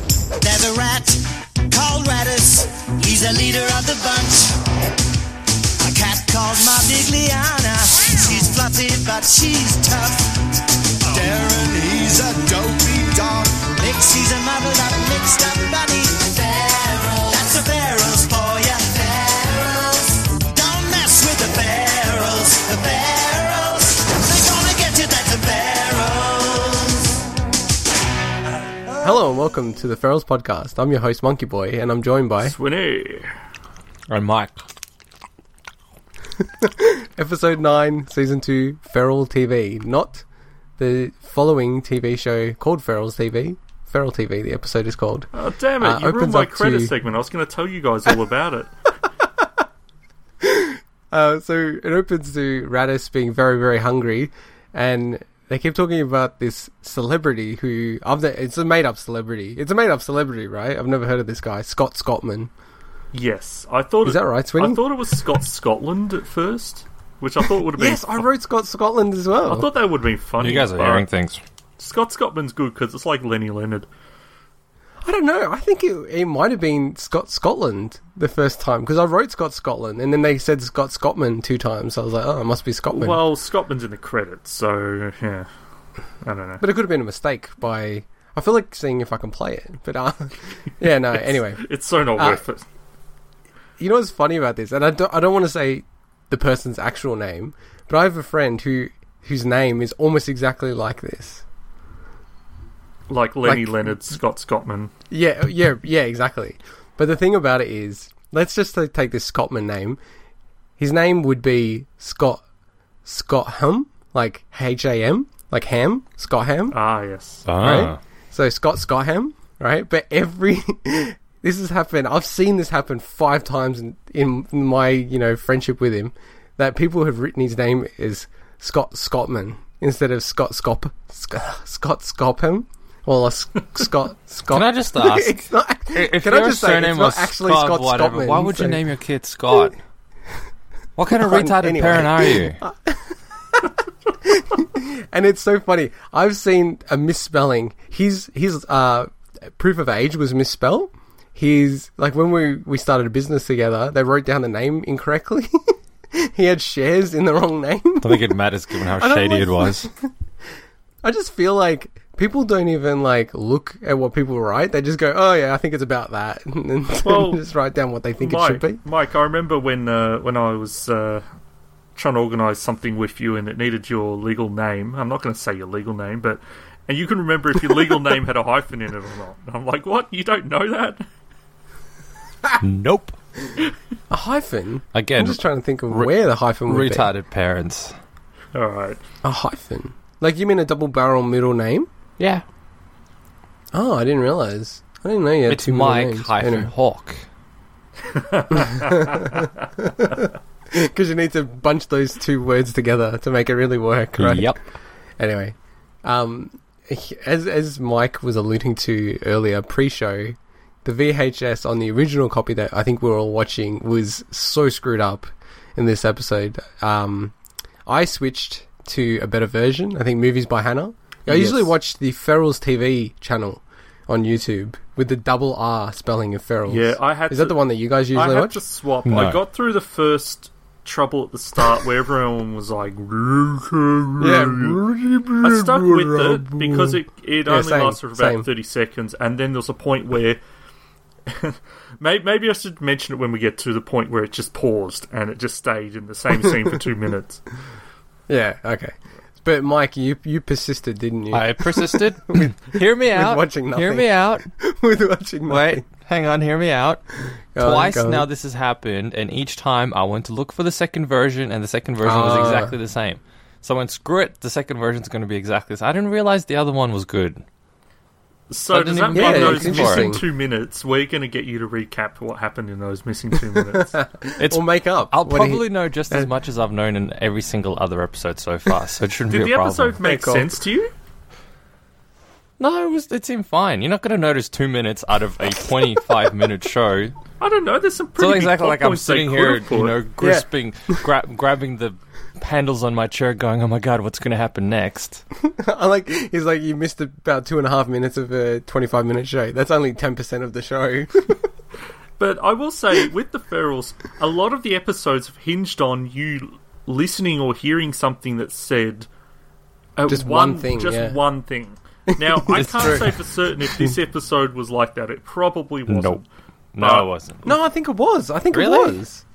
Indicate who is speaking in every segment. Speaker 1: a rat called Rattus. He's the leader of the bunch. A cat called Modigliana. She's fluffy, but she's tough.
Speaker 2: Darren, he's a dopey dog.
Speaker 1: Mixie's a muddled up, mixed up bunny. Pharaoh. That's the pharaohs for ya. Pharaohs. Don't mess with the pharaohs. The pharaohs. They're gonna get you, that's the pharaohs.
Speaker 3: Hello and welcome to the Ferals Podcast. I'm your host, Monkey Boy, and I'm joined by
Speaker 4: Swinney.
Speaker 5: And Mike.
Speaker 3: Episode 9, Season 2, Feral TV. Not the following TV show called Ferals TV. Feral TV, the episode is called.
Speaker 4: Oh, damn it.
Speaker 3: Uh,
Speaker 4: you ruined
Speaker 3: opens
Speaker 4: my
Speaker 3: up
Speaker 4: credit
Speaker 3: to-
Speaker 4: segment. I was going to tell you guys all about it.
Speaker 3: Uh, so it opens to Radis being very, very hungry, and they keep talking about this celebrity who. I've ne- it's a made up celebrity. It's a made up celebrity, right? I've never heard of this guy, Scott Scottman.
Speaker 4: Yes. I thought.
Speaker 3: Is
Speaker 4: it-
Speaker 3: that right, Sweeney?
Speaker 4: I thought it was Scott Scotland at first, which I thought would have been.
Speaker 3: Yes, I
Speaker 4: fu-
Speaker 3: wrote Scott Scotland as well.
Speaker 4: I thought that would have been funny.
Speaker 5: You guys are
Speaker 4: but
Speaker 5: hearing things.
Speaker 4: Scott Scotland's good because it's like Lenny Leonard.
Speaker 3: I don't know. I think it, it might have been Scott Scotland the first time because I wrote Scott Scotland and then they said Scott Scotman two times. I was like, oh, it must be Scotman.
Speaker 4: Well, Scotland's in the credits, so yeah. I don't know.
Speaker 3: but it could have been a mistake by. I feel like seeing if I can play it. But uh, yeah, no. Anyway,
Speaker 4: It's so not
Speaker 3: Ah.
Speaker 4: worth it.
Speaker 3: you know what's funny about this, and I don't, I don't want to say the person's actual name, but I have a friend who whose name is almost exactly like this.
Speaker 4: Like Lenny
Speaker 3: Like-
Speaker 4: Leonard, Scott Scotman.
Speaker 3: Yeah, yeah, yeah, exactly. But the thing about it is, let's just uh, take this Scotsman name. His name would be Scott Scott Hum, like H A M, like Ham, Scott Ham,
Speaker 4: Ah, yes.
Speaker 3: right?
Speaker 5: Ah.
Speaker 3: So Scott Scott Ham, right? But every this has happened. I've seen this happen five times in, in my you know friendship with him. That people have written his name as Scott Scottman instead of Scott Scop Sc- Scott Scopham or S- Scott Scott.
Speaker 5: Can I just ask?
Speaker 3: It's not.
Speaker 5: If
Speaker 3: Eh, can
Speaker 5: your
Speaker 3: I just say
Speaker 5: surname
Speaker 3: it's not
Speaker 5: was
Speaker 3: actually
Speaker 5: Scott,
Speaker 3: Scott
Speaker 5: whatever,
Speaker 3: Scottman?
Speaker 5: why would you
Speaker 3: so-
Speaker 5: name your kid Scott? What kind of
Speaker 3: Fine,
Speaker 5: retarded
Speaker 3: anyway.
Speaker 5: parent are you?
Speaker 3: And it's so funny. I've seen a misspelling. His his uh, proof of age was misspelled. His like when we we started a business together, they wrote down the name incorrectly. he had shares in the wrong name.
Speaker 5: I think it matters given how
Speaker 3: don't
Speaker 5: shady it
Speaker 3: want-
Speaker 5: was.
Speaker 3: I just feel like people don't even like look at what people write. They just go, "Oh yeah, I think it's about that," and then
Speaker 4: Well,
Speaker 3: just write down what they think it should
Speaker 4: Mike,
Speaker 3: be.
Speaker 4: Mike, I remember when uh, when I was uh, trying to organise something with you, and it needed your legal name. I'm not going to say your legal name, but and you can remember if your legal name had a hyphen in it or not. And I'm like, what? You don't know that?
Speaker 5: nope.
Speaker 3: A hyphen.
Speaker 5: Again,
Speaker 3: I'm just trying to think of
Speaker 5: re-
Speaker 3: where the hyphen would be.
Speaker 5: retarded parents.
Speaker 4: All right.
Speaker 3: A hyphen. Like you mean a double barrel middle name?
Speaker 5: Yeah.
Speaker 3: Oh, I didn't realize. I didn't know you had
Speaker 5: It's
Speaker 3: two middle
Speaker 5: Mike
Speaker 3: names.
Speaker 5: hyphen Hawk.
Speaker 3: because you need to bunch those two words together to make it really work, right?
Speaker 5: Yep.
Speaker 3: Anyway, um, as as Mike was alluding to earlier pre-show, the VHS on the original copy that I think we were all watching was so screwed up in this episode. Um, I switched to a better version. I think movies by Hannah. I usually
Speaker 4: Yes.
Speaker 3: watch the Ferals TV channel on YouTube with the double R spelling of Ferals.
Speaker 4: Yeah, I had
Speaker 3: Is that
Speaker 4: to-
Speaker 3: the one that you guys
Speaker 4: I
Speaker 3: usually
Speaker 4: had
Speaker 3: watch?
Speaker 4: to swap.
Speaker 5: No.
Speaker 4: I got through the first trouble at the start where everyone was like,
Speaker 3: yeah,
Speaker 4: I stuck with it because it, it
Speaker 3: Yeah,
Speaker 4: only
Speaker 3: same,
Speaker 4: lasted for about
Speaker 3: same.
Speaker 4: 30 seconds, and then there was a point where. May- Maybe I should mention it when we get to the point where it just paused and it just stayed in the same scene for two minutes.
Speaker 3: Yeah, okay. But Mike, you you persisted, didn't you?
Speaker 5: I persisted. hear me out.
Speaker 3: watching
Speaker 5: Hear
Speaker 3: nothing.
Speaker 5: me out.
Speaker 3: with watching
Speaker 5: Wait, hang on. Hear me out.
Speaker 4: Oh,
Speaker 3: Go on,
Speaker 5: Twice
Speaker 3: go on.
Speaker 5: now this has happened, and each time I went to look for the second version, and the second version
Speaker 3: Ah.
Speaker 5: was exactly the same. So I went, screw it, the second version's going to be exactly the same. I didn't realize the other one was good.
Speaker 4: So,
Speaker 5: I
Speaker 4: does
Speaker 5: didn't
Speaker 4: that
Speaker 5: even
Speaker 4: mean
Speaker 3: Yeah,
Speaker 4: those
Speaker 3: it's
Speaker 4: missing
Speaker 3: interesting.
Speaker 4: two minutes? We're going to get you to recap what happened in those missing two minutes.
Speaker 5: It's
Speaker 3: Or make up.
Speaker 5: I'll
Speaker 3: What do you-
Speaker 5: probably know just
Speaker 4: Uh,
Speaker 5: as much as I've known in every single other episode so far, so it shouldn't
Speaker 4: Did
Speaker 5: be
Speaker 4: the
Speaker 5: a problem.
Speaker 4: episode make
Speaker 3: Thank God.
Speaker 4: sense to you?
Speaker 5: No, it, was, it seemed fine. You're not going to notice two minutes out of a 25 minute show.
Speaker 4: I don't know. There's some
Speaker 5: It's
Speaker 4: pretty
Speaker 5: not
Speaker 4: big
Speaker 5: exactly
Speaker 4: plot
Speaker 5: like I'm
Speaker 4: points they
Speaker 5: sitting
Speaker 4: could
Speaker 5: here,
Speaker 4: have put.
Speaker 5: you know, grasping, gra- grabbing the handles on my chair, going, "Oh my god, what's going to happen next?"
Speaker 3: I like he's like you missed about two and a half minutes of a twenty-five minute show. That's only ten percent of the show.
Speaker 4: But I will say, with the ferals, a lot of the episodes have hinged on you listening or hearing something that said uh,
Speaker 3: Just one thing,
Speaker 4: Just
Speaker 3: yeah.
Speaker 4: one thing. Now I
Speaker 3: It's
Speaker 4: can't
Speaker 3: true.
Speaker 4: say for certain if this episode was like that. It probably wasn't.
Speaker 5: Nope. No,
Speaker 4: Uh,
Speaker 5: it wasn't.
Speaker 3: no, I think it was. I think
Speaker 5: Really?
Speaker 3: it was.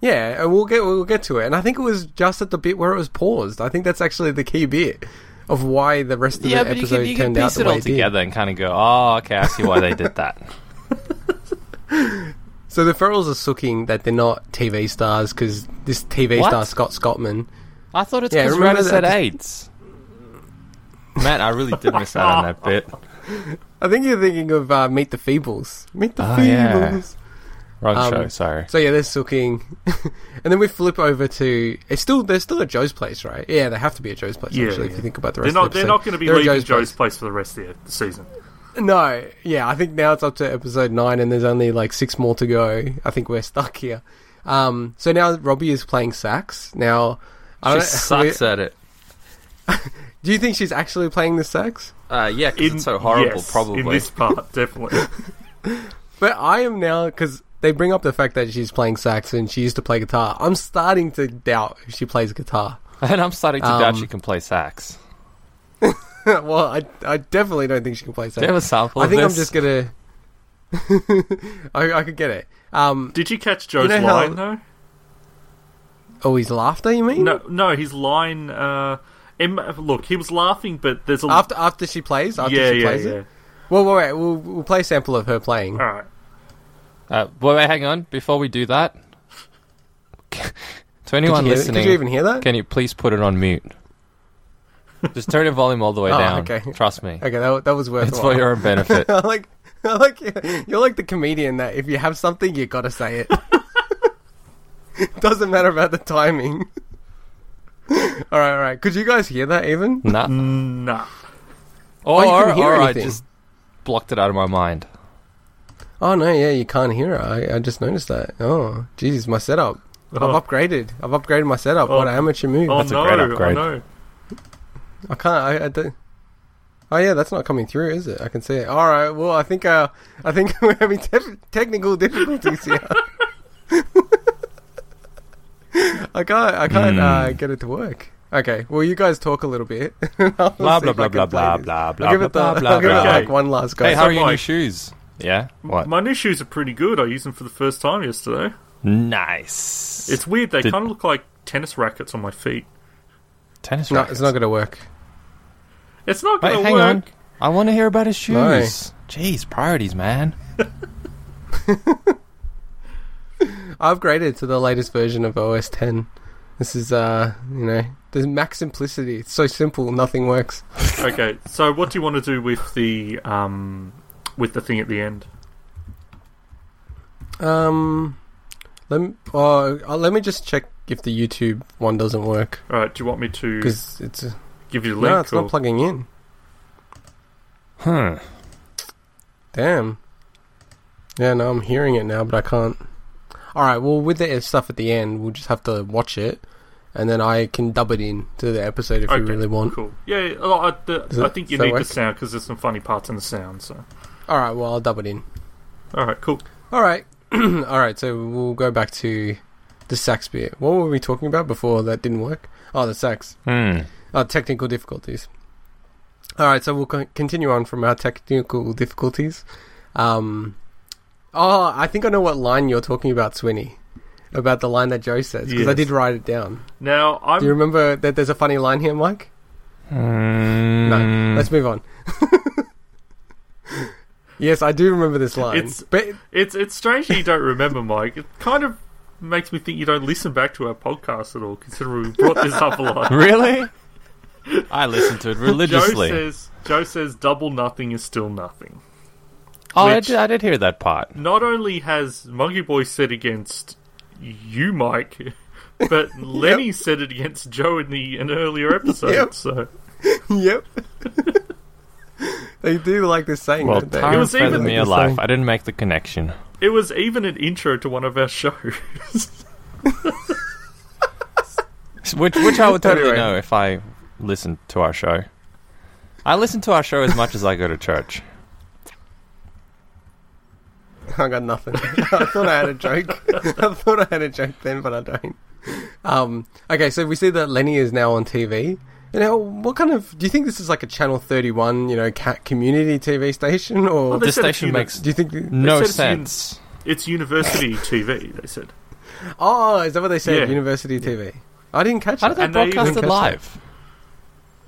Speaker 3: Yeah, uh, we'll get we'll get to it, and I think it was just at the bit where it was paused. I think that's actually the key bit of why the rest of
Speaker 5: Yeah,
Speaker 3: the
Speaker 5: but you
Speaker 3: episode
Speaker 5: can, you can
Speaker 3: turned out
Speaker 5: piece
Speaker 3: the
Speaker 5: it
Speaker 3: way
Speaker 5: all
Speaker 3: it did.
Speaker 5: together and kind of go, "Oh, okay, I see why they did that."
Speaker 3: So the Ferals are sooking that they're not TV stars because this TV
Speaker 5: What?
Speaker 3: star Scott Scottman.
Speaker 5: I thought it's
Speaker 3: Yeah,
Speaker 5: because
Speaker 3: remember
Speaker 5: Rhoda
Speaker 3: that-
Speaker 5: said AIDS. Man, I really did miss out on that bit.
Speaker 3: I think you're thinking of uh, Meet the Feebles. Meet the
Speaker 5: Oh,
Speaker 3: Feebles.
Speaker 5: yeah. Wrong
Speaker 3: Um,
Speaker 5: show, sorry.
Speaker 3: So yeah, they're sooking, and then we flip over to it's still they're still at Joe's place, right? Yeah, they have to be at Joe's place
Speaker 4: Yeah,
Speaker 3: actually. If
Speaker 4: yeah.
Speaker 3: you think about the
Speaker 4: They're
Speaker 3: rest,
Speaker 4: not.
Speaker 3: of the
Speaker 4: They're
Speaker 3: episode.
Speaker 4: not going to be
Speaker 3: They're at
Speaker 4: leaving Joe's, place for the rest of the season.
Speaker 3: No, yeah, I think now it's up to episode nine, and there's only like six more to go. I think we're stuck here. Um, so now Robbie is playing sax. Now, I
Speaker 5: She
Speaker 3: don't-
Speaker 5: sucks at it.
Speaker 3: do you think she's actually playing the sax?
Speaker 5: Uh, yeah, 'cause
Speaker 4: In-
Speaker 5: it's so horrible,
Speaker 4: yes,
Speaker 5: probably.
Speaker 4: in this part, definitely.
Speaker 3: But I am now because they bring up the fact that she's playing sax and she used to play guitar. I'm starting to doubt if she plays guitar.
Speaker 5: And I'm starting to doubt
Speaker 3: Um,
Speaker 5: she can play sax.
Speaker 3: well, I, I definitely don't think she can play
Speaker 5: Do you
Speaker 3: sax.
Speaker 5: have a sample
Speaker 3: I
Speaker 5: of
Speaker 3: think I'm
Speaker 5: this?
Speaker 3: just gonna. I, I could get it. Um,
Speaker 4: Did you catch Joe's
Speaker 3: know how-
Speaker 4: line though?
Speaker 3: oh, his laughter. You mean?
Speaker 4: No, no. His line. Uh, em- look, he was laughing, but there's a
Speaker 3: After after she plays, after
Speaker 4: yeah,
Speaker 3: she
Speaker 4: yeah,
Speaker 3: plays
Speaker 4: yeah.
Speaker 3: it. Well, wait, wait, we'll we'll play a sample of her playing.
Speaker 4: All right.
Speaker 5: Uh, wait, wait, hang on. Before we do that, to
Speaker 3: Could
Speaker 5: anyone
Speaker 3: you, hear, that?
Speaker 5: listening,
Speaker 3: could you even hear that?
Speaker 5: can you please put it on mute? Just turn your volume all the way
Speaker 3: Oh,
Speaker 5: down.
Speaker 3: okay.
Speaker 5: Trust me.
Speaker 3: Okay, that, that was
Speaker 5: It's
Speaker 3: worthwhile.
Speaker 5: for your own benefit.
Speaker 3: I like, I like, you're like the comedian that if you have something, you gotta say it. Doesn't matter about the timing. all right, all right. Could you guys hear that even?
Speaker 5: nah.
Speaker 4: Nah.
Speaker 5: Or,
Speaker 3: you couldn't hear
Speaker 5: or Oh, I
Speaker 3: anything.
Speaker 5: just blocked it out of my mind.
Speaker 3: Oh no, yeah, you can't hear it. I, I just noticed that. Oh, jeez, my setup.
Speaker 4: Oh.
Speaker 3: I've upgraded. I've upgraded my setup.
Speaker 4: Oh.
Speaker 3: What an amateur move!
Speaker 4: Oh
Speaker 5: That's a
Speaker 4: no!
Speaker 5: great upgrade.
Speaker 4: I know.
Speaker 3: I can't. I, I don't. Oh yeah, that's not coming through, is it? I can see it. All right. Well, I think uh, I think we're having tef- technical difficulties here. I can't. I can't
Speaker 5: Hmm.
Speaker 3: uh, get it to work. Okay. Well, you guys talk a little bit. blah
Speaker 5: Blah, blah, blah, blah, blah, blah, blah,
Speaker 3: I'll give it
Speaker 5: blah,
Speaker 3: the,
Speaker 5: blah,
Speaker 3: I'll give
Speaker 5: blah.
Speaker 3: it like one last go.
Speaker 5: Hey, how are
Speaker 4: so
Speaker 5: your new
Speaker 4: Mike-
Speaker 5: shoes? Yeah? What?
Speaker 4: My new shoes are pretty good. I used them for the first time yesterday.
Speaker 5: nice.
Speaker 4: It's weird. They
Speaker 5: Did-
Speaker 4: kind of look like tennis rackets on my feet.
Speaker 5: tennis
Speaker 3: no,
Speaker 5: rackets.
Speaker 3: it's not going to work.
Speaker 4: It's not
Speaker 5: Wait,
Speaker 4: going to
Speaker 5: hang
Speaker 4: work.
Speaker 5: on. I want to hear about his shoes.
Speaker 3: No.
Speaker 5: Jeez, priorities, man.
Speaker 3: I've upgraded to the latest version of OS 10. This is uh, you know, the max simplicity. It's so simple, nothing works.
Speaker 4: Okay. So what do you want to do with the um with the thing at the end?
Speaker 3: Um, let me, uh, uh, let me just check if the YouTube one doesn't work
Speaker 4: All right. Do you want me to
Speaker 3: because it's uh,
Speaker 4: give you the link?
Speaker 3: no, it's
Speaker 4: or-
Speaker 3: not plugging in.
Speaker 5: Huh.
Speaker 3: Damn. Yeah, no, I'm hearing it now, but I can't. All right, well, with the stuff at the end, we'll just have to watch it, and then I can dub it in to the episode if
Speaker 4: okay,
Speaker 3: you really want.
Speaker 4: Cool. Yeah. yeah, well, I, the,
Speaker 3: Does it-
Speaker 4: I think you
Speaker 3: does that
Speaker 4: need the
Speaker 3: work?
Speaker 4: sound because there's some funny parts in the sound. So.
Speaker 3: All right, well, I'll dub it in.
Speaker 4: All right. Cool.
Speaker 3: All right, all right. So we'll go back to the sax bit. What were we talking about before that didn't work? Oh, the sax.
Speaker 5: Hmm.
Speaker 3: Uh, technical difficulties. All right, so we'll con- continue on from our technical difficulties. Um, oh, I think I know what line you're talking about, Swinny. About the line that Joe says, because I
Speaker 4: Yes.
Speaker 3: did write it down.
Speaker 4: Now I'm.
Speaker 3: Do you remember that there's a funny line here, Mike? No.
Speaker 4: Mm.
Speaker 5: No.
Speaker 3: Let's move on. yes, I do remember this line.
Speaker 4: It's-
Speaker 3: but
Speaker 4: It's it's strange that you don't remember, Mike. It kind of makes me think you don't listen back to our podcast at all, considering we brought this up a lot.
Speaker 5: Really? I listen to it
Speaker 4: Joe
Speaker 5: religiously.
Speaker 4: says Joe says double nothing is still nothing.
Speaker 5: oh, I
Speaker 4: which-
Speaker 5: did, I did hear that part.
Speaker 4: Not only has Monkey Boy said against you, Mike, but Lenny said it against Joe in the an earlier episode.
Speaker 3: Yep.
Speaker 4: So
Speaker 3: yep, they do like this saying.
Speaker 5: Well,
Speaker 3: don't they?
Speaker 5: time
Speaker 4: was
Speaker 5: fed
Speaker 4: even-
Speaker 5: me
Speaker 3: Like this
Speaker 5: alive.
Speaker 3: saying.
Speaker 5: I didn't make the connection.
Speaker 4: it was even an intro to one of our shows.
Speaker 5: which which I would totally
Speaker 3: Anyway.
Speaker 5: know if I listened to our show. I listen to our show as much as I go to church.
Speaker 3: I got nothing. I thought I had a joke. I thought I had a joke then, but I don't. Um, okay, so we see that Lenny is now on TV. Now, what kind of do you think this is like a Channel Thirty One, you know, cat community TV station, or
Speaker 4: They
Speaker 5: This
Speaker 4: said it's
Speaker 5: station
Speaker 4: uni-
Speaker 5: makes
Speaker 3: do you think?
Speaker 5: no
Speaker 4: said it's
Speaker 5: sense.
Speaker 4: It's university TV. They said.
Speaker 3: Oh, is that what they said?
Speaker 4: Yeah.
Speaker 3: University TV. I didn't catch
Speaker 5: How did
Speaker 3: that.
Speaker 5: they
Speaker 4: And they
Speaker 5: broadcast
Speaker 3: even
Speaker 5: it
Speaker 3: catch
Speaker 5: live?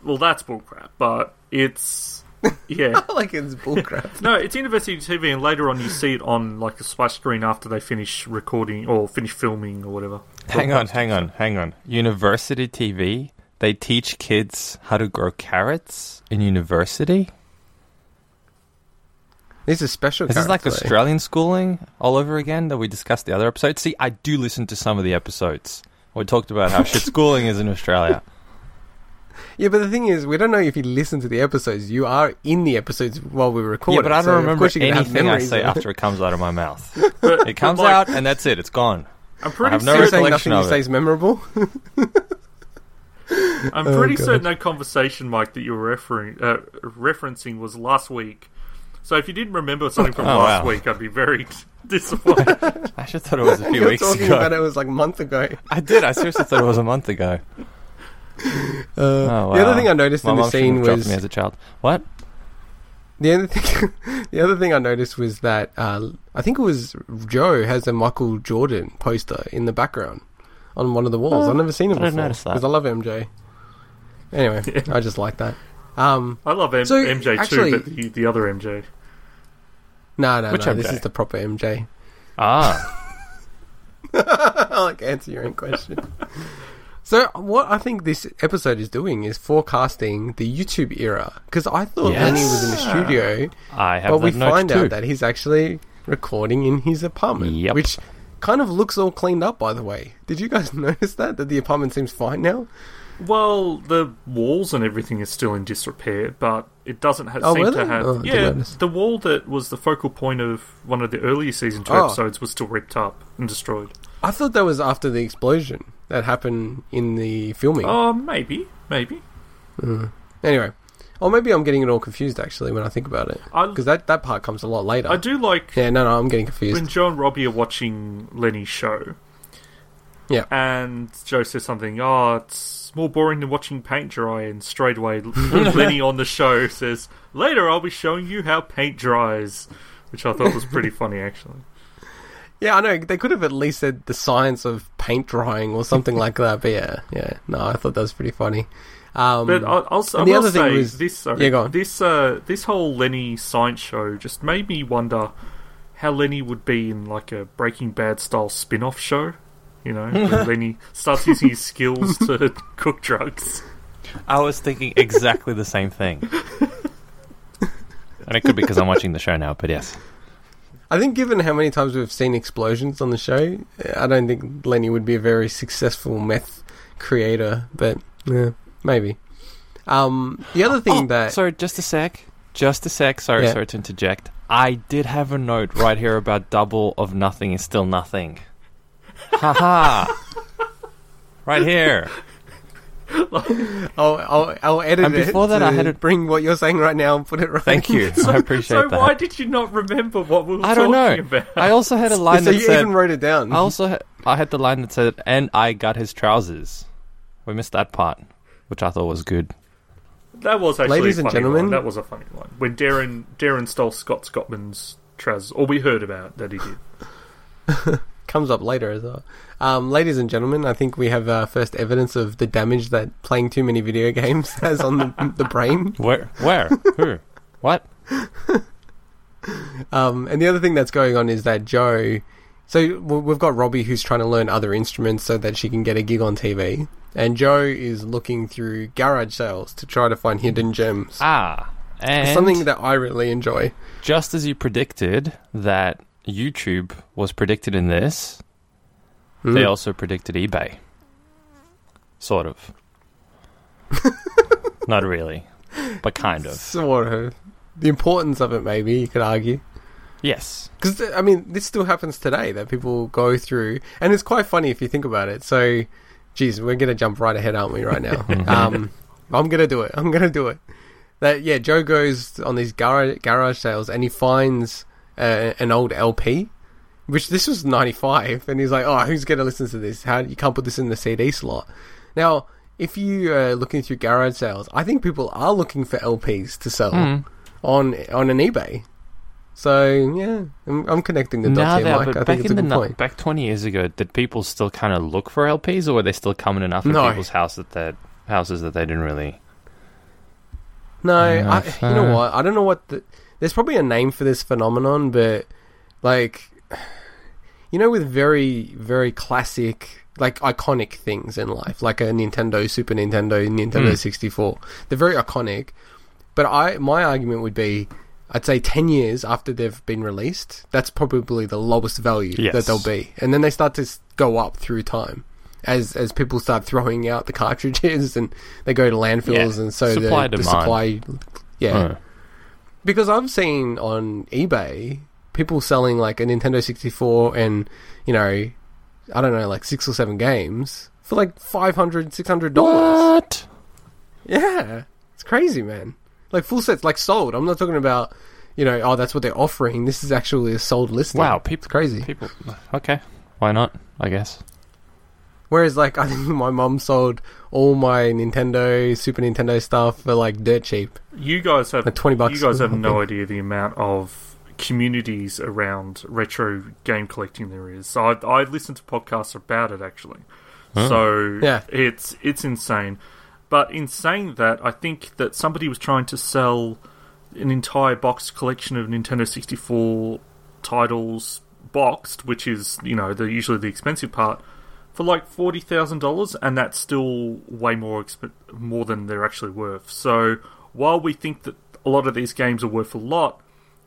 Speaker 4: Well, that's bullcrap. But it's yeah.
Speaker 3: like it's bullcrap.
Speaker 4: No, it's university TV, and later on you see it on like a splash screen after they finish recording or finish filming or whatever.
Speaker 5: Hang on, hang on, hang on. University TV. They teach kids how to grow carrots in university.
Speaker 3: These are special.
Speaker 5: Is this like
Speaker 3: characters, though.
Speaker 5: Australian schooling all over again that we discussed the other episode? See, I do listen to some of the episodes. We talked about how shit schooling is in Australia.
Speaker 3: Yeah, but the thing is, we don't know if you listen to the episodes. You are in the episodes while we record.
Speaker 5: yeah, but
Speaker 3: it,
Speaker 5: I don't
Speaker 3: so of
Speaker 5: remember
Speaker 3: course you're gonna have
Speaker 5: anything I
Speaker 3: memories
Speaker 5: say
Speaker 3: of it.
Speaker 5: after it comes out of my mouth.
Speaker 4: But,
Speaker 5: It comes
Speaker 4: but, like,
Speaker 5: out and that's it. It's gone.
Speaker 4: I'm pretty
Speaker 5: have no
Speaker 3: You're
Speaker 4: certain.
Speaker 3: saying
Speaker 5: recollection
Speaker 3: nothing you
Speaker 5: of it.
Speaker 3: say is memorable.
Speaker 4: I'm
Speaker 3: Oh,
Speaker 4: pretty
Speaker 3: God.
Speaker 4: certain that conversation, Mike, that you were referring, uh, referencing was last week. So if you didn't remember something from
Speaker 5: Oh,
Speaker 4: last
Speaker 5: wow.
Speaker 4: week, I'd be very disappointed.
Speaker 5: I should thought it was a few
Speaker 3: You're
Speaker 5: weeks
Speaker 3: talking
Speaker 5: ago.
Speaker 3: about it was like a month ago.
Speaker 5: I did. I seriously thought it was a month ago.
Speaker 3: Uh,
Speaker 5: Oh, wow.
Speaker 3: The other thing I noticed
Speaker 5: My
Speaker 3: in the
Speaker 5: mum shouldn't
Speaker 3: scene
Speaker 5: have dropped
Speaker 3: was
Speaker 5: me as a child. What?
Speaker 3: the other thing. the other thing I noticed was that uh, I think it was Joe has a Michael Jordan poster in the background on one of the walls.
Speaker 5: Oh,
Speaker 3: I've never seen it
Speaker 5: I
Speaker 3: before
Speaker 5: didn't notice that.
Speaker 3: because I love MJ. Anyway, I just like that. Um,
Speaker 4: I love M-
Speaker 3: So,
Speaker 4: MJ
Speaker 3: actually-
Speaker 4: too, but the, the other MJ.
Speaker 3: no, no,
Speaker 5: Which
Speaker 3: no. This
Speaker 5: MJ?
Speaker 3: is the proper MJ.
Speaker 5: Ah,
Speaker 3: I'll like, answer your own question. so, what I think this episode is doing is forecasting the YouTube era because I thought
Speaker 5: Yes.
Speaker 3: Lenny was in the studio,
Speaker 5: I have
Speaker 3: but
Speaker 5: that
Speaker 3: we
Speaker 5: note
Speaker 3: find
Speaker 5: too.
Speaker 3: out that he's actually recording in his apartment,
Speaker 5: Yep.
Speaker 3: which kind of looks all cleaned up. By the way, did you guys notice that that the apartment seems fine now?
Speaker 4: Well, the walls and everything is still in disrepair, but it doesn't ha-
Speaker 3: Oh,
Speaker 4: seem to
Speaker 3: really?
Speaker 4: have.
Speaker 3: Oh, I didn't
Speaker 4: yeah,
Speaker 3: notice.
Speaker 4: the wall that was the focal point of one of the earlier season two
Speaker 3: Oh.
Speaker 4: episodes was still ripped up and destroyed.
Speaker 3: I thought that was after the explosion that happened in the filming.
Speaker 4: Oh, maybe, maybe.
Speaker 3: Anyway, or maybe I'm getting it all confused actually when I think about it
Speaker 4: I,
Speaker 3: because that that part comes a lot later.
Speaker 4: I do like
Speaker 3: Yeah, no, no, I'm getting confused.
Speaker 4: when Joe and Robbie are watching Lenny's show.
Speaker 3: Yeah.
Speaker 4: And Joe says something, oh, it's more boring than watching paint dry. And straight away, Lenny on the show says, later I'll be showing you how paint dries, which I thought was pretty funny, actually.
Speaker 3: Yeah, I know. They could have at least said the science of paint drying or something like that. But yeah, yeah. No, I thought that was pretty funny. Um,
Speaker 4: But I'll, I'll, si
Speaker 3: and the
Speaker 4: will
Speaker 3: other
Speaker 4: say
Speaker 3: thing was-
Speaker 4: this, sorry,
Speaker 3: yeah, go on.
Speaker 4: this, uh, this whole Lenny science show just made me wonder how Lenny would be in like a Breaking Bad style spin off show. You know, when Lenny starts using his skills to cook drugs.
Speaker 5: I was thinking exactly the same thing. And it could be because I'm watching the show now, but yes.
Speaker 3: I think given how many times we've seen explosions on the show, I don't think Lenny would be a very successful meth creator. But yeah, maybe. Um, the other thing
Speaker 5: Oh,
Speaker 3: that
Speaker 5: Sorry, just a sec. Just a sec. Sorry,
Speaker 3: Yeah.
Speaker 5: sorry to interject. I did have a note right here about double of nothing is still nothing. Haha. right here.
Speaker 3: I'll, I'll, I'll edit
Speaker 5: And before
Speaker 3: it
Speaker 5: that,
Speaker 3: to
Speaker 5: I had a-
Speaker 3: bring what you're saying right now and put it right.
Speaker 5: Thank you. I appreciate
Speaker 4: So
Speaker 5: that.
Speaker 4: why did you not remember what we were
Speaker 5: I don't know.
Speaker 4: talking about?
Speaker 5: I also had a line
Speaker 3: so
Speaker 5: that
Speaker 3: you
Speaker 5: said.
Speaker 3: even wrote it down.
Speaker 5: I also ha- I had the line that said, "And I got his trousers." We missed that part, which I thought was good.
Speaker 4: That was actually
Speaker 3: Ladies
Speaker 4: a
Speaker 3: and
Speaker 4: funny
Speaker 3: gentlemen.
Speaker 4: Line. That was a funny line when Darren Darren stole Scott Scottman's trousers, or we heard about that he did.
Speaker 3: comes up later as well. Um, ladies and gentlemen, I think we have uh, first evidence of the damage that playing too many video games has on the, the brain.
Speaker 5: Where? Where? Who? What?
Speaker 3: Um, and the other thing that's going on is that Joe. So w- we've got Robbie who's trying to learn other instruments so that she can get a gig on TV, and Joe is looking through garage sales to try to find hidden gems.
Speaker 5: Ah, and
Speaker 3: Something that I really enjoy.
Speaker 5: just as you predicted that YouTube was predicted in this,
Speaker 3: Hmm.
Speaker 5: they also predicted eBay. Sort of. Not really, but kind of.
Speaker 3: Sort of the importance of it, maybe you could argue.
Speaker 5: Yes.
Speaker 3: Because I mean, this still happens today that people go through, and it's quite funny if you think about it. So, Jeez, we're gonna jump right ahead, aren't we? Right now, um, I'm gonna do it. I'm gonna do it. That yeah, Joe goes on these garage garage sales and he finds uh, an old LP, which this was '95, and he's like, "Oh, who's gonna listen to this? How you can't put this in the CD slot." Now, if you are looking through garage sales, I think people are looking for LPs to sell
Speaker 5: Hmm.
Speaker 3: on on an eBay. So yeah, I'm, I'm connecting the
Speaker 5: Nah,
Speaker 3: dots here,
Speaker 5: though,
Speaker 3: Mike.
Speaker 5: but
Speaker 3: I
Speaker 5: back
Speaker 3: think it's a
Speaker 5: in the
Speaker 3: good
Speaker 5: nu-
Speaker 3: point.
Speaker 5: back twenty years ago, did people still kind of look for LPs, or were they still coming enough at
Speaker 3: No.
Speaker 5: people's house that that houses that they didn't really?
Speaker 3: No, I,
Speaker 5: Enough,
Speaker 3: you know
Speaker 5: uh,
Speaker 3: what? I don't know what the. There's probably a name for this phenomenon, but like, you know, with very, very classic, like iconic things in life, like a Nintendo, Super Nintendo,
Speaker 5: Hmm.
Speaker 3: Nintendo 64, they're very iconic. But I, my argument would be, I'd say 10 years after they've been released, that's probably the lowest value that
Speaker 5: Yes.
Speaker 3: they'll be, and then they start to s- go up through time. As, as people start throwing out the cartridges and they go to landfills
Speaker 5: Yeah.
Speaker 3: and so the-
Speaker 5: Supply,
Speaker 3: the,
Speaker 5: demand.
Speaker 3: supply yeah
Speaker 5: Uh,
Speaker 3: because I've seen on eBay people selling like a Nintendo 64 and you know I don't know like six or seven games for like 500 600 dollars
Speaker 5: what?
Speaker 3: yeah it's crazy man like full sets like sold I'm not talking about you know oh that's what they're offering this is actually a sold listing
Speaker 5: Wow,
Speaker 3: it's
Speaker 5: people,
Speaker 3: crazy
Speaker 5: people. Okay, why not? I guess.
Speaker 3: Whereas, like, I think my mum sold all my Nintendo, Super Nintendo stuff for like dirt cheap.
Speaker 4: You guys have
Speaker 3: Like 20 bucks
Speaker 4: You guys
Speaker 3: or
Speaker 4: have no
Speaker 3: something.
Speaker 4: idea the amount of communities around retro game collecting there is. So I, I listen to podcasts about it actually. So
Speaker 3: Yeah.
Speaker 4: it's it's insane. But in saying that, I think that somebody was trying to sell an entire box collection of Nintendo 64 titles boxed, which is you know the usually the expensive part, for like forty thousand dollars, and that's still way more exp- more than they're actually worth. So while we think that a lot of these games are worth a lot,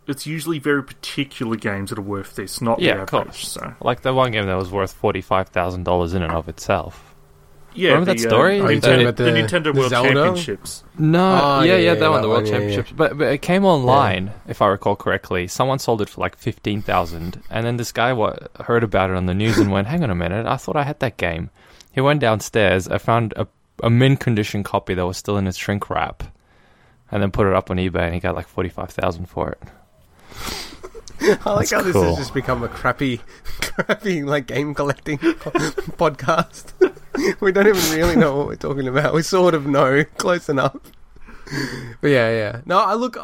Speaker 4: it's usually very particular games that are worth this, not
Speaker 5: Yeah,
Speaker 4: the
Speaker 5: of
Speaker 4: average.
Speaker 5: course.
Speaker 4: So
Speaker 5: Like the one game that was worth forty five thousand dollars in and of itself.
Speaker 4: yeah,
Speaker 5: Remember that
Speaker 4: the, uh,
Speaker 5: story? Are you
Speaker 4: Nintendo,
Speaker 5: talking
Speaker 3: about
Speaker 4: the,
Speaker 3: the-
Speaker 4: Nintendo
Speaker 3: the
Speaker 4: World
Speaker 3: Zelda?
Speaker 4: Championships.
Speaker 5: No,
Speaker 3: Oh,
Speaker 5: yeah,
Speaker 3: yeah,
Speaker 5: yeah,
Speaker 3: yeah,
Speaker 5: that,
Speaker 3: that
Speaker 5: one, the
Speaker 3: one,
Speaker 5: World
Speaker 3: yeah, yeah.
Speaker 5: Championships. But, but it came online, if I recall correctly. Someone sold it for like fifteen thousand, and then this guy wa heard about it on the news and went, "Hang on a minute, I thought I had that game." He went downstairs. I found a, a mint condition copy that was still in its shrink wrap, and then put it up on eBay, and he got like forty five thousand for it.
Speaker 3: I like
Speaker 5: That's
Speaker 3: how this has
Speaker 5: cool.
Speaker 3: just become a crappy, crappy like game collecting po- podcast. we don't even really know what we're talking about. We sort of know close enough. But yeah, yeah. No, I look.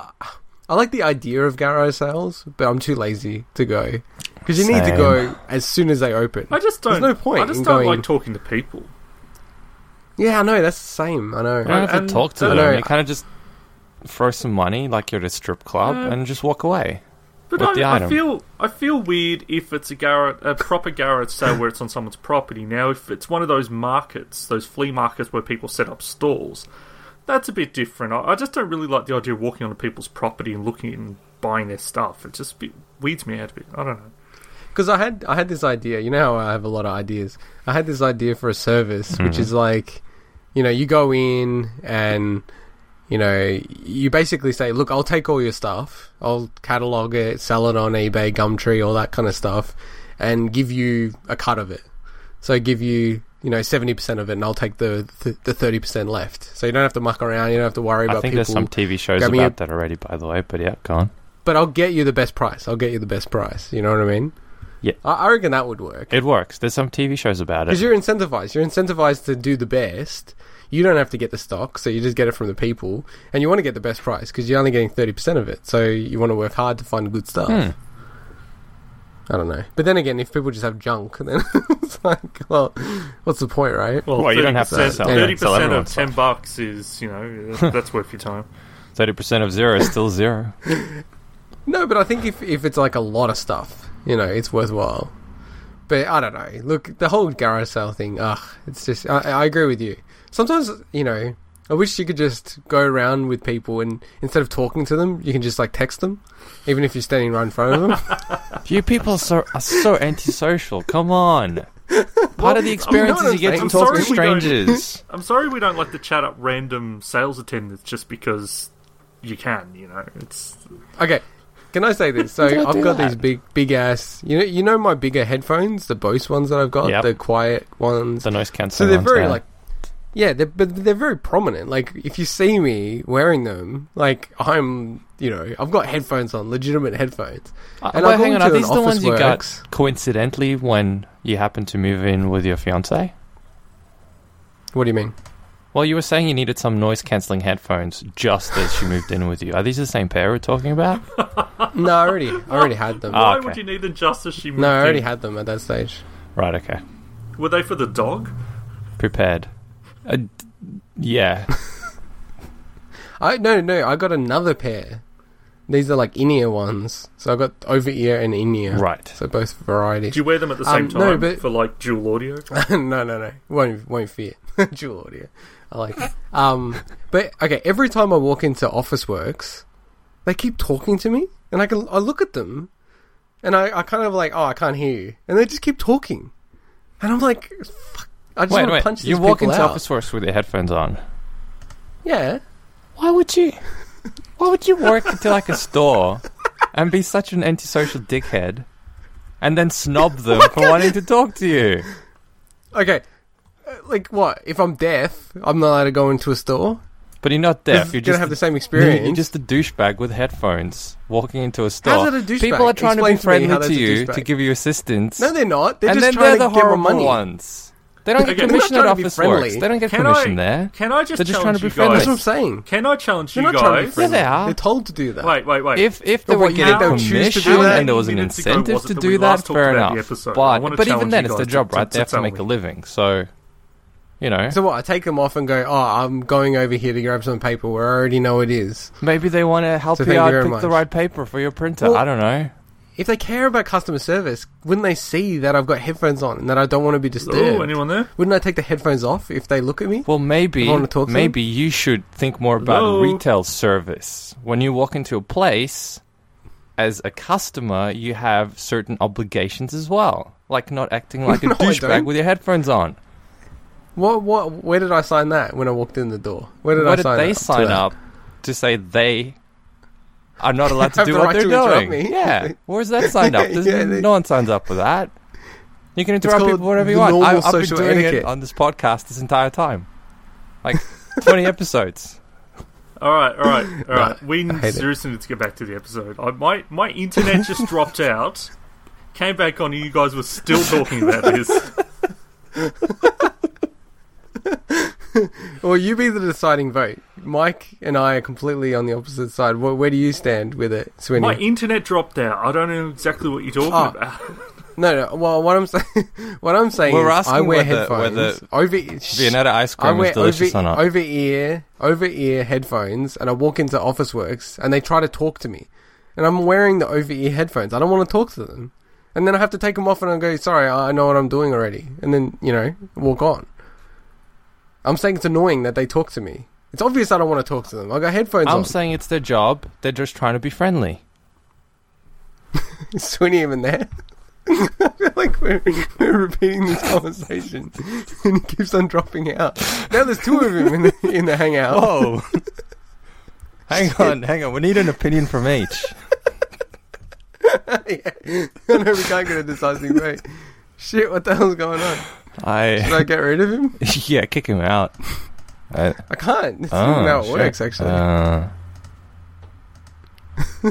Speaker 3: I like the idea of garage sales, but I'm too lazy to go because you need to
Speaker 5: Same.
Speaker 3: go as soon as they open.
Speaker 4: I just
Speaker 3: There's
Speaker 4: don't.
Speaker 3: no point
Speaker 4: I just
Speaker 3: in
Speaker 4: don't
Speaker 3: going-
Speaker 4: like talking to people.
Speaker 3: yeah, I know that's the same. I know.
Speaker 5: You don't have
Speaker 4: and
Speaker 5: to talk to
Speaker 4: that-
Speaker 5: them.
Speaker 3: I know.
Speaker 5: You kind of just throw some money, like you're at a strip club,
Speaker 4: Uh,
Speaker 5: and just walk away.
Speaker 4: But
Speaker 5: with
Speaker 4: I,
Speaker 5: the
Speaker 4: I
Speaker 5: item.
Speaker 4: feel I feel weird if it's a garage, a proper garage sale where it's on someone's property. Now, if it's one of those markets, those flea markets where people set up stalls, that's a bit different. I, I just don't really like the idea of walking onto people's property and looking and buying their stuff. It just be, weeds me out a bit. I don't know.
Speaker 3: because I had I had this idea. You know how I have a lot of ideas. I had this idea for a service, which
Speaker 5: Mm-hmm.
Speaker 3: is like, you know, you go in and you know you basically say, look, I'll take all your stuff, I'll catalog it, sell it on eBay, Gumtree, all that kind of stuff, and give you a cut of it. So I give you. You know, seventy percent of it, and I'll take the th- the thirty percent left. So you don't have to muck around. You don't have to worry
Speaker 5: I
Speaker 3: about
Speaker 5: think
Speaker 3: people
Speaker 5: there's some TV shows
Speaker 3: grabbing
Speaker 5: about
Speaker 3: your-
Speaker 5: that already, by the way. But yeah, go on.
Speaker 3: but I'll get you the best price. I'll get you the best price. You know what I mean?
Speaker 5: Yeah.
Speaker 3: I, I reckon that would work
Speaker 5: It works. There's some TV shows about it.
Speaker 3: because you're incentivized. You're incentivized to do the best. You don't have to get the stock, so you just get it from the people, and you want to get the best price because you're only getting thirty percent of it. So you want to work hard to find good stuff.
Speaker 5: Hmm.
Speaker 3: I don't know, but then again, if people just have junk, then it's like, well, what's the point, right?
Speaker 5: Well, you don't have to sell-
Speaker 3: sell
Speaker 4: Thirty percent of
Speaker 5: everyone's
Speaker 4: ten
Speaker 5: stuff.
Speaker 4: bucks is you know that's worth your time.
Speaker 5: Thirty percent of zero is still zero.
Speaker 3: No, but I think if if it's like a lot of stuff, you know, it's worthwhile. But I don't know. Look, the whole garage sale thing. Ugh, it's just. I, I agree with you. Sometimes, you know, I wish you could just go around with people and instead of talking to them, you can just like text them, even if you're standing right in front of them.
Speaker 5: you people are so, are so antisocial. Come on. Part of the experience
Speaker 3: I'm
Speaker 5: is you get to
Speaker 3: saying-
Speaker 5: talk
Speaker 4: I'm
Speaker 5: to
Speaker 4: sorry we don't-
Speaker 5: strangers.
Speaker 4: I'm sorry we don't like to chat up random sales attendants just because you can. You know, it's
Speaker 3: okay, Can I say this? So
Speaker 5: Don't
Speaker 3: I've
Speaker 5: do
Speaker 3: got
Speaker 5: that.
Speaker 3: these big, big ass. You know, you know my bigger headphones, the Bose ones that I've got,
Speaker 5: Yep.
Speaker 3: the quiet ones.
Speaker 5: The noise
Speaker 3: so
Speaker 5: cancelling.
Speaker 3: they're
Speaker 5: ones,
Speaker 3: very
Speaker 5: yeah.
Speaker 3: like, yeah, they're, but they're very prominent. Like if you see me wearing them, like I'm, you know, I've got headphones on, legitimate headphones.
Speaker 5: Uh,
Speaker 3: and
Speaker 5: wait,
Speaker 3: I go
Speaker 5: hang on. Are
Speaker 3: into an
Speaker 5: these the ones you
Speaker 3: Officeworks-
Speaker 5: got coincidentally when you happened to move in with your fiance?
Speaker 3: What do you mean?
Speaker 5: Well, you were saying you needed some noise cancelling headphones just as she moved in with you. Are these the same pair we're talking about?
Speaker 3: No, I already, I already had them.
Speaker 5: Ah.
Speaker 4: Why
Speaker 5: okay.
Speaker 4: would you need them just as she moved
Speaker 3: no, I already
Speaker 4: in?
Speaker 3: had them at that stage.
Speaker 5: Right. Okay.
Speaker 4: Were they for the dog?
Speaker 5: Prepared. Uh, d- yeah.
Speaker 3: I no, no, I got another pair. These are like in ear ones, so I got over ear and in ear.
Speaker 5: right.
Speaker 3: So both varieties.
Speaker 4: Do you wear them at the same
Speaker 3: Um,
Speaker 4: time
Speaker 3: no, but-
Speaker 4: for like dual audio?
Speaker 3: no, no, no. Won't won't fear. Dual audio. I like. it. Um, but okay. Every time I walk into Office Works, they keep talking to me, and I can I look at them, and I, I kind of like oh I can't hear you, and they just keep talking, and I'm like, fuck. I just
Speaker 5: Wait,
Speaker 3: want to
Speaker 5: wait.
Speaker 3: punch
Speaker 5: you
Speaker 3: these
Speaker 5: walk
Speaker 3: people
Speaker 5: into
Speaker 3: out.
Speaker 5: Officeworks with your headphones on.
Speaker 3: Yeah.
Speaker 5: Why would you? Why would you work into like a store and be such an antisocial dickhead, and then snob them for wanting to talk to you?
Speaker 3: Okay. Uh, Like what? If I'm deaf, I'm not allowed to go into a store.
Speaker 5: But you're not deaf. You're
Speaker 3: gonna
Speaker 5: just
Speaker 3: have the same experience.
Speaker 5: You're just a douchebag with headphones walking into a store.
Speaker 3: it a douchebag?
Speaker 5: People are trying
Speaker 3: Explain
Speaker 5: to be
Speaker 3: to me how
Speaker 5: friendly to,
Speaker 3: that's a
Speaker 5: you
Speaker 3: douchebag.
Speaker 5: to give you assistance.
Speaker 3: no, they're not. They're
Speaker 5: and
Speaker 3: just
Speaker 5: then
Speaker 3: trying
Speaker 5: they're
Speaker 3: to
Speaker 5: the
Speaker 3: get my
Speaker 5: horrible
Speaker 3: money.
Speaker 5: ones. They don't get
Speaker 4: Okay, they're not
Speaker 5: commission at
Speaker 3: trying to be
Speaker 5: Office Works.
Speaker 3: friendly.
Speaker 5: They don't get
Speaker 4: Can
Speaker 5: commission
Speaker 4: I-
Speaker 5: there.
Speaker 4: can I just
Speaker 5: They're just trying
Speaker 4: challenge
Speaker 5: to be
Speaker 4: you
Speaker 5: friendly.
Speaker 4: guys?
Speaker 3: That's what I'm saying.
Speaker 4: Can I challenge
Speaker 3: They're
Speaker 4: you
Speaker 3: not trying to be
Speaker 4: guys?
Speaker 5: Yeah,
Speaker 3: friendly.
Speaker 5: they are.
Speaker 3: They're told to do that.
Speaker 4: Wait, wait, wait.
Speaker 5: If if
Speaker 3: But
Speaker 5: they were
Speaker 3: what, you
Speaker 5: getting
Speaker 3: don't choose to do
Speaker 5: commission
Speaker 3: that?
Speaker 5: and there was an
Speaker 4: Minutes ago,
Speaker 5: incentive
Speaker 4: was it
Speaker 5: to
Speaker 4: that we
Speaker 5: do that,
Speaker 4: last talked
Speaker 5: fair
Speaker 4: about the
Speaker 5: enough.
Speaker 4: episode? I
Speaker 5: But
Speaker 4: wanna
Speaker 5: but even
Speaker 4: challenge
Speaker 5: then,
Speaker 4: you
Speaker 5: it's their
Speaker 4: guys
Speaker 5: job,
Speaker 4: to-
Speaker 5: right?
Speaker 4: to-
Speaker 5: They have
Speaker 4: to
Speaker 5: to
Speaker 4: tell
Speaker 5: make a
Speaker 4: me.
Speaker 5: living. So, you know,
Speaker 3: So what? I take them off and go. Oh, I'm going over here to grab some paper where I already know it is.
Speaker 5: maybe they want to help
Speaker 3: So thank
Speaker 5: you
Speaker 3: you
Speaker 5: out
Speaker 3: very
Speaker 5: pick the
Speaker 3: much.
Speaker 5: right paper for your printer.
Speaker 3: Well-
Speaker 5: I don't know.
Speaker 3: If they care about customer service, wouldn't they see that I've got headphones on and that I don't want to be disturbed?
Speaker 4: Ooh, anyone there?
Speaker 3: Wouldn't I take the headphones off if they look at me?
Speaker 5: Well, maybe
Speaker 3: Everyone to talk to?
Speaker 5: maybe you should think more about
Speaker 4: Hello?
Speaker 5: retail service. When you walk into a place as a customer, you have certain obligations as well, like not acting like a
Speaker 3: No, I
Speaker 5: douchebag
Speaker 3: don't.
Speaker 5: with your headphones on.
Speaker 3: What? What? Where did I sign that when I walked in the door? Where did
Speaker 5: Why
Speaker 3: I
Speaker 5: did
Speaker 3: sign
Speaker 5: they
Speaker 3: up to
Speaker 5: sign
Speaker 3: that?
Speaker 5: up to say they are not allowed to
Speaker 3: Have
Speaker 5: do
Speaker 3: the
Speaker 5: what
Speaker 3: right
Speaker 5: they're
Speaker 3: to interrupt
Speaker 5: doing?
Speaker 3: me.
Speaker 5: Yeah, where's that signed up? There's-
Speaker 3: Yeah, they-
Speaker 5: no one signs up for that. You can interrupt
Speaker 3: called
Speaker 5: people whatever you
Speaker 3: the
Speaker 5: want.
Speaker 3: normal
Speaker 5: I, I've been
Speaker 3: social
Speaker 5: doing it
Speaker 3: etiquette.
Speaker 5: on this podcast this entire time, like twenty episodes.
Speaker 4: All right, all right, all right. we
Speaker 3: I hate it.
Speaker 4: seriously need to get back to the episode. I, my my internet just dropped out. Came back on, and you guys were still talking about this.
Speaker 3: Well, you be the deciding vote. Mike and I are completely on the opposite side. Where, where do you stand with it, Sweeney?
Speaker 4: My internet dropped out. I don't know exactly what you're talking
Speaker 3: Ah.
Speaker 4: about.
Speaker 3: No, no. Well, what I'm saying, what I'm saying
Speaker 5: We're
Speaker 3: is, I
Speaker 5: asking
Speaker 3: wear
Speaker 5: whether-
Speaker 3: headphones
Speaker 5: whether
Speaker 3: over. shh,
Speaker 5: Vienna ice
Speaker 3: I
Speaker 5: cream
Speaker 3: wear
Speaker 5: is delicious
Speaker 3: over,
Speaker 5: or not.
Speaker 3: over ear, over ear headphones, and I walk into Office Works, and they try to talk to me, and I'm wearing the over ear headphones. I don't want to talk to them, and then I have to take them off, and I go, "Sorry, I I know what I'm doing already," and then you know, walk on. I'm saying it's annoying that they talk to me. It's obvious I don't want to talk to them. I got headphones
Speaker 5: I'm
Speaker 3: on.
Speaker 5: saying it's their job. They're just trying to be friendly.
Speaker 3: Is Sweeney even there? I feel like we're, we're repeating this conversation and he keeps on dropping out. Now there's two of him in the, in the hangout.
Speaker 5: Oh, hang on, hang on. We need an opinion from each.
Speaker 3: yeah. I know we can't get a decisive vote. Shit, what the hell's going on? Should
Speaker 5: I
Speaker 3: I get rid of him?
Speaker 5: yeah, kick him out. Uh,
Speaker 3: I can't. This
Speaker 5: oh,
Speaker 3: isn't how it
Speaker 5: shit.
Speaker 3: works, actually.
Speaker 5: Uh,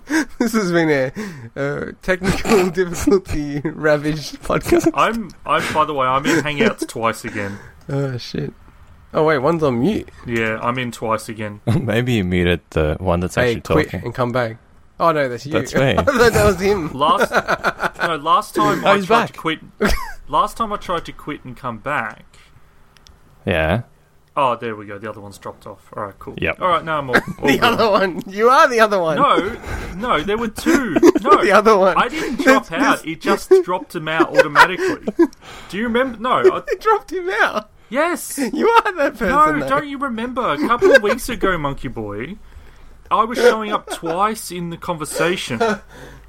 Speaker 3: This has been a, uh technical difficulty ravaged podcast.
Speaker 4: I'm I'm. By the way, I'm in Hangouts twice again.
Speaker 3: Oh, shit. Oh, wait, one's on mute.
Speaker 4: Yeah, I'm in twice again.
Speaker 5: maybe you muted the one that's
Speaker 3: Hey,
Speaker 5: actually
Speaker 3: quit
Speaker 5: talking.
Speaker 3: and come back. Oh, no, that's you.
Speaker 5: That's me.
Speaker 3: I thought that was him.
Speaker 4: Last no, last time
Speaker 5: Oh,
Speaker 4: I
Speaker 5: he's
Speaker 4: tried
Speaker 5: back.
Speaker 4: to quit. Last time I tried to quit and come back.
Speaker 5: Yeah.
Speaker 4: Oh, there we go. The other one's dropped off. All right, cool.
Speaker 5: Yep.
Speaker 4: All right, now I'm all. all
Speaker 3: The
Speaker 4: good.
Speaker 3: other one. You are the other one.
Speaker 4: No, no, there were two. No,
Speaker 3: The other one.
Speaker 4: I didn't drop out. It just dropped him out automatically. Do you remember? No. I,
Speaker 3: They dropped him out.
Speaker 4: yes.
Speaker 3: You are that person.
Speaker 4: No,
Speaker 3: though.
Speaker 4: don't you remember? A couple of weeks ago, Monkey Boy, I was showing up twice in the conversation,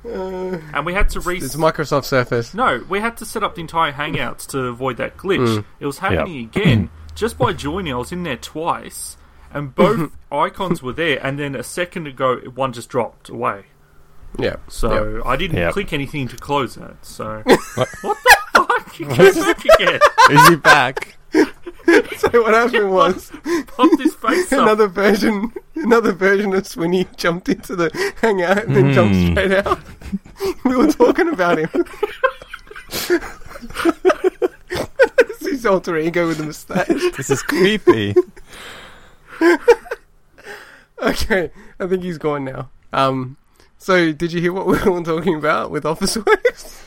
Speaker 4: and we had to re.
Speaker 3: It's Microsoft Surface.
Speaker 4: No, we had to set up the entire
Speaker 3: Mm.
Speaker 4: Hangouts to avoid that glitch. It was happening again. Just by joining, I was in there twice, and both icons were there, and then a second ago, one just dropped away.
Speaker 3: Yeah.
Speaker 4: So I didn't
Speaker 5: Yep.
Speaker 4: click anything to close it. So what the fuck? You came back again.
Speaker 5: Is he back?
Speaker 3: So what happened was
Speaker 4: Pop this face up.
Speaker 3: another version, another version of Swinny jumped into the hangout and then jumped
Speaker 5: Hmm.
Speaker 3: straight out. we were talking about him. It's his alter ego with a mustache.
Speaker 5: This is creepy.
Speaker 3: Okay, I think he's gone now. Um, so did you hear what we were talking about with Office Works?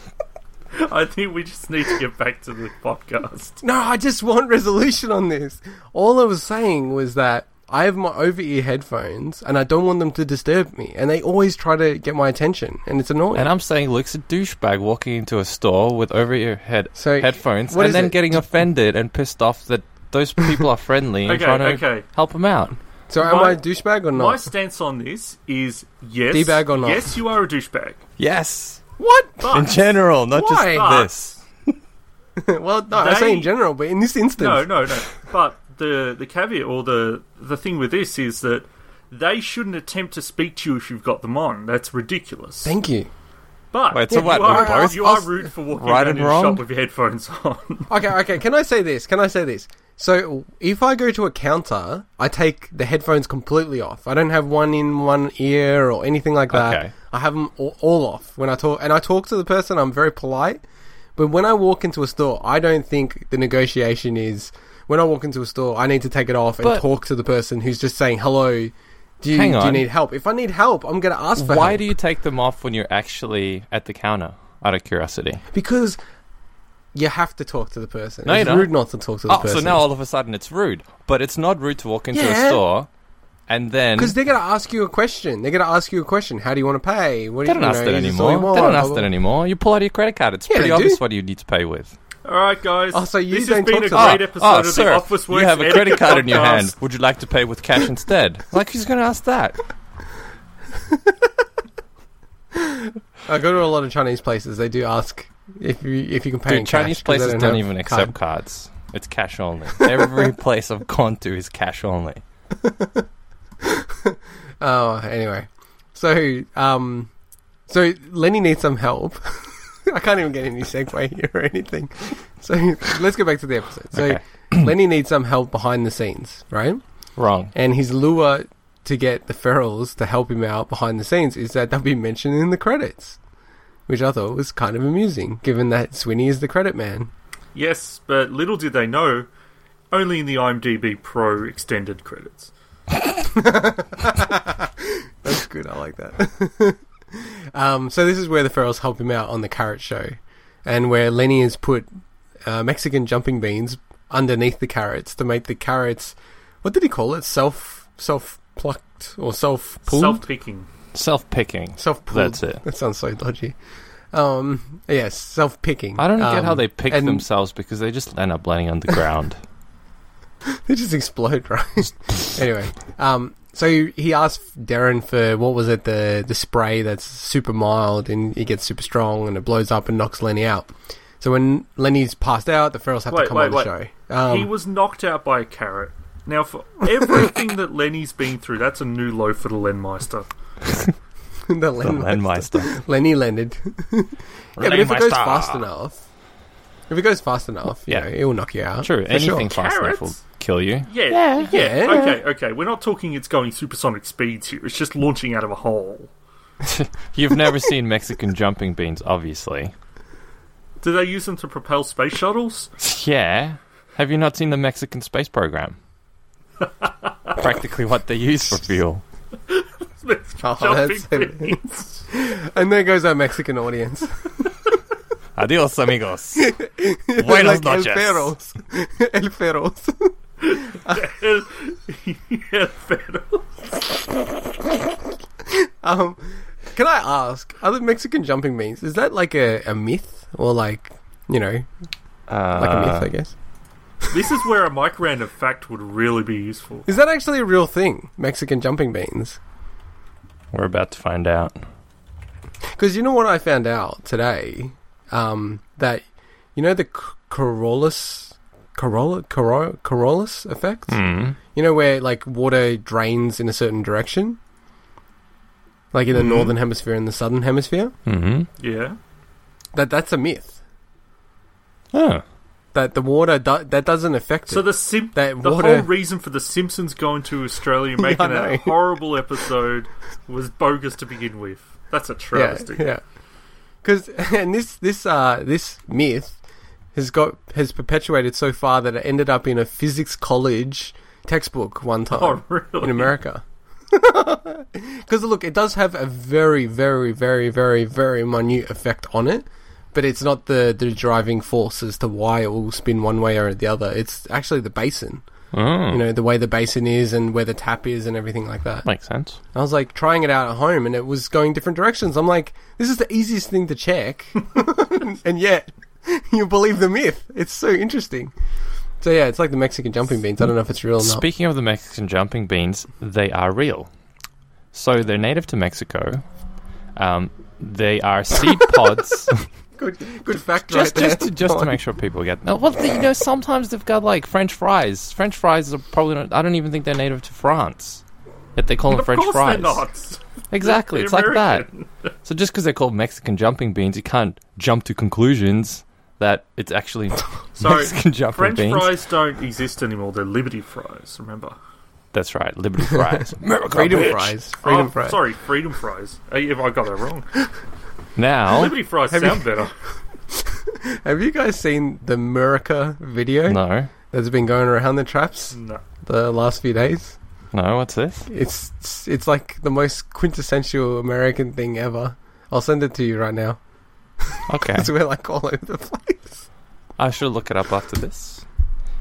Speaker 4: I think we just need to get back to the podcast.
Speaker 3: No, I just want resolution on this. All I was saying was that I have my over ear headphones and I don't want them to disturb me, and they always try to get my attention, and it's annoying.
Speaker 5: And I'm saying Luke's a douchebag walking into a store with over your head
Speaker 3: So,
Speaker 5: headphones
Speaker 3: what
Speaker 5: and
Speaker 3: is
Speaker 5: then
Speaker 3: it?
Speaker 5: getting offended and pissed off that those people are friendly and
Speaker 4: Okay,
Speaker 5: trying to
Speaker 4: okay.
Speaker 5: help them out.
Speaker 3: so am
Speaker 4: my-
Speaker 3: I a douchebag or not?
Speaker 4: My stance on this is yes.
Speaker 3: D-bag or not?
Speaker 4: Yes, you are a douchebag.
Speaker 5: Yes.
Speaker 3: What?
Speaker 4: But
Speaker 5: In general, not
Speaker 3: Why?
Speaker 5: just this.
Speaker 3: well, no, I
Speaker 4: They-
Speaker 3: say in general, but in this instance,
Speaker 4: No, no, no. But the the caveat or the the thing with this is that they shouldn't attempt to speak to you if you've got them on. That's ridiculous.
Speaker 3: thank you.
Speaker 4: but
Speaker 5: Wait, so
Speaker 4: you
Speaker 5: what,
Speaker 4: are,
Speaker 5: we're both
Speaker 4: you are
Speaker 5: us?
Speaker 4: rude for walking
Speaker 5: Right
Speaker 4: around
Speaker 5: and
Speaker 4: in a
Speaker 5: wrong?
Speaker 4: shop with your headphones on.
Speaker 3: Okay, okay. Can I say this? Can I say this? So if I go to a counter, I take the headphones completely off. I don't have one in one ear or anything like that.
Speaker 5: Okay.
Speaker 3: I have them all, all off when I talk, and I talk to the person. I'm very polite, but when I walk into a store, I don't think the negotiation is. When I walk into a store, I need to take it off and
Speaker 5: But-
Speaker 3: talk to the person who's just saying hello. Do you,
Speaker 5: Hang
Speaker 3: do you
Speaker 5: on.
Speaker 3: need help? If I need help, I'm going to ask for help.
Speaker 5: Why do you take them off when you're actually at the counter? Out of curiosity.
Speaker 3: Because you have to talk to the person.
Speaker 5: No, you
Speaker 3: it's
Speaker 5: don't.
Speaker 3: rude not to talk to the
Speaker 5: Oh,
Speaker 3: person.
Speaker 5: so now all of a sudden it's rude. But it's not rude to walk into
Speaker 3: Yeah.
Speaker 5: a store and then.
Speaker 3: Because they're going to ask you a question. They're going to ask you a question. How do you want to pay? What do
Speaker 5: They
Speaker 3: you,
Speaker 5: don't ask
Speaker 3: you know,
Speaker 5: that
Speaker 3: is this all you
Speaker 5: anymore.
Speaker 3: want?
Speaker 5: They don't
Speaker 3: Blah,
Speaker 5: ask
Speaker 3: blah,
Speaker 5: that anymore. You pull out your credit card. It's
Speaker 3: Yeah,
Speaker 5: pretty
Speaker 3: they do.
Speaker 5: obvious what you need to pay with.
Speaker 4: All right, guys.
Speaker 3: Oh, so you
Speaker 4: this has
Speaker 3: don't
Speaker 4: been
Speaker 3: talk
Speaker 4: a
Speaker 3: to them.
Speaker 4: great episode
Speaker 5: Ah,
Speaker 4: of the Office Works.
Speaker 5: you have a credit
Speaker 4: Etiquette
Speaker 5: card in your
Speaker 4: Podcast.
Speaker 5: hand. Would you like to pay with cash instead? like, who's going to ask that?
Speaker 3: blah. I go to a lot of Chinese places. They do ask if you if you can pay in
Speaker 5: Dude,
Speaker 3: cash,
Speaker 5: Chinese
Speaker 3: 'cause they
Speaker 5: places don't
Speaker 3: have
Speaker 5: even
Speaker 3: card.
Speaker 5: accept cards. It's cash only. Every place I've gone to is cash only.
Speaker 3: Oh, anyway. So, um, so Lenny needs some help. I can't even get any segue here or anything. So let's go back to the episode. So
Speaker 5: Okay.
Speaker 3: Lenny needs some help behind the scenes, right?
Speaker 5: Wrong.
Speaker 3: And his lure to get the ferals to help him out behind the scenes is that they'll be mentioned in the credits, which I thought was kind of amusing, given that Swinney is the credit man.
Speaker 4: Yes, but little did they know, only in the IMDb Pro extended credits.
Speaker 3: That's good. I like that. um, so this is where the ferals help him out on the carrot show, and where Lenny has put uh, Mexican jumping beans underneath the carrots to make the carrots. What did he call it? Self self plucked or self pulled?
Speaker 4: Self picking.
Speaker 5: Self picking.
Speaker 3: Self pulled.
Speaker 5: That's it.
Speaker 3: That sounds so dodgy. Um, yes, self picking.
Speaker 5: I don't get how they pick
Speaker 3: Um, and
Speaker 5: themselves because they just end up landing on the ground.
Speaker 3: They just explode, right? anyway, um, so he he asked Darren for what was it the the spray that's super mild and it gets super strong and it blows up and knocks Lenny out. So when Lenny's passed out, the ferals have
Speaker 4: Wait,
Speaker 3: to come
Speaker 4: wait,
Speaker 3: on the
Speaker 4: wait.
Speaker 3: show. Um,
Speaker 4: he was knocked out by a carrot. Now, for everything that Lenny's been through, that's a new low for the Lenmeister.
Speaker 3: the
Speaker 5: the
Speaker 3: Len-
Speaker 5: landmeister.
Speaker 3: Lenny landed. yeah, but if it goes fast enough, if it goes fast enough, yeah,
Speaker 5: Yeah.
Speaker 3: it will knock you out.
Speaker 5: True.
Speaker 3: for sure.
Speaker 5: Anything fast enough will
Speaker 4: Carrots?
Speaker 5: kill you.
Speaker 4: Yeah, yeah,
Speaker 3: Yeah.
Speaker 4: Okay, okay. We're not talking it's going supersonic speeds here. It's just launching out of a hole.
Speaker 5: You've never seen Mexican jumping beans, obviously.
Speaker 4: Do they use them to propel space shuttles?
Speaker 5: Yeah. Have you not seen the Mexican space program? Practically what they use for fuel.
Speaker 3: Oh,
Speaker 4: Jumping
Speaker 3: that's-
Speaker 4: beans.
Speaker 3: And there goes our Mexican audience.
Speaker 5: Adios, amigos.
Speaker 3: like,
Speaker 5: Buenos
Speaker 3: El
Speaker 5: noches.
Speaker 3: Ferals. El Ferals.
Speaker 4: yeah, fair.
Speaker 3: Um, can I ask, are the Mexican jumping beans, is that like a, a myth? Or like, you know,
Speaker 5: Uh,
Speaker 3: like a myth, I guess?
Speaker 4: This is where a mic random fact would really be useful.
Speaker 3: Is that actually a real thing, Mexican jumping beans?
Speaker 5: We're about to find out.
Speaker 3: Because you know what I found out today? Um, that, you know, the C- Corollas Corolla, Coro- Coriolis effect.
Speaker 5: Mm.
Speaker 3: You know where like water drains in a certain direction, like in the
Speaker 5: Mm-hmm.
Speaker 4: Mhm.
Speaker 3: northern hemisphere and the southern hemisphere.
Speaker 5: hmm
Speaker 4: Yeah.
Speaker 3: That that's a myth.
Speaker 5: Oh.
Speaker 3: That the water do- that doesn't affect
Speaker 4: So
Speaker 3: it.
Speaker 4: the sim-
Speaker 3: That
Speaker 4: the
Speaker 3: water-
Speaker 4: whole reason for the Simpsons going to Australia and
Speaker 3: Yeah, I
Speaker 4: making
Speaker 3: know.
Speaker 4: that horrible episode was bogus to begin with. That's a travesty.
Speaker 3: Yeah, yeah. Because and this this uh this myth has got has perpetuated so far that it ended up in a physics college textbook one time
Speaker 4: Oh, really?
Speaker 3: in America. Because look, it does have a very, very, very, very, very minute effect on it, but it's not the the driving force as to why it will spin one way or the other. It's actually the basin,
Speaker 5: Oh.
Speaker 3: you know, the way the basin is and where the tap is and everything like that.
Speaker 5: Makes sense.
Speaker 3: I was like trying it out at home and it was going different directions. I'm like, this is the easiest thing to check. and yet, you believe the myth. It's so interesting. So, yeah, it's like the Mexican jumping beans. I don't know if it's real or not.
Speaker 5: Speaking of the Mexican jumping beans, they are real. So they're native to Mexico. Um, they are seed pods.
Speaker 3: good, good fact
Speaker 5: just,
Speaker 3: right there.
Speaker 5: just, to, just to make sure people get. No, well, you know, sometimes they've got like French fries. French fries are probably not. I don't even think they're native to France. Yet they call them
Speaker 4: Of
Speaker 5: French
Speaker 4: course
Speaker 5: fries.
Speaker 4: they're not.
Speaker 5: Exactly,
Speaker 4: They're
Speaker 5: it's like that.
Speaker 4: American.
Speaker 5: So just because they're called Mexican jumping beans, you can't jump to conclusions that it's actually
Speaker 4: Sorry,
Speaker 5: Mexican jumping
Speaker 4: French
Speaker 5: beans.
Speaker 4: fries don't exist anymore. They're Liberty fries. Remember?
Speaker 5: That's right, Liberty fries.
Speaker 3: Freedom fries. Freedom
Speaker 4: oh,
Speaker 3: fries.
Speaker 4: Sorry, freedom fries. I, if I got that wrong,
Speaker 5: now,
Speaker 4: Liberty fries
Speaker 3: Have you-
Speaker 4: sound better.
Speaker 3: Have you guys seen the Murica video
Speaker 5: no,
Speaker 3: that's been going around the traps
Speaker 4: No.
Speaker 3: the last few days?
Speaker 5: no, what's this?
Speaker 3: It's it's, it's like the most quintessential American thing ever. I'll send it to you right now.
Speaker 5: Okay,
Speaker 3: It's we're like all over the place.
Speaker 5: I should look it up after this.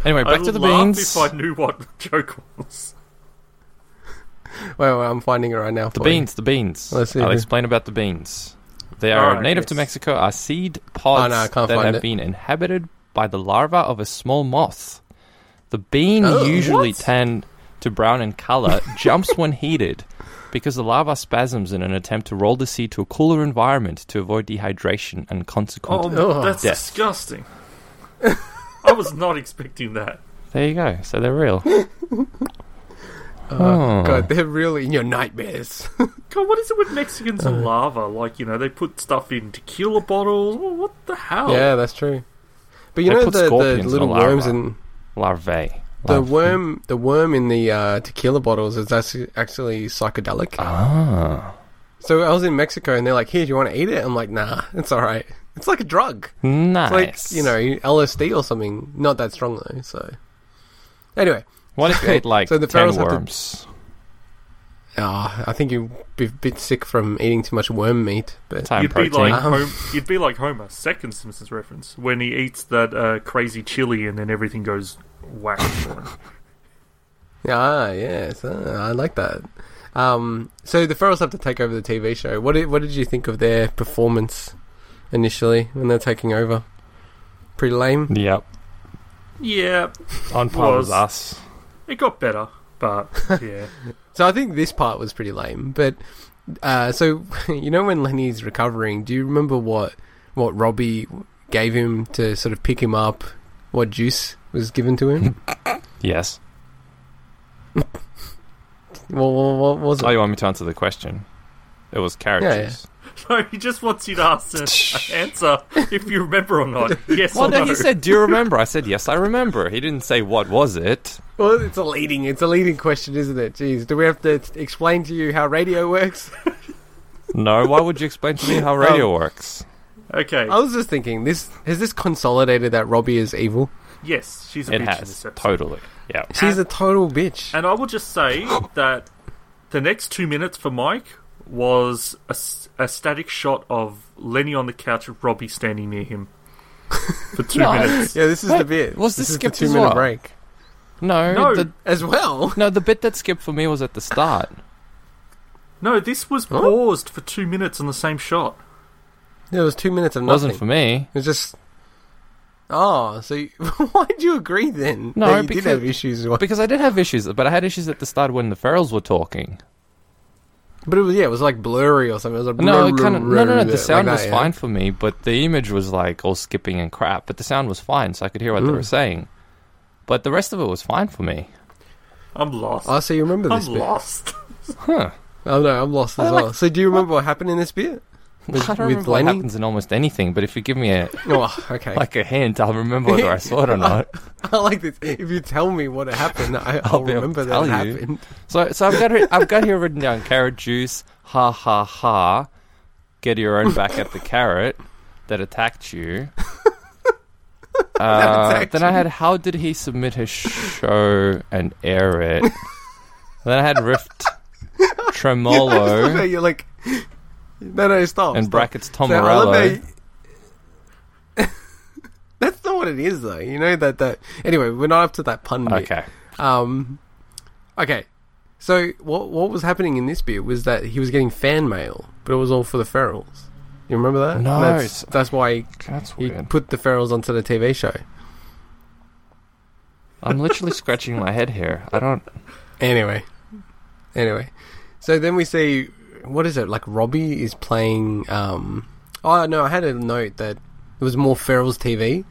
Speaker 5: Anyway,
Speaker 4: I
Speaker 5: back
Speaker 4: would
Speaker 5: to the
Speaker 4: laugh
Speaker 5: beans.
Speaker 4: If I knew what the joke was,
Speaker 3: Wait, wait, I'm finding it right now.
Speaker 5: The
Speaker 3: for you.
Speaker 5: beans, the beans.
Speaker 3: Let's see.
Speaker 5: I'll explain about the beans. They are
Speaker 4: Alright,
Speaker 5: native
Speaker 4: yes.
Speaker 5: to Mexico, are seed pods
Speaker 3: Oh, no, I can't
Speaker 5: that
Speaker 3: find
Speaker 5: have
Speaker 3: it.
Speaker 5: been inhabited by the larva of a small moth. The bean
Speaker 3: Oh,
Speaker 5: usually
Speaker 3: what?
Speaker 5: tan to brown in color, jumps when heated, because the larva spasms in an attempt to roll the seed to a cooler environment to avoid dehydration and consequent.
Speaker 4: oh,
Speaker 3: Oh.
Speaker 4: that's
Speaker 5: Death.
Speaker 4: disgusting. I was not expecting that.
Speaker 5: There you go. So they're real.
Speaker 3: Oh,
Speaker 5: Oh.
Speaker 3: God, they're really in your nightmares.
Speaker 4: God, what is it with Mexicans
Speaker 5: Uh.
Speaker 4: and lava? Like, you know, they put stuff in tequila bottles. Wh- What the hell?
Speaker 3: yeah, that's true. But you
Speaker 5: They
Speaker 3: know
Speaker 5: put
Speaker 3: the, the
Speaker 5: scorpions in
Speaker 3: little
Speaker 5: the larva.
Speaker 3: worms in
Speaker 5: Larvae.
Speaker 3: the
Speaker 5: Larvae.
Speaker 3: worm the worm in the uh, tequila bottles is actu- actually psychedelic.
Speaker 5: Ah.
Speaker 3: So I was in Mexico and they're like, "Here, do you want to eat it?" I'm like, "Nah, it's all right. It's like a drug.
Speaker 5: Nice.
Speaker 3: It's like you know LSD or something. Not that strong though." So anyway,
Speaker 5: What if you ate like
Speaker 3: So the
Speaker 5: ten
Speaker 3: pharaohs have to-
Speaker 5: worms?
Speaker 3: ah, I think you'd be a bit sick from eating too much worm meat. But
Speaker 5: Time
Speaker 4: You'd
Speaker 5: protein.
Speaker 4: be like
Speaker 3: Um.
Speaker 4: Homer, you'd be like Homer, second Simpsons reference, when he eats that uh, crazy chili and then everything goes whack for him.
Speaker 3: ah, yes, ah, I like that. Um, so the Ferals have to take over the TV show. What did, what did you think of their performance initially when they're taking over? Pretty lame.
Speaker 5: Yep.
Speaker 4: Yeah,
Speaker 5: On par with
Speaker 4: Was.
Speaker 5: us.
Speaker 4: it got better, but yeah.
Speaker 3: So I think this part was pretty lame. But uh, so you know when Lenny's recovering, do you remember what what Robbie gave him to sort of pick him up? What juice was given to him?
Speaker 5: Yes.
Speaker 3: what, what, what was
Speaker 5: Oh,
Speaker 3: it?
Speaker 5: you want me to answer the question? It was carrot
Speaker 3: Yeah,
Speaker 5: juice.
Speaker 4: no, he just wants you to ask an answer if you remember or not. Yes
Speaker 5: Well,
Speaker 4: or
Speaker 5: no,
Speaker 4: no.
Speaker 5: he said, "Do you remember?" I said, "Yes, I remember." He didn't say what was it.
Speaker 3: Well, it's a leading it's a leading question, isn't it? Jeez, do we have to t- explain to you how radio works?
Speaker 5: No. Why would you explain to me how radio works?
Speaker 4: Okay.
Speaker 3: I was just thinking, this has this consolidated that Robbie is evil.
Speaker 4: Yes, she's a
Speaker 5: It
Speaker 4: bitch in
Speaker 5: has
Speaker 4: this episode.
Speaker 5: totally. Yeah.
Speaker 3: She's a total bitch.
Speaker 4: And I will just say that the next two minutes for Mike was a, s- a static shot of Lenny on the couch with Robbie standing near him for two
Speaker 5: No.
Speaker 4: minutes.
Speaker 3: Yeah, this is
Speaker 5: Wait,
Speaker 3: the bit.
Speaker 5: was
Speaker 3: this
Speaker 5: this
Speaker 3: is the
Speaker 5: skipped
Speaker 3: two
Speaker 5: as
Speaker 3: minute
Speaker 5: well?
Speaker 3: break
Speaker 5: No.
Speaker 4: No.
Speaker 5: The,
Speaker 3: as well.
Speaker 5: no. The bit that skipped for me was at the start.
Speaker 4: No, this was paused for two minutes on the same shot.
Speaker 3: It was two minutes of
Speaker 5: It
Speaker 3: nothing.
Speaker 5: wasn't for me.
Speaker 3: It was just. Oh, so you, why'd you agree then?
Speaker 5: No,
Speaker 3: that you
Speaker 5: because-
Speaker 3: did have issues. With,
Speaker 5: Because I did have issues, but I had issues at the start when the ferals were talking.
Speaker 3: but it was yeah, it was like blurry or something. It was like
Speaker 5: No, it kind of no, no, no. The
Speaker 3: like
Speaker 5: sound was
Speaker 3: that, yeah.
Speaker 5: fine for me, but the image was like all skipping and crap. But the sound was fine, so I could hear what they
Speaker 3: Mm.
Speaker 5: were saying. But the rest of it was fine for me.
Speaker 4: I'm lost.
Speaker 3: Oh, so you remember
Speaker 4: I'm
Speaker 3: this bit?
Speaker 4: lost.
Speaker 5: Huh.
Speaker 3: Oh no, I'm lost as
Speaker 5: I
Speaker 3: well.
Speaker 5: like-
Speaker 3: so do you remember what happened in this bit? With,
Speaker 5: I don't
Speaker 3: with
Speaker 5: remember what
Speaker 3: Lenny?
Speaker 5: happens in almost anything, but if you give me a
Speaker 3: Oh, okay.
Speaker 5: like a hint, I'll remember whether I saw it or not.
Speaker 3: I like this. If you tell me what happened, I,
Speaker 5: I'll
Speaker 3: I'll,
Speaker 5: be able to
Speaker 3: remember that
Speaker 5: tell
Speaker 3: it
Speaker 5: you.
Speaker 3: happened.
Speaker 5: So, so I've got it, I've got here written down carrot juice. Ha ha ha! Get your own back at the carrot that attacked you. Uh,
Speaker 3: attacked
Speaker 5: then I had how did he submit his show and air it? then I had rift
Speaker 3: So
Speaker 5: tremolo
Speaker 3: you're like, no, no, stop.
Speaker 5: and
Speaker 3: stop.
Speaker 5: brackets Tom
Speaker 3: So I love
Speaker 5: Morello.
Speaker 3: that- That's not what it is, though. You know that. That anyway, we're not up to that pun. bit.
Speaker 5: Okay,
Speaker 3: Um, okay. So what what was happening in this bit was that he was getting fan mail, but it was all for the Ferals. You remember that?
Speaker 5: No,
Speaker 3: That's,
Speaker 5: it's-
Speaker 3: that's why
Speaker 5: that's
Speaker 3: he
Speaker 5: weird.
Speaker 3: put the Ferals onto the TV show.
Speaker 5: I'm literally scratching my head here. I don't.
Speaker 3: Anyway, anyway, so then we see what is it like? Robbie is playing. Um, oh no, I had a note that it was more Ferals TV.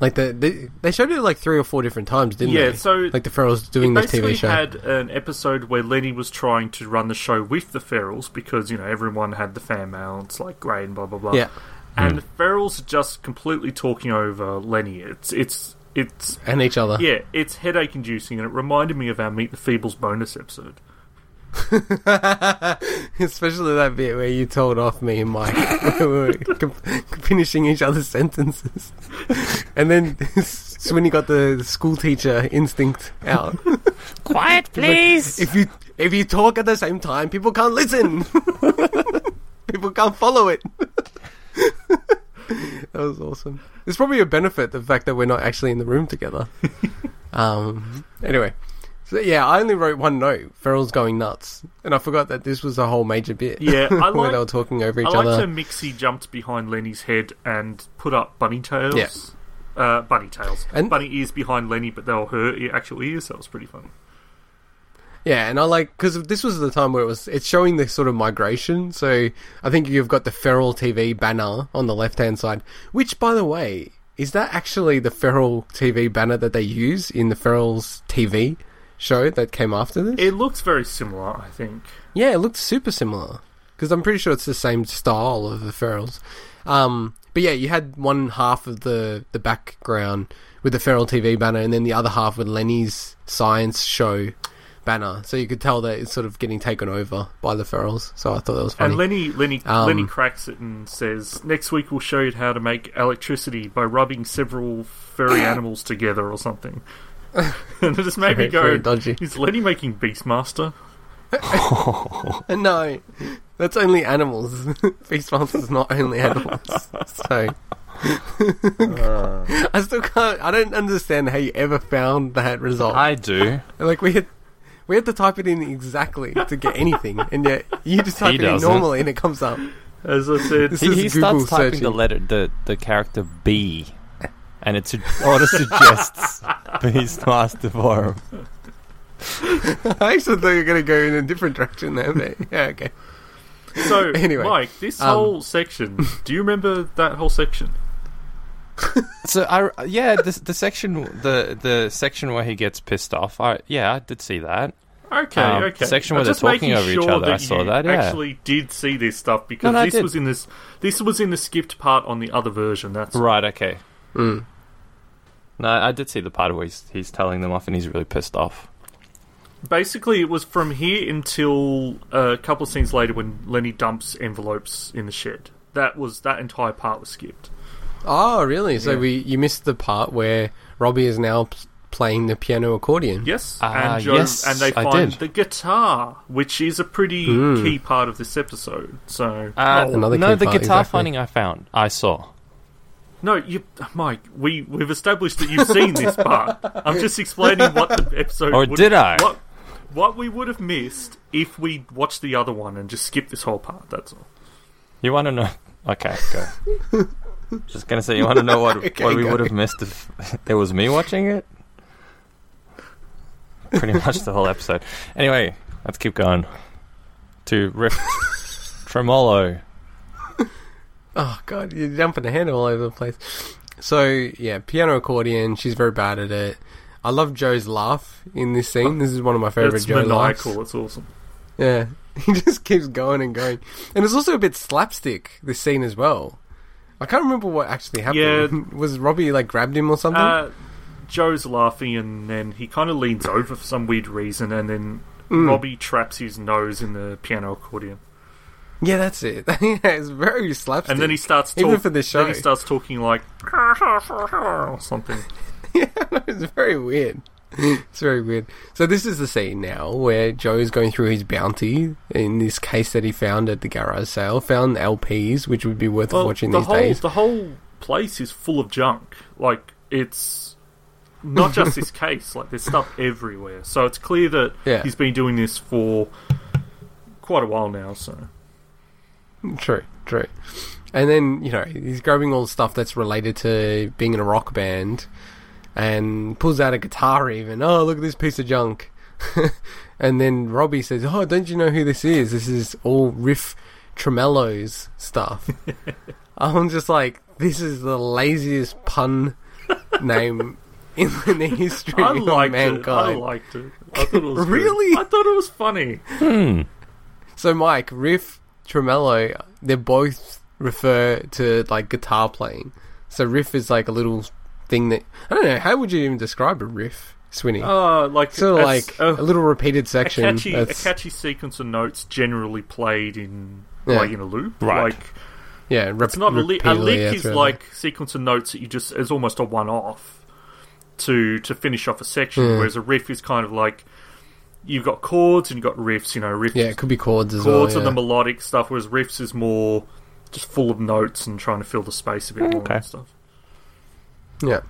Speaker 3: Like the, the they showed it like three or four different times, didn't
Speaker 4: Yeah,
Speaker 3: they?
Speaker 4: so
Speaker 3: like the Ferals doing this
Speaker 4: basically
Speaker 3: TV show.
Speaker 4: had an episode where Lenny was trying to run the show with the Ferals because you know everyone had the fan mail. It's like great and blah blah blah.
Speaker 3: yeah,
Speaker 4: and the Ferals are just completely talking over Lenny. It's it's it's
Speaker 3: and each other.
Speaker 4: yeah, it's headache inducing, and it reminded me of our Meet the Feebles bonus episode.
Speaker 3: Especially that bit where you told off me and Mike. we were com- finishing each other's sentences. And then Swinny got the school teacher instinct out.
Speaker 5: Quiet, please.
Speaker 3: If you if you talk at the same time, people can't listen. people can't follow it. that was awesome. It's probably a benefit the fact that we're not actually in the room together. um. Anyway, so yeah, I only wrote one note. Feral's going nuts, and I forgot that this was a whole major bit.
Speaker 4: Yeah, I
Speaker 3: when they were
Speaker 4: like
Speaker 3: talking over each
Speaker 4: I liked
Speaker 3: other.
Speaker 4: how Mixie jumped behind Lenny's head and put up bunny tails.
Speaker 3: Yeah.
Speaker 4: Uh, bunny tails.
Speaker 3: And-
Speaker 4: bunny ears behind Lenny, but they were her ear, actual ears. That was pretty funny.
Speaker 3: Yeah, and I like because this was the time where it was it's showing this sort of migration. So I think you've got the Feral TV banner on the left hand side, which, by the way, is that actually the Feral TV banner that they use in the Feral's TV show that came after this?
Speaker 4: It looks very similar, I think.
Speaker 3: Yeah, it looked super similar because I'm pretty sure it's the same style of the Ferals. Um, but yeah, you had one half of the the background with the Feral TV banner, and then the other half with Lenny's science show banner. So you could tell that it's sort of getting taken over by the Ferals. So I thought that was funny.
Speaker 4: And Lenny, Lenny,
Speaker 3: Um,
Speaker 4: Lenny cracks it and says, "Next week we'll show you how to make electricity by rubbing several furry animals together or something." and it just made me
Speaker 3: Very- very
Speaker 4: go,
Speaker 3: dodgy.
Speaker 4: "Is Lenny making Beastmaster?"
Speaker 3: no, that's only animals. Beastmaster's not only animals. So. I still can't. I don't understand how you ever found that result.
Speaker 5: I do.
Speaker 3: Like we had, we had to type it in exactly to get anything, and yet you just type
Speaker 5: He
Speaker 3: it in
Speaker 5: doesn't.
Speaker 3: normally and it comes up.
Speaker 4: As I said,
Speaker 3: This
Speaker 5: he,
Speaker 3: is
Speaker 5: he
Speaker 3: Google
Speaker 5: starts typing the
Speaker 3: searching.
Speaker 5: letter the, the character B and it su- auto suggests Beastmaster for him.
Speaker 3: I actually thought you were going to go in a different direction there, but yeah, okay.
Speaker 4: so
Speaker 3: Anyway,
Speaker 4: Mike, this
Speaker 3: um,
Speaker 4: whole section. Do you remember that whole section?
Speaker 5: So I yeah, the the section the the section where he gets pissed off. I yeah, I did see that.
Speaker 4: Okay,
Speaker 5: Um,
Speaker 4: okay.
Speaker 5: section
Speaker 4: I'm
Speaker 5: where they're
Speaker 4: just making
Speaker 5: talking over each
Speaker 4: sure
Speaker 5: other, I
Speaker 4: That
Speaker 5: saw
Speaker 4: you
Speaker 5: that, yeah.
Speaker 4: actually did see this stuff because
Speaker 5: no, I
Speaker 4: this
Speaker 5: did.
Speaker 4: was in this. This was in the skipped part on the other version. That's
Speaker 5: Right, okay.
Speaker 3: Hmm.
Speaker 5: No, I did see the part where he's, he's telling them off and he's really pissed off.
Speaker 4: Basically, it was from here until uh, a couple of scenes later when Lenny dumps envelopes in the shed. That was that entire part was skipped.
Speaker 3: Oh, really? So
Speaker 4: Yeah.
Speaker 3: we you missed the part where Robbie is now p- playing the piano accordion.
Speaker 4: Yes,
Speaker 5: Ah,
Speaker 4: and Joe,
Speaker 5: yes,
Speaker 4: and they
Speaker 5: I
Speaker 4: find
Speaker 5: did.
Speaker 4: the guitar, which is a pretty key part of this episode. So
Speaker 5: Uh,
Speaker 4: Oh,
Speaker 3: another
Speaker 5: no,
Speaker 3: key
Speaker 5: the
Speaker 3: part,
Speaker 5: guitar
Speaker 3: exactly.
Speaker 5: finding I found, I saw.
Speaker 4: no, you, Mike, we we've established that you've seen this part. I'm just explaining what the episode.
Speaker 5: Or
Speaker 4: would-
Speaker 5: did I?
Speaker 4: What, what we would have missed if we watched the other one and just skipped this whole part. That's all.
Speaker 5: You want to know? Okay, go. Just gonna say, you want to know what
Speaker 3: Okay,
Speaker 5: what we
Speaker 3: go.
Speaker 5: would have missed if there was me watching it? Pretty much the whole episode. Anyway, let's keep going. To Rift Tremolo.
Speaker 3: Oh god, you're jumping ahead all over the place. So yeah, piano accordion. She's very bad at it. I love Joe's laugh in this
Speaker 5: Oh,
Speaker 3: scene. This is one of my favorite
Speaker 4: It's
Speaker 3: Joe laughs.
Speaker 4: maniacal. It's awesome.
Speaker 3: Yeah, he just keeps going and going, and it's also a bit slapstick. This scene as well. I can't remember what actually happened. Was Robbie like grabbed him or something?
Speaker 4: Uh, Joe's laughing, and then he kind of leans over for some weird reason, and then
Speaker 3: Mm.
Speaker 4: Robbie traps his nose in the piano accordion,
Speaker 3: yeah, that's it. yeah, it's very slapstick.
Speaker 4: and then he starts
Speaker 3: Even
Speaker 4: talk-
Speaker 3: for this
Speaker 4: Then he
Speaker 3: show.
Speaker 4: starts talking like or something.
Speaker 3: it's very weird. It's very weird. So this is the scene now where Joe is going through his bounty in this case that he found at the garage sale. Found LPs, which would be worth
Speaker 4: Well,
Speaker 3: watching
Speaker 4: the
Speaker 3: these
Speaker 4: whole
Speaker 3: days.
Speaker 4: the whole place is full of junk. Like it's not just this case. Like there's stuff everywhere. So it's clear that
Speaker 3: Yeah.
Speaker 4: he's been doing this for quite a while now. So
Speaker 3: True, true. And then, you know, he's grabbing all the stuff that's related to being in a rock band and pulls out a guitar even. Oh, look at this piece of junk. and then Robbie says, Oh, don't you know who this is? This is all Riff Tremello's stuff. I'm just like, this is the laziest pun name in the history
Speaker 4: I
Speaker 3: of
Speaker 4: liked it. I
Speaker 3: mankind.
Speaker 4: liked it. I thought it was good.
Speaker 3: Really?
Speaker 4: I thought it was funny.
Speaker 3: So, Mike, Riff Tremello, they both refer to like guitar playing. So, riff is like a little thing that I don't know. How would you even describe a riff, Swinny?
Speaker 4: Uh, like
Speaker 3: sort of like
Speaker 4: it's
Speaker 3: a, little repeated section.
Speaker 4: a catchy, a
Speaker 3: that's-
Speaker 4: catchy sequence of notes generally played in
Speaker 3: Yeah.
Speaker 4: like in a loop.
Speaker 5: Right.
Speaker 4: Like
Speaker 3: yeah, rep-
Speaker 4: It's not a lick. A lick
Speaker 3: repeatedly
Speaker 4: is
Speaker 3: after-
Speaker 4: like sequence of notes that you just is almost a one off to to finish off a section,
Speaker 3: Yeah.
Speaker 4: whereas a riff is kind of like you've got chords and you've got riffs. You know, riffs,
Speaker 3: yeah, it could be chords as
Speaker 4: chords
Speaker 3: well.
Speaker 4: and
Speaker 3: yeah.
Speaker 4: the melodic stuff, whereas riffs is more just full of notes and trying to fill the space a bit more
Speaker 5: Mm, Okay.
Speaker 4: and stuff.
Speaker 3: Yeah.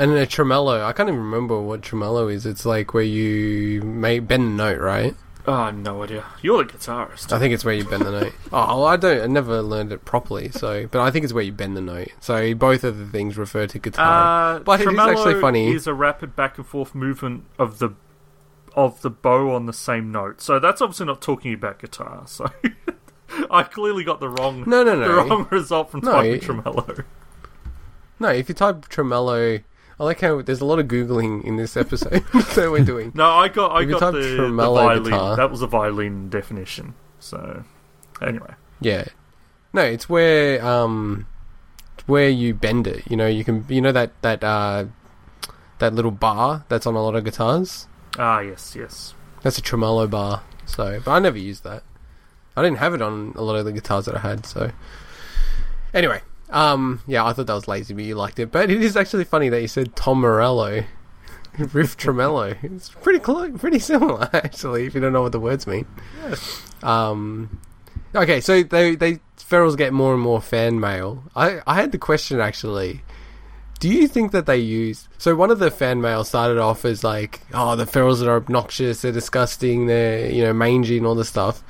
Speaker 3: And then a tremolo, I can't even remember what tremolo is. It's like where you may bend the note, right?
Speaker 4: Oh, no idea. You're the guitarist.
Speaker 3: I think it's where you bend the note. Oh, well, I don't. I never learned it properly, so but I think it's where you bend the note. So both of the things refer to guitar,
Speaker 4: Uh,
Speaker 3: but it is
Speaker 4: tremolo
Speaker 3: actually funny.
Speaker 4: Is a rapid back and forth movement of the of the bow on the same note. So that's obviously not talking about guitar. So I clearly got the wrong
Speaker 3: No, no,
Speaker 4: the
Speaker 3: no.
Speaker 4: wrong result from
Speaker 3: No,
Speaker 4: typing
Speaker 3: it-
Speaker 4: tremolo.
Speaker 3: no, if you type tremolo, I like how there's a lot of googling in this episode that we're doing.
Speaker 4: No, I got I
Speaker 3: If you
Speaker 4: got
Speaker 3: type
Speaker 4: the, the
Speaker 3: tremolo
Speaker 4: violin.
Speaker 3: guitar-
Speaker 4: That was the violin definition. So anyway,
Speaker 3: Yeah, no, it's where um, it's where you bend it. You know, you can you know that that uh, that little bar that's on a lot of guitars.
Speaker 4: ah yes yes.
Speaker 3: That's a tremolo bar. So, but I never used that. I didn't have it on a lot of the guitars that I had. So, anyway, um, yeah, I thought that was lazy, but you liked it. But it is actually funny that you said Tom Morello, Riff Tremolo. It's pretty close, pretty similar actually. If you don't know what the words mean. Um, okay, so they they Ferals get more and more fan mail. I I had the question actually. Do you think that they used? So one of the fan mail started off as like, "Oh, the ferals are obnoxious, they're disgusting, they're you know mangy and all this stuff."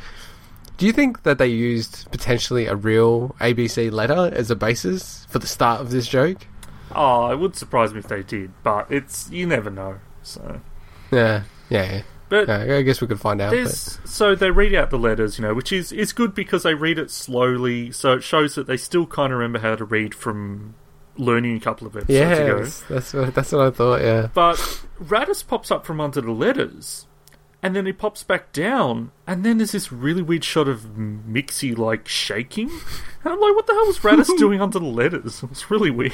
Speaker 3: Do you think that they used potentially a real ABC letter as a basis for the start of this joke?
Speaker 4: Oh, it would surprise me if they did, but it's you never know. So
Speaker 3: Yeah, yeah.
Speaker 4: but
Speaker 3: yeah. Yeah, I guess we could find out. But
Speaker 4: There's, so they read out the letters, you know, which is is good because they read it slowly, so it shows that they still kind of remember how to read from learning a couple of episodes
Speaker 3: yeah,
Speaker 4: ago.
Speaker 3: that's what, that's what I thought. Yeah,
Speaker 4: But Radis pops up from under the letters, and then he pops back down, and then there's this really weird shot of Mixie like shaking, and I'm like, what the hell was Radis doing under the letters? It's really weird.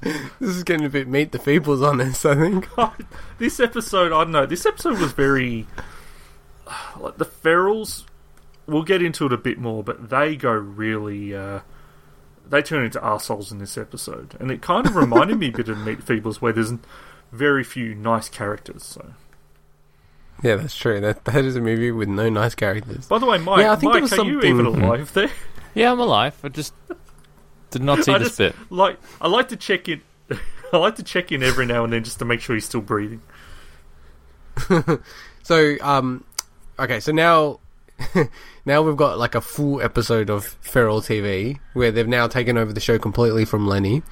Speaker 3: this is getting a bit meet the feebles on this. I think.
Speaker 4: this episode, I don't know. This episode was very like the Ferals. We'll get into it a bit more, but they go really. Uh, they turn into arseholes in this episode, and it kind of reminded me a bit of Meet the Feebles, where there's very few nice characters. So,
Speaker 3: Yeah, that's true. That that is a movie with no nice characters.
Speaker 4: by the way, Mike,
Speaker 3: Yeah, I think there
Speaker 4: Mike, are
Speaker 3: was
Speaker 4: you
Speaker 3: something- Hmm.
Speaker 4: even alive there?
Speaker 5: Yeah, I'm alive. I just did not see
Speaker 4: I
Speaker 5: this
Speaker 4: just
Speaker 5: bit.
Speaker 4: like I like to check in. I like to check in every now and then just to make sure he's still breathing.
Speaker 3: So, um, okay, so now, now we've got like a full episode of Feral TV where they've now taken over the show completely from Lenny.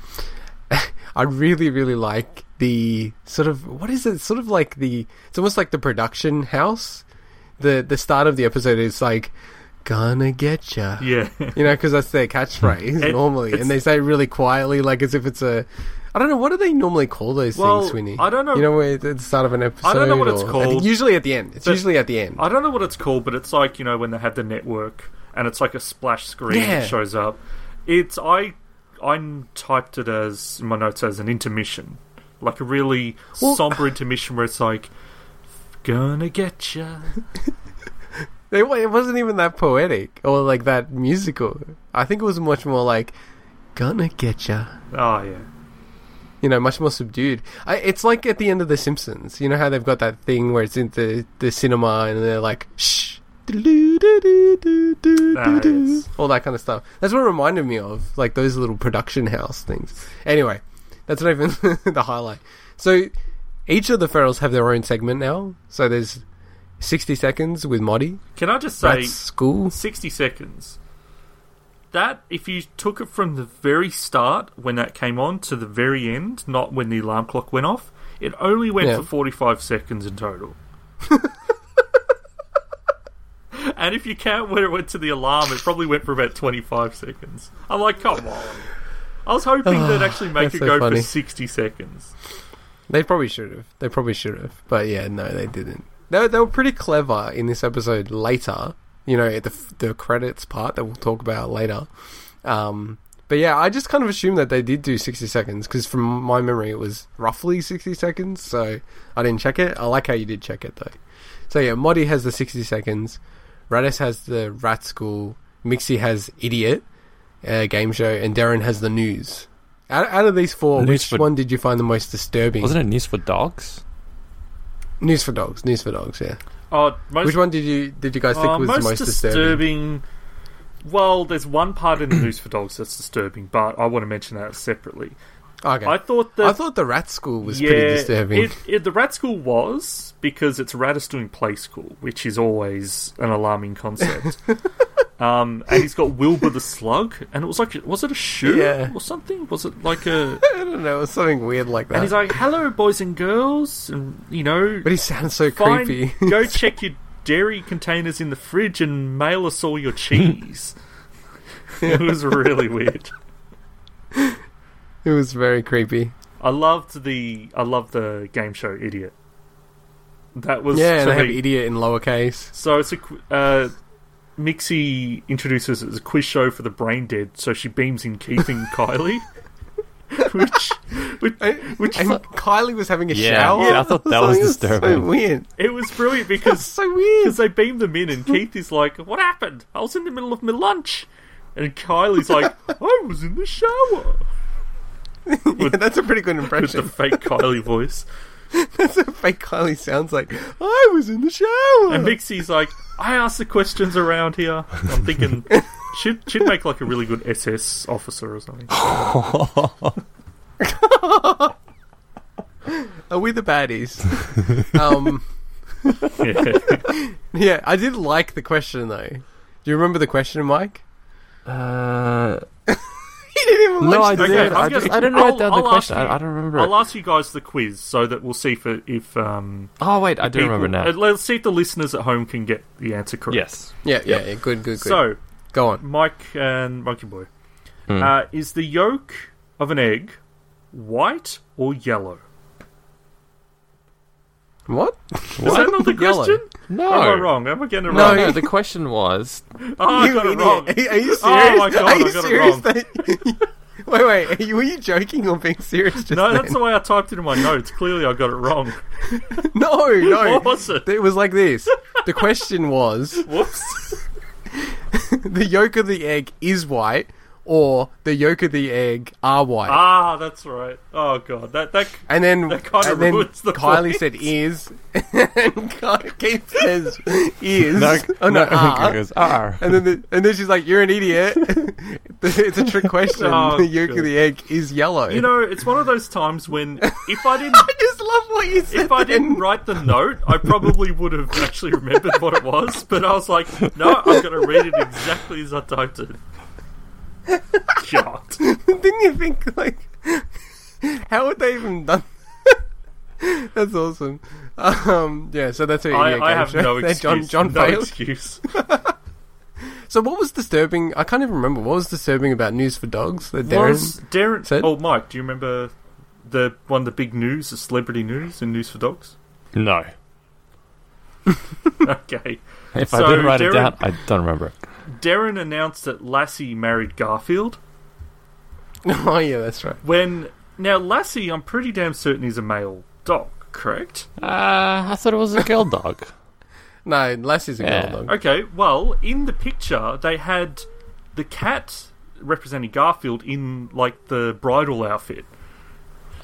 Speaker 3: I really, really like the sort of what is it? Sort of like the it's almost like the production house. The the start of the episode is like gonna get ya.
Speaker 4: Yeah,
Speaker 3: You know, because that's their catchphrase
Speaker 4: Hmm. It-
Speaker 3: normally,
Speaker 4: it's-
Speaker 3: and they say it really quietly, like as if it's a. I I don't know what do they normally call those
Speaker 4: Well,
Speaker 3: things, Swinny.
Speaker 4: I don't know-
Speaker 3: You know, where it's at the start of an episode.
Speaker 4: know what it's
Speaker 3: or- I
Speaker 4: called,
Speaker 3: think usually at the end. It's
Speaker 4: but-
Speaker 3: usually at the end.
Speaker 4: I don't know what it's called, but it's like you know when they had the network and it's like a splash screen
Speaker 3: Yeah.
Speaker 4: that shows up. It's I I typed it as in my notes as an intermission, like a really
Speaker 3: Well-
Speaker 4: somber intermission where it's like gonna get ya.
Speaker 3: It, wa- it wasn't even that poetic or like that musical. I think it was much more like gonna get ya.
Speaker 4: Oh yeah,
Speaker 3: You know, much more subdued. I, it's like at the end of The Simpsons. You know how they've got that thing where it's in the, the cinema and they're like shh.
Speaker 4: Ah,
Speaker 3: do
Speaker 4: yes.
Speaker 3: All that kind of stuff. That's what it reminded me of, like those little production house things. Anyway, that's not even the highlight. So each of the ferals have their own segment now. So there's 60 seconds with Moddy.
Speaker 4: can I just say
Speaker 3: That's school.
Speaker 4: 60 seconds. That, if you took it from the very start when that came on to the very end, not when the alarm clock went off, it only went
Speaker 3: Yeah.
Speaker 4: for 45 seconds in total. and if you count when it went to the alarm, it probably went for about 25 seconds. I'm like, come on. I was hoping they'd actually make
Speaker 3: Ah, that's
Speaker 4: it
Speaker 3: so
Speaker 4: go
Speaker 3: funny.
Speaker 4: for 60 seconds.
Speaker 3: They probably should have. They probably should have. But yeah, no, they didn't. They were, they were pretty clever in this episode later. You know, at the f- the credits part that we'll talk about later. Um, but yeah, I just kind of assumed that they did do sixty seconds because from my memory it was roughly sixty seconds. So I didn't check it. I like how you did check it though. So yeah, Moddy has the sixty seconds. Radis has the Rat School. Mixie has Idiot uh, game show, and Darren has the news. Out, out of these four,
Speaker 5: News
Speaker 3: which
Speaker 5: for-
Speaker 3: one did you find the most disturbing?
Speaker 5: Wasn't it news for dogs?
Speaker 3: News for dogs. News for dogs. Yeah.
Speaker 4: Oh, most
Speaker 3: Which one did you did you guys think
Speaker 4: Uh,
Speaker 3: was the most disturbing?
Speaker 4: Well, there's one part in the news for dogs that's disturbing, but I want to mention that separately.
Speaker 3: Okay. I,
Speaker 4: I thought that
Speaker 3: thought the rat school was
Speaker 4: yeah,
Speaker 3: pretty disturbing.
Speaker 4: It, it, the rat school was because it's Radis doing play school, which is always an alarming concept. um, and he's got Wilbur the slug, and it was like, was it a shoe
Speaker 3: Yeah.
Speaker 4: or something? Was it like a?
Speaker 3: I don't know. It was something weird like that.
Speaker 4: and he's like, "Hello, boys and girls," and you know,
Speaker 3: but he sounds so
Speaker 4: Fine,
Speaker 3: creepy.
Speaker 4: go check your dairy containers in the fridge and mail us all your cheese. it was really weird.
Speaker 3: it was very creepy.
Speaker 4: I loved the I loved the game show idiot. That was
Speaker 3: Yeah, and
Speaker 4: to
Speaker 3: I have
Speaker 4: me-
Speaker 3: idiot in lowercase.
Speaker 4: so it's a qu- uh, Mixie introduces it as a quiz show for the brain dead. So she beams in Keith and Kylie, which
Speaker 3: Which and Kylie was having a
Speaker 5: Yeah,
Speaker 3: shower.
Speaker 5: yeah, I thought
Speaker 3: or
Speaker 5: that was
Speaker 3: something. It So
Speaker 5: disturbing.
Speaker 3: weird.
Speaker 4: it was brilliant
Speaker 3: It's
Speaker 4: because
Speaker 3: so weird.
Speaker 4: Because they beam them in, and Keith is like, "What happened? I was in the middle of my lunch," and Kylie's like, "I was in the shower."
Speaker 3: Yeah, that's a pretty good
Speaker 4: With the
Speaker 3: impression.
Speaker 4: fake Kylie voice,
Speaker 3: that's what fake Kylie sounds like. I was in the shower.
Speaker 4: and Mixie's like, "I asked the questions around here." I'm thinking she'd she'd make like a really good SS officer or something.
Speaker 3: Are we the baddies? um.
Speaker 4: Yeah.
Speaker 3: Yeah, I did like the question though. Do you remember the question, Mike?
Speaker 5: Uh,
Speaker 3: He didn't even
Speaker 5: no, I
Speaker 3: watch the-
Speaker 5: did.
Speaker 4: Okay, I'm
Speaker 5: I, just,
Speaker 4: gonna-
Speaker 5: I didn't write
Speaker 4: I'll-
Speaker 5: down
Speaker 4: I'll
Speaker 5: the
Speaker 4: ask
Speaker 5: question.
Speaker 4: you-
Speaker 5: I, I don't remember it.
Speaker 4: I'll ask you guys the quiz so that we'll see if it, if um
Speaker 5: Oh wait, I do
Speaker 4: people-
Speaker 5: remember
Speaker 4: uh,
Speaker 5: now.
Speaker 4: let's see if the listeners at home can get the answer correct.
Speaker 5: Yes.
Speaker 3: Yeah, yeah, yeah, good, good, good.
Speaker 4: So
Speaker 3: Go on.
Speaker 4: Mike and Monkey Boy.
Speaker 3: Hmm.
Speaker 5: Mm.
Speaker 4: Uh, is the yolk of an egg white or yellow?
Speaker 3: What?
Speaker 4: Is that not the
Speaker 3: Yellow.
Speaker 4: question?
Speaker 5: No.
Speaker 4: Am I wrong? Am I getting it
Speaker 5: No,
Speaker 4: wrong?
Speaker 5: no. The question was
Speaker 4: Oh, I
Speaker 3: You
Speaker 4: got it
Speaker 3: idiot.
Speaker 4: wrong.
Speaker 3: Are, you- are you serious?
Speaker 4: Oh my God,
Speaker 3: are you
Speaker 4: I got it
Speaker 3: serious?
Speaker 4: wrong.
Speaker 3: that- wait, wait. Are you, were you joking or being serious? Just
Speaker 4: No, that's
Speaker 3: then?
Speaker 4: the way I typed it in my notes. Clearly, I got it wrong.
Speaker 3: no, no.
Speaker 4: What was it?
Speaker 3: It was like this. The question was:
Speaker 4: Whoops.
Speaker 3: the yolk of the egg is white, or the yolk of the egg are white.
Speaker 4: Ah, that's right. Oh god, that that
Speaker 3: And then,
Speaker 4: That kinda
Speaker 3: and then
Speaker 4: ruins the
Speaker 3: Kylie
Speaker 4: point.
Speaker 3: said is, and Ky- Keith says is. oh no,
Speaker 5: okay,
Speaker 3: ah.
Speaker 5: it goes, "Ah."
Speaker 3: And then, the, and then she's like, "You're an idiot. it's a trick question.
Speaker 4: Oh,
Speaker 3: the yolk
Speaker 4: good.
Speaker 3: of the egg is yellow."
Speaker 4: you know, it's one of those times when if I didn't
Speaker 3: I just love what you said.
Speaker 4: if I didn't
Speaker 3: then.
Speaker 4: write the note, I probably would have actually remembered what it was. But I was like, no, I'm going to read it exactly as I typed it. God.
Speaker 3: didn't you think like, how would they even done? that's awesome. Um, yeah, so that's her
Speaker 4: I,
Speaker 3: idiot
Speaker 4: I
Speaker 3: game
Speaker 4: have
Speaker 3: show.
Speaker 4: no
Speaker 3: They're
Speaker 4: excuse.
Speaker 3: John, John
Speaker 4: no
Speaker 3: failed.
Speaker 4: excuse.
Speaker 3: So what was disturbing? I can't even remember. What was disturbing about News for Dogs? That Darren
Speaker 4: Was Darren?
Speaker 3: said-
Speaker 4: Oh, Mike, do you remember the one of the big news, the celebrity news and news for dogs?
Speaker 5: No.
Speaker 4: Okay.
Speaker 5: If
Speaker 4: So,
Speaker 5: I didn't write
Speaker 4: Darren-
Speaker 5: it down, I don't remember.
Speaker 4: Darren announced that Lassie married Garfield.
Speaker 3: oh yeah, that's right.
Speaker 4: When now Lassie, I'm pretty damn certain is a male dog, correct?
Speaker 5: Uh, I thought it was a girl dog.
Speaker 3: No, Lassie's a
Speaker 5: Yeah.
Speaker 3: girl dog.
Speaker 4: Okay, well, in the picture they had the cat representing Garfield in like the bridal outfit.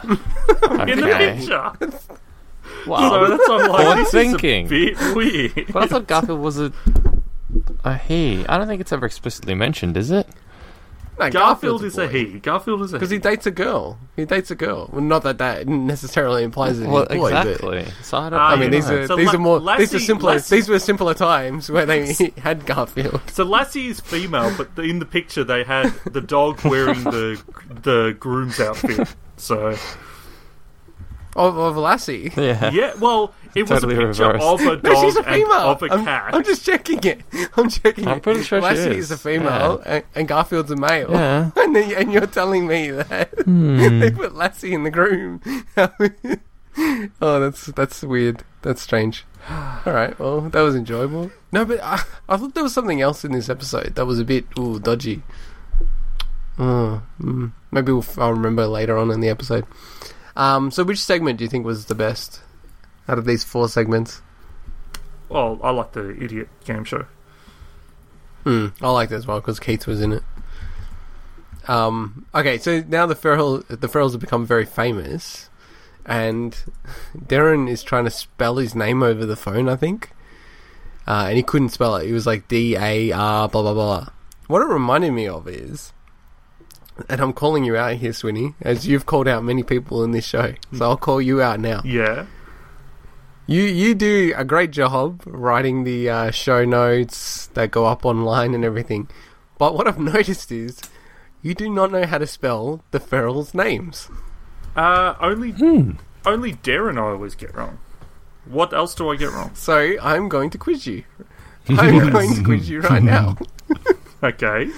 Speaker 4: In the
Speaker 5: Okay.
Speaker 4: picture. So
Speaker 5: Wow.
Speaker 4: that's I'm like
Speaker 5: Forward
Speaker 4: this
Speaker 5: thinking.
Speaker 4: is a bit weird.
Speaker 5: but I thought Garfield was a a he. I don't think it's ever explicitly mentioned, is it?
Speaker 3: No,
Speaker 4: Garfield is a
Speaker 3: boy.
Speaker 4: he. Garfield is a
Speaker 3: Because
Speaker 4: he.
Speaker 3: he dates a girl. He dates a girl. Well, not that that necessarily implies that he's
Speaker 5: Well,
Speaker 3: a boy, but-
Speaker 5: exactly. So I don't.
Speaker 4: Ah,
Speaker 3: I mean,
Speaker 5: know.
Speaker 3: these are
Speaker 4: So
Speaker 3: these
Speaker 4: La-
Speaker 3: are more these are
Speaker 4: Lassie-
Speaker 3: simpler
Speaker 4: Lassie-
Speaker 3: these were simpler times where they had Garfield.
Speaker 4: So Lassie is female, but the- in the picture they had the dog wearing the the groom's outfit. So
Speaker 3: Of, of Lassie,
Speaker 5: yeah.
Speaker 4: yeah, well, it was
Speaker 5: Totally
Speaker 4: a picture
Speaker 5: reversed.
Speaker 4: of a dog
Speaker 3: no, she's a
Speaker 4: and
Speaker 3: female.
Speaker 4: of a
Speaker 3: I'm,
Speaker 4: cat.
Speaker 3: I'm just checking it. I'm checking.
Speaker 5: I'm
Speaker 3: it.
Speaker 5: pretty sure she
Speaker 3: Lassie
Speaker 5: is.
Speaker 3: a female and, and Garfield's a male.
Speaker 5: Yeah.
Speaker 3: And then, and you're telling me that
Speaker 5: Mm.
Speaker 3: they
Speaker 5: Hmm.
Speaker 3: put Lassie in the groom. oh, that's that's weird. That's strange. All right. Well, that was enjoyable. No, but I, I thought there was something else in this episode that was a bit ooh dodgy. Oh, mm, maybe we'll, I'll remember later on in the episode. Um, so which segment do you think was the best out of these four segments?
Speaker 4: Well, I like the idiot game show.
Speaker 3: Hmm, I liked it as well because Keith was in it. Um, okay, so now the Ferrell, the Ferrells have become very famous, and Darren is trying to spell his name over the phone, I think, uh, and he couldn't spell it. He was like D A R blah blah blah. What it reminded me of is, and I'm calling you out here, Swinny, as you've called out many people in this show, so I'll call you out now.
Speaker 4: Yeah,
Speaker 3: You you do a great job writing the uh, show notes that go up online and everything. But what I've noticed is you do not know how to spell the Ferrell's names.
Speaker 4: uh, only
Speaker 3: Hmm.
Speaker 4: only Darren I always get wrong. What else do I get wrong?
Speaker 3: So I'm going to quiz you. I'm going to quiz you right now.
Speaker 4: Okay,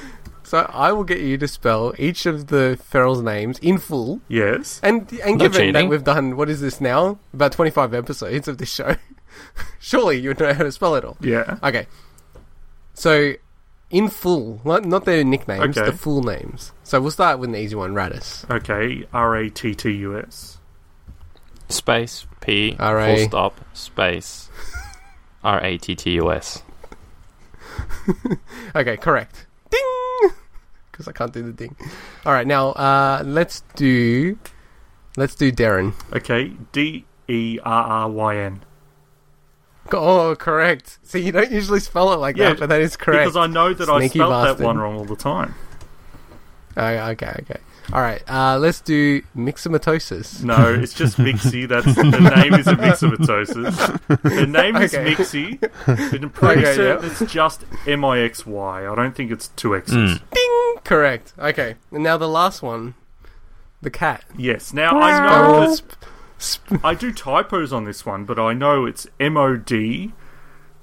Speaker 3: So I will get you to spell each of the Ferrell's names in full.
Speaker 4: yes,
Speaker 3: And and
Speaker 5: No
Speaker 3: given that
Speaker 5: cheating.
Speaker 3: we've done what is this now about 25 episodes of this show, surely you would know how to spell it all.
Speaker 4: yeah,
Speaker 3: Okay. So, in full, not, not their nicknames,
Speaker 4: Okay.
Speaker 3: the full names. So we'll start with an easy one, Radis.
Speaker 4: okay. R a t t u s.
Speaker 5: Space P
Speaker 3: All right.
Speaker 5: full stop space R A T T U S.
Speaker 3: Okay, correct. Ding! Because I can't do the ding. All right, now uh, let's do let's do Darren.
Speaker 4: Okay, D e r r y n.
Speaker 3: Oh, correct. So you don't usually spell it like
Speaker 4: Yeah,
Speaker 3: that, but that is correct.
Speaker 4: Because I know that I
Speaker 3: Sneaky
Speaker 4: spelled that
Speaker 3: bastard.
Speaker 4: one wrong all the time.
Speaker 3: Oh, okay, okay. All right, uh, let's do mixomatosis.
Speaker 4: No, it's just Mixie. That's the name is a mixomatosis. The name is
Speaker 3: Okay.
Speaker 4: Mixie. but I'm pretty
Speaker 3: Okay,
Speaker 4: certain
Speaker 3: yeah.
Speaker 4: it's just M I X Y. I don't think it's two X's.
Speaker 5: Hmm.
Speaker 3: Hmm. Correct. Okay, and now the last one, the cat.
Speaker 4: Yes. Now I know that
Speaker 3: Sp-
Speaker 4: I do typos on this one, but I know it's M O D,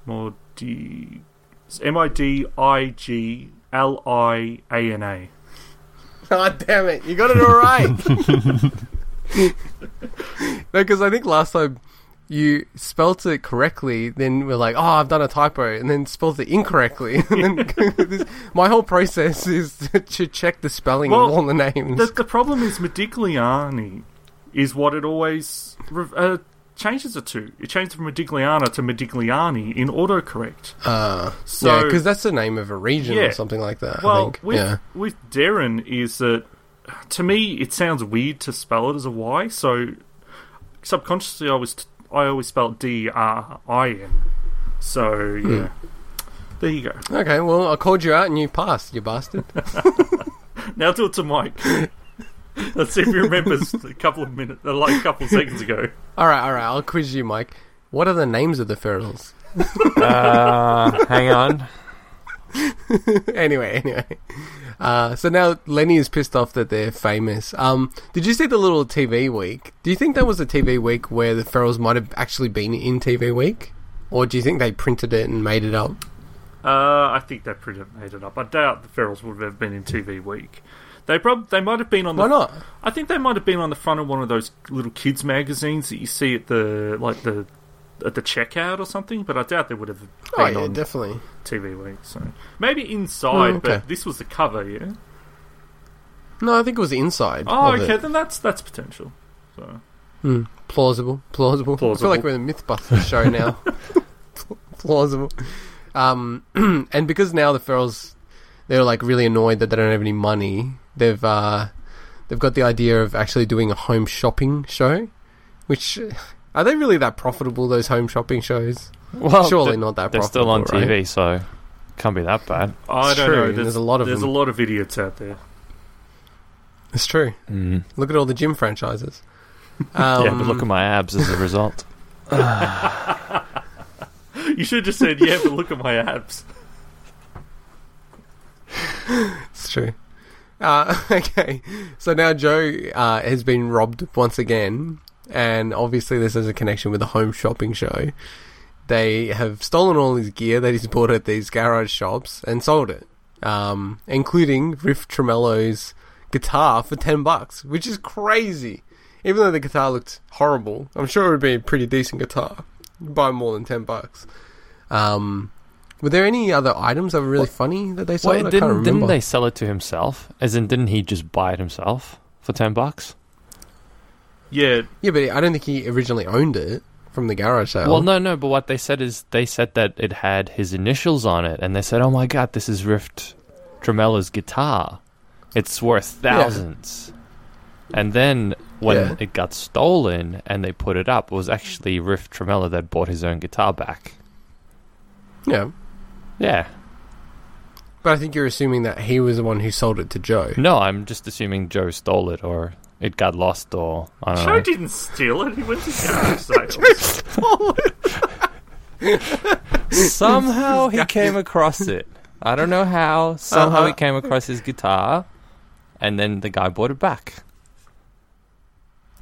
Speaker 4: or D, it's M I D I G L I A N A.
Speaker 3: Oh, damn it. You got it all right. Because I think last time you spelt it correctly, then we're like, oh, I've done a typo, and then spelt it incorrectly. and then this, my whole process is to, check the spelling of
Speaker 4: Well,
Speaker 3: all the names.
Speaker 4: The, the problem is Medigliani is what it always re- uh, changes it to. It changed from Medigliana to Medigliani in autocorrect.
Speaker 3: uh,
Speaker 4: so-
Speaker 3: yeah, because that's the name of a region
Speaker 4: Yeah.
Speaker 3: or something like that. I
Speaker 4: Well,
Speaker 3: think.
Speaker 4: with
Speaker 3: yeah.
Speaker 4: with Darren is that to me it sounds weird to spell it as a Y. So subconsciously, I was I always spelled D R I N. So
Speaker 3: Hmm.
Speaker 4: yeah, there you go.
Speaker 3: Okay, well, I called you out and you passed, you bastard.
Speaker 4: Now do it to Mike. Let's see if he remembers a couple of minutes, like a couple of seconds ago.
Speaker 3: all right, all right, I'll quiz you, Mike. What are the names of the ferals?
Speaker 5: Uh, hang on.
Speaker 3: anyway, anyway. Uh, so now Lenny is pissed off that they're famous. Um, did you see the little TV week? Do you think that was a TV week where the Ferals might have actually been in TV week, or do you think they printed it and made it up?
Speaker 4: Uh, I think they pretty much made it up. I doubt the Ferals would have been in TV Week. They prob- they might have been on the
Speaker 3: Why not?
Speaker 4: I think they might have been on the front of one of those little kids magazines that you see at the like the at the checkout or something, but I doubt they would have been
Speaker 3: Oh yeah,
Speaker 4: on
Speaker 3: definitely.
Speaker 4: TV Week. So maybe inside,
Speaker 3: Oh, okay.
Speaker 4: but this was the cover, yeah.
Speaker 3: No, I think it was the inside.
Speaker 4: Oh,
Speaker 3: of
Speaker 4: okay,
Speaker 3: it.
Speaker 4: then that's that's potential. So
Speaker 3: Hmm. Plausible, plausible. I feel
Speaker 4: Plausible.
Speaker 3: like we're in the MythBusters show now. Pla- plausible. Um, and because now the Ferals, they're like really annoyed that they don't have any money. They've uh, they've got the idea of actually doing a home shopping show, which. Are they really that profitable? Those home shopping shows?
Speaker 5: Well,
Speaker 3: Surely
Speaker 5: th-
Speaker 3: not that.
Speaker 5: Oh, they're still on
Speaker 3: profitable,
Speaker 5: TV,
Speaker 3: right?
Speaker 5: so can't be that bad.
Speaker 4: I
Speaker 3: It's
Speaker 4: don't
Speaker 3: true,
Speaker 4: know.
Speaker 3: and there's a lot of
Speaker 4: there's
Speaker 3: them.
Speaker 4: a lot of idiots out there.
Speaker 3: It's true.
Speaker 5: Mm.
Speaker 3: Look at all the gym franchises. Um,
Speaker 5: yeah, but look at my abs as a result.
Speaker 4: You should have just said, "Yeah, but look at my abs."
Speaker 3: It's true. Uh, okay, so now Joe uh, has been robbed once again, and obviously this has a connection with the home shopping show. They have stolen all his gear that he's bought at these garage shops and sold it, um, including Riff Tremello's guitar for ten bucks, which is crazy. Even though the guitar looked horrible, I'm sure it would be a pretty decent guitar. You'd Buy more than ten bucks. Um, were there any other items that were really funny that they sold?
Speaker 5: Wait,
Speaker 3: I can't
Speaker 5: didn't
Speaker 3: remember.
Speaker 5: didn't they sell it to himself? As in, didn't he just buy it himself for ten bucks?
Speaker 4: Yeah,
Speaker 3: Yeah, but I don't think he originally owned it from the garage sale.
Speaker 5: Well, no, no. But what they said is they said that it had his initials on it, and they said, "Oh my god, this is Rift Tremella's guitar. It's worth thousands. And then when
Speaker 3: Yeah.
Speaker 5: it got stolen and they put it up, it was actually Rift Tremella that bought his own guitar back.
Speaker 3: Yeah,
Speaker 5: Yeah.
Speaker 3: but I think you're assuming that he was the one who sold it to Joe.
Speaker 5: No, I'm just assuming Joe stole it or it got lost or I don't
Speaker 4: Joe
Speaker 5: know.
Speaker 4: didn't steal it. He went to garage sales.
Speaker 5: Somehow he came across it. I don't know how. Somehow
Speaker 4: Uh-huh.
Speaker 5: he came across his guitar and then the guy bought it back.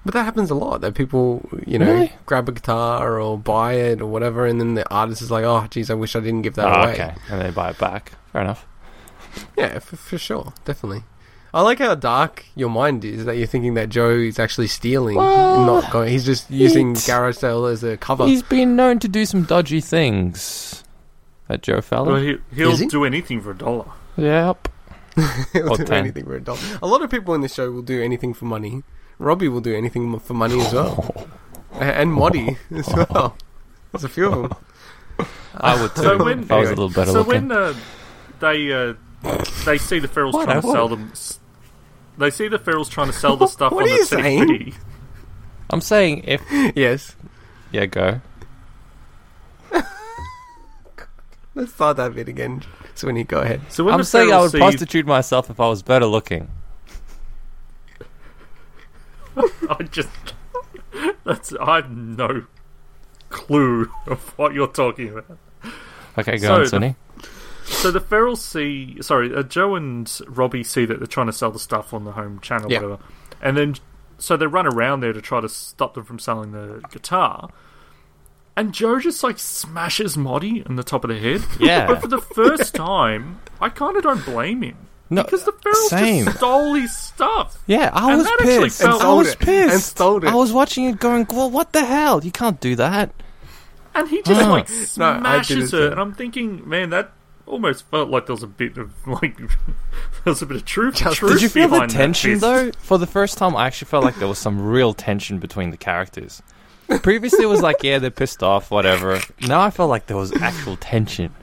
Speaker 3: But that happens a lot. That people, you know,
Speaker 5: Really?
Speaker 3: grab a guitar or buy it or whatever, and then the artist is like, "Oh, geez, I wish I didn't give that
Speaker 5: Oh,
Speaker 3: away."
Speaker 5: okay. And they buy it back. Fair enough.
Speaker 3: Yeah, for, for sure, definitely. I like how dark your mind is that you're thinking that Joe is actually stealing,
Speaker 5: Well,
Speaker 3: not going. He's just using
Speaker 5: it's-
Speaker 3: garage sale as a cover.
Speaker 5: He's been known to do some dodgy things. That Joe
Speaker 4: well,
Speaker 5: fella.
Speaker 4: he, he'll
Speaker 3: Is he?
Speaker 4: do anything for a dollar.
Speaker 5: Yep.
Speaker 3: He'll
Speaker 5: Or
Speaker 3: do
Speaker 5: ten.
Speaker 3: anything for a dollar. A lot of people in this show will do anything for money. Robbie will do anything m- for money as well, A- and Moddy as well. There's a few of them.
Speaker 5: I would too.
Speaker 4: So when-
Speaker 5: if I was a little better
Speaker 4: so
Speaker 5: looking.
Speaker 4: when uh, they uh, they see the ferals
Speaker 5: What?
Speaker 4: trying to
Speaker 5: What?
Speaker 4: sell them, s- they see the ferals trying to sell the stuff
Speaker 3: What
Speaker 4: on
Speaker 3: are
Speaker 4: the
Speaker 3: you
Speaker 4: TV.
Speaker 3: saying?
Speaker 5: I'm saying if
Speaker 3: Yes,
Speaker 5: yeah, go.
Speaker 3: let's start that bit again. So when you go ahead,
Speaker 4: So when
Speaker 5: I'm
Speaker 4: the
Speaker 5: saying I
Speaker 4: ferals
Speaker 5: would
Speaker 4: see,
Speaker 5: prostitute myself if I was better looking.
Speaker 4: I just that's I have no clue of what you're talking about.
Speaker 5: Okay, go
Speaker 4: So
Speaker 5: on,
Speaker 4: the-
Speaker 5: Sonny.
Speaker 4: So the ferals see, sorry, uh, Joe and Robbie see that they're trying to sell the stuff on the home channel,
Speaker 3: Yeah.
Speaker 4: whatever, and then so they run around there to try to stop them from selling the guitar. And Joe just like smashes Moddy on the top of the head.
Speaker 5: Yeah.
Speaker 4: But for the first time, I kind of don't blame him
Speaker 5: No,
Speaker 4: because the ferals
Speaker 5: same.
Speaker 4: just stole his stuff.
Speaker 5: Yeah, I
Speaker 4: And
Speaker 5: was
Speaker 4: that actually
Speaker 5: pissed.
Speaker 4: felt- And
Speaker 5: I
Speaker 3: sold
Speaker 5: was
Speaker 3: it.
Speaker 5: pissed.
Speaker 3: And sold it.
Speaker 5: I was watching it going, well, what the hell? You can't do that.
Speaker 4: And he just
Speaker 5: Oh.
Speaker 4: like
Speaker 3: No, I did
Speaker 4: smashes
Speaker 3: it
Speaker 4: her,
Speaker 3: too.
Speaker 4: and I'm thinking, man, that almost felt like there was a bit of like there was a bit of truth.
Speaker 3: Just-
Speaker 4: truth
Speaker 5: Did you feel the
Speaker 4: behind that
Speaker 5: tension
Speaker 4: fist.
Speaker 5: though? For the first time, I actually felt like there was some real tension between the characters. Previously, it was like, yeah, they're pissed off, whatever. Now I felt like there was actual tension.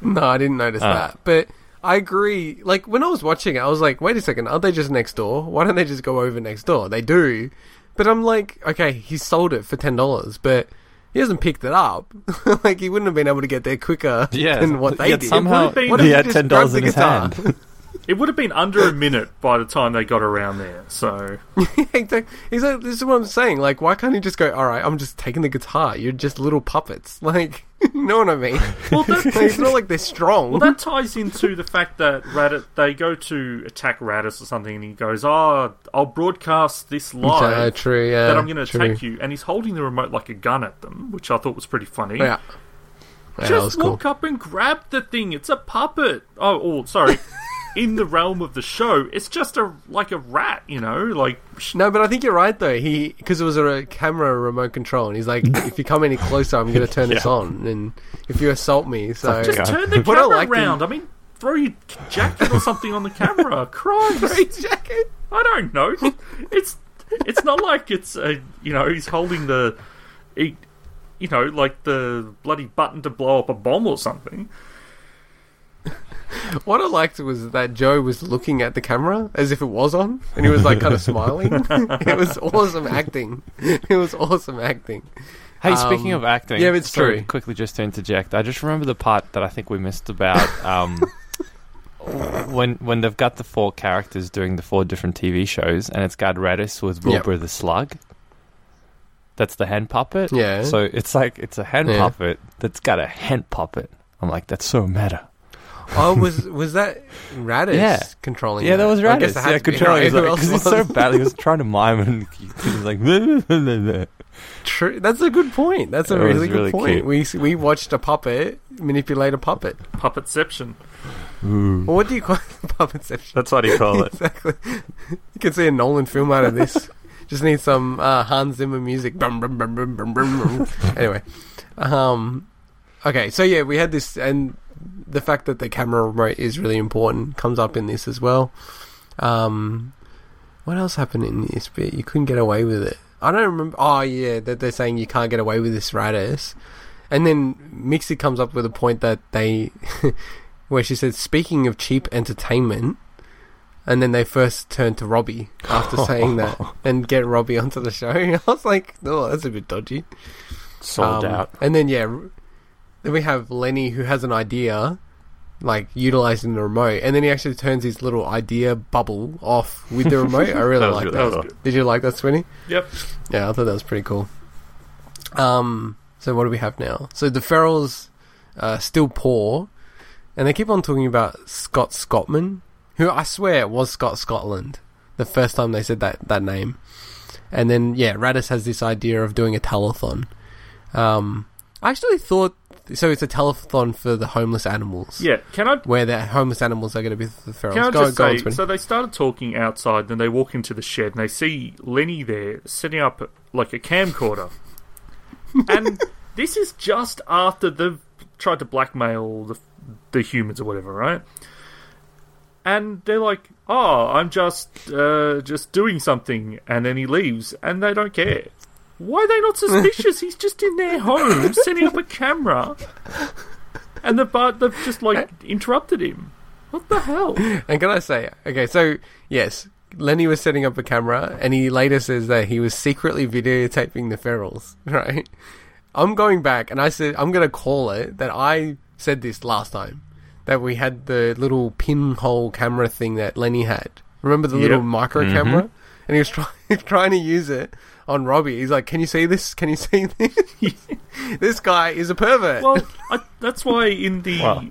Speaker 3: no, I didn't notice
Speaker 5: Ah.
Speaker 3: that, but. I agree. Like when I was watching it, I was like, "Wait a second, aren't they just next door? Why don't they just go over next door?" They do, but I'm like, "Okay, he sold it for ten dollars, but he hasn't picked it up. like he wouldn't have been able to get there quicker
Speaker 5: Yeah,
Speaker 3: than what they
Speaker 5: yet
Speaker 3: did."
Speaker 5: somehow
Speaker 4: It would've been-
Speaker 3: What if
Speaker 5: he had
Speaker 3: just
Speaker 5: ten dollars
Speaker 3: grabbed the
Speaker 5: in his
Speaker 3: guitar?
Speaker 5: hand.
Speaker 4: It would have been under a minute by the time they got around there. So
Speaker 3: Exactly. He's like, this is what I'm saying. Like, why can't he just go? All right, I'm just taking the guitar. You're just little puppets. Like, you know what I mean?
Speaker 4: well, that,
Speaker 3: Like, it's not like they're strong.
Speaker 4: well, that ties into the fact that Radit they go to attack Radis or something, and he goes, "Ah, I'll broadcast this
Speaker 3: Uh,
Speaker 4: live."
Speaker 3: true. Yeah.
Speaker 4: that I'm going to
Speaker 3: true.
Speaker 4: attack you, and he's holding the remote like a gun at them, which I thought was pretty funny.
Speaker 3: Yeah. Yeah, that was
Speaker 4: Just
Speaker 3: cool.
Speaker 4: walk up and grab the thing. It's a puppet. Oh, oh sorry. in the realm of the show, it's just a like a rat, you know, like sh-
Speaker 3: No, but I think you're right though. He because it was a re- camera remote control, and he's like, if you come any closer, I'm going to turn this
Speaker 5: Yeah.
Speaker 3: on, and if you assault me, so
Speaker 4: just turn the
Speaker 3: What I
Speaker 4: camera
Speaker 3: liked in-
Speaker 4: around. I mean, throw your jacket or something on the camera. Christ,
Speaker 3: jacket.
Speaker 4: I don't know. It's it's not like it's a you know he's holding the, he, you know, like the bloody button to blow up a bomb or something.
Speaker 3: What I liked was that Joe was looking at the camera as if it was on, and he was like kind of smiling. it was awesome acting. It was awesome acting.
Speaker 5: Hey, speaking
Speaker 3: Um,
Speaker 5: of acting,
Speaker 3: yeah, it's
Speaker 5: sorry,
Speaker 3: true.
Speaker 5: Quickly, just to interject, I just remember the part that I think we missed about um, when when they've got the four characters doing the four different TV shows, and it's got Radis with
Speaker 3: Yep.
Speaker 5: Wilbur the Slug. That's the hand puppet.
Speaker 3: Yeah.
Speaker 5: So it's like it's a hand
Speaker 3: Yeah.
Speaker 5: puppet that's got a hand puppet. I'm like, that's so meta.
Speaker 3: Oh, was was that Raditz
Speaker 5: Yeah.
Speaker 3: controlling?
Speaker 5: Yeah, that was
Speaker 3: I guess
Speaker 5: Radis.
Speaker 3: it had
Speaker 5: Yeah,
Speaker 3: to be.
Speaker 5: controlling. He's
Speaker 3: Who
Speaker 5: like,
Speaker 3: else
Speaker 5: 'cause he's so
Speaker 3: was?
Speaker 5: bad. He was trying to mime, and he was like,
Speaker 3: True. That's a good point. That's a
Speaker 5: It was
Speaker 3: really good
Speaker 5: really
Speaker 3: point. We we watched a puppet manipulate a puppet.
Speaker 4: Puppetception.
Speaker 3: Well, what do you call puppetception?
Speaker 5: that's what he called it.
Speaker 3: Exactly. You could see a Nolan film out of this. Just need some uh, Hans Zimmer music. Brum, brum, brum, brum, brum, brum, brum. anyway, um, okay, so yeah, we had this, and the fact that the camera remote is really important comes up in this as well. Um, what else happened in this bit? You couldn't get away with it. I don't remember. Oh yeah, that they're saying you can't get away with this Radis, and then Mixie comes up with a point that they, where she says, "Speaking of cheap entertainment." And then they first turn to Robbie after saying that and get Robbie onto the show. I was like, oh, that's a bit dodgy.
Speaker 5: Sold
Speaker 3: Um,
Speaker 5: out.
Speaker 3: And then yeah, r- then we have Lenny who has an idea, like utilizing the remote, and then he actually turns his little idea bubble off with the remote. I really
Speaker 5: That was
Speaker 3: like
Speaker 5: really
Speaker 3: that.
Speaker 5: cool.
Speaker 3: Did you like that, Swinny?
Speaker 4: Yep.
Speaker 3: Yeah, I thought that was pretty cool. Um, so what do we have now? So the Ferals uh, still poor, and they keep on talking about Scott Scottman, who I swear was Scott Scotland the first time they said that that name. And then yeah, Radis has this idea of doing a telethon. Um, I actually thought so. It's a telethon for the homeless animals.
Speaker 4: Yeah. Can I
Speaker 3: Where the homeless animals are going to be the ferals.
Speaker 4: Can I
Speaker 3: go,
Speaker 4: just
Speaker 3: go on,
Speaker 4: say,
Speaker 3: Swinny.
Speaker 4: so they started talking outside, then they walk into the shed and they see Lenny there setting up like a camcorder. and this is just after they've tried to blackmail the, the humans or whatever, right? And they're like, "Oh, I'm just uh, just doing something," and then he leaves, and they don't care. Why are they not suspicious? He's just in their home setting up a camera, and the but they've just like interrupted him. What the hell?
Speaker 3: And can I say, okay, so yes, Lenny was setting up a camera, and he later says that he was secretly videotaping the ferals. Right? I'm going back, and I said I'm going to call it that I said this last time that we had the little pinhole camera thing that Lenny had. Remember the little
Speaker 4: Yep. Mm-hmm.
Speaker 3: micro camera? And he was trying trying to use it on Robbie. He's like, "Can you see this? Can you see this? this guy is a pervert."
Speaker 4: Well, I, that's why in the
Speaker 5: Wow.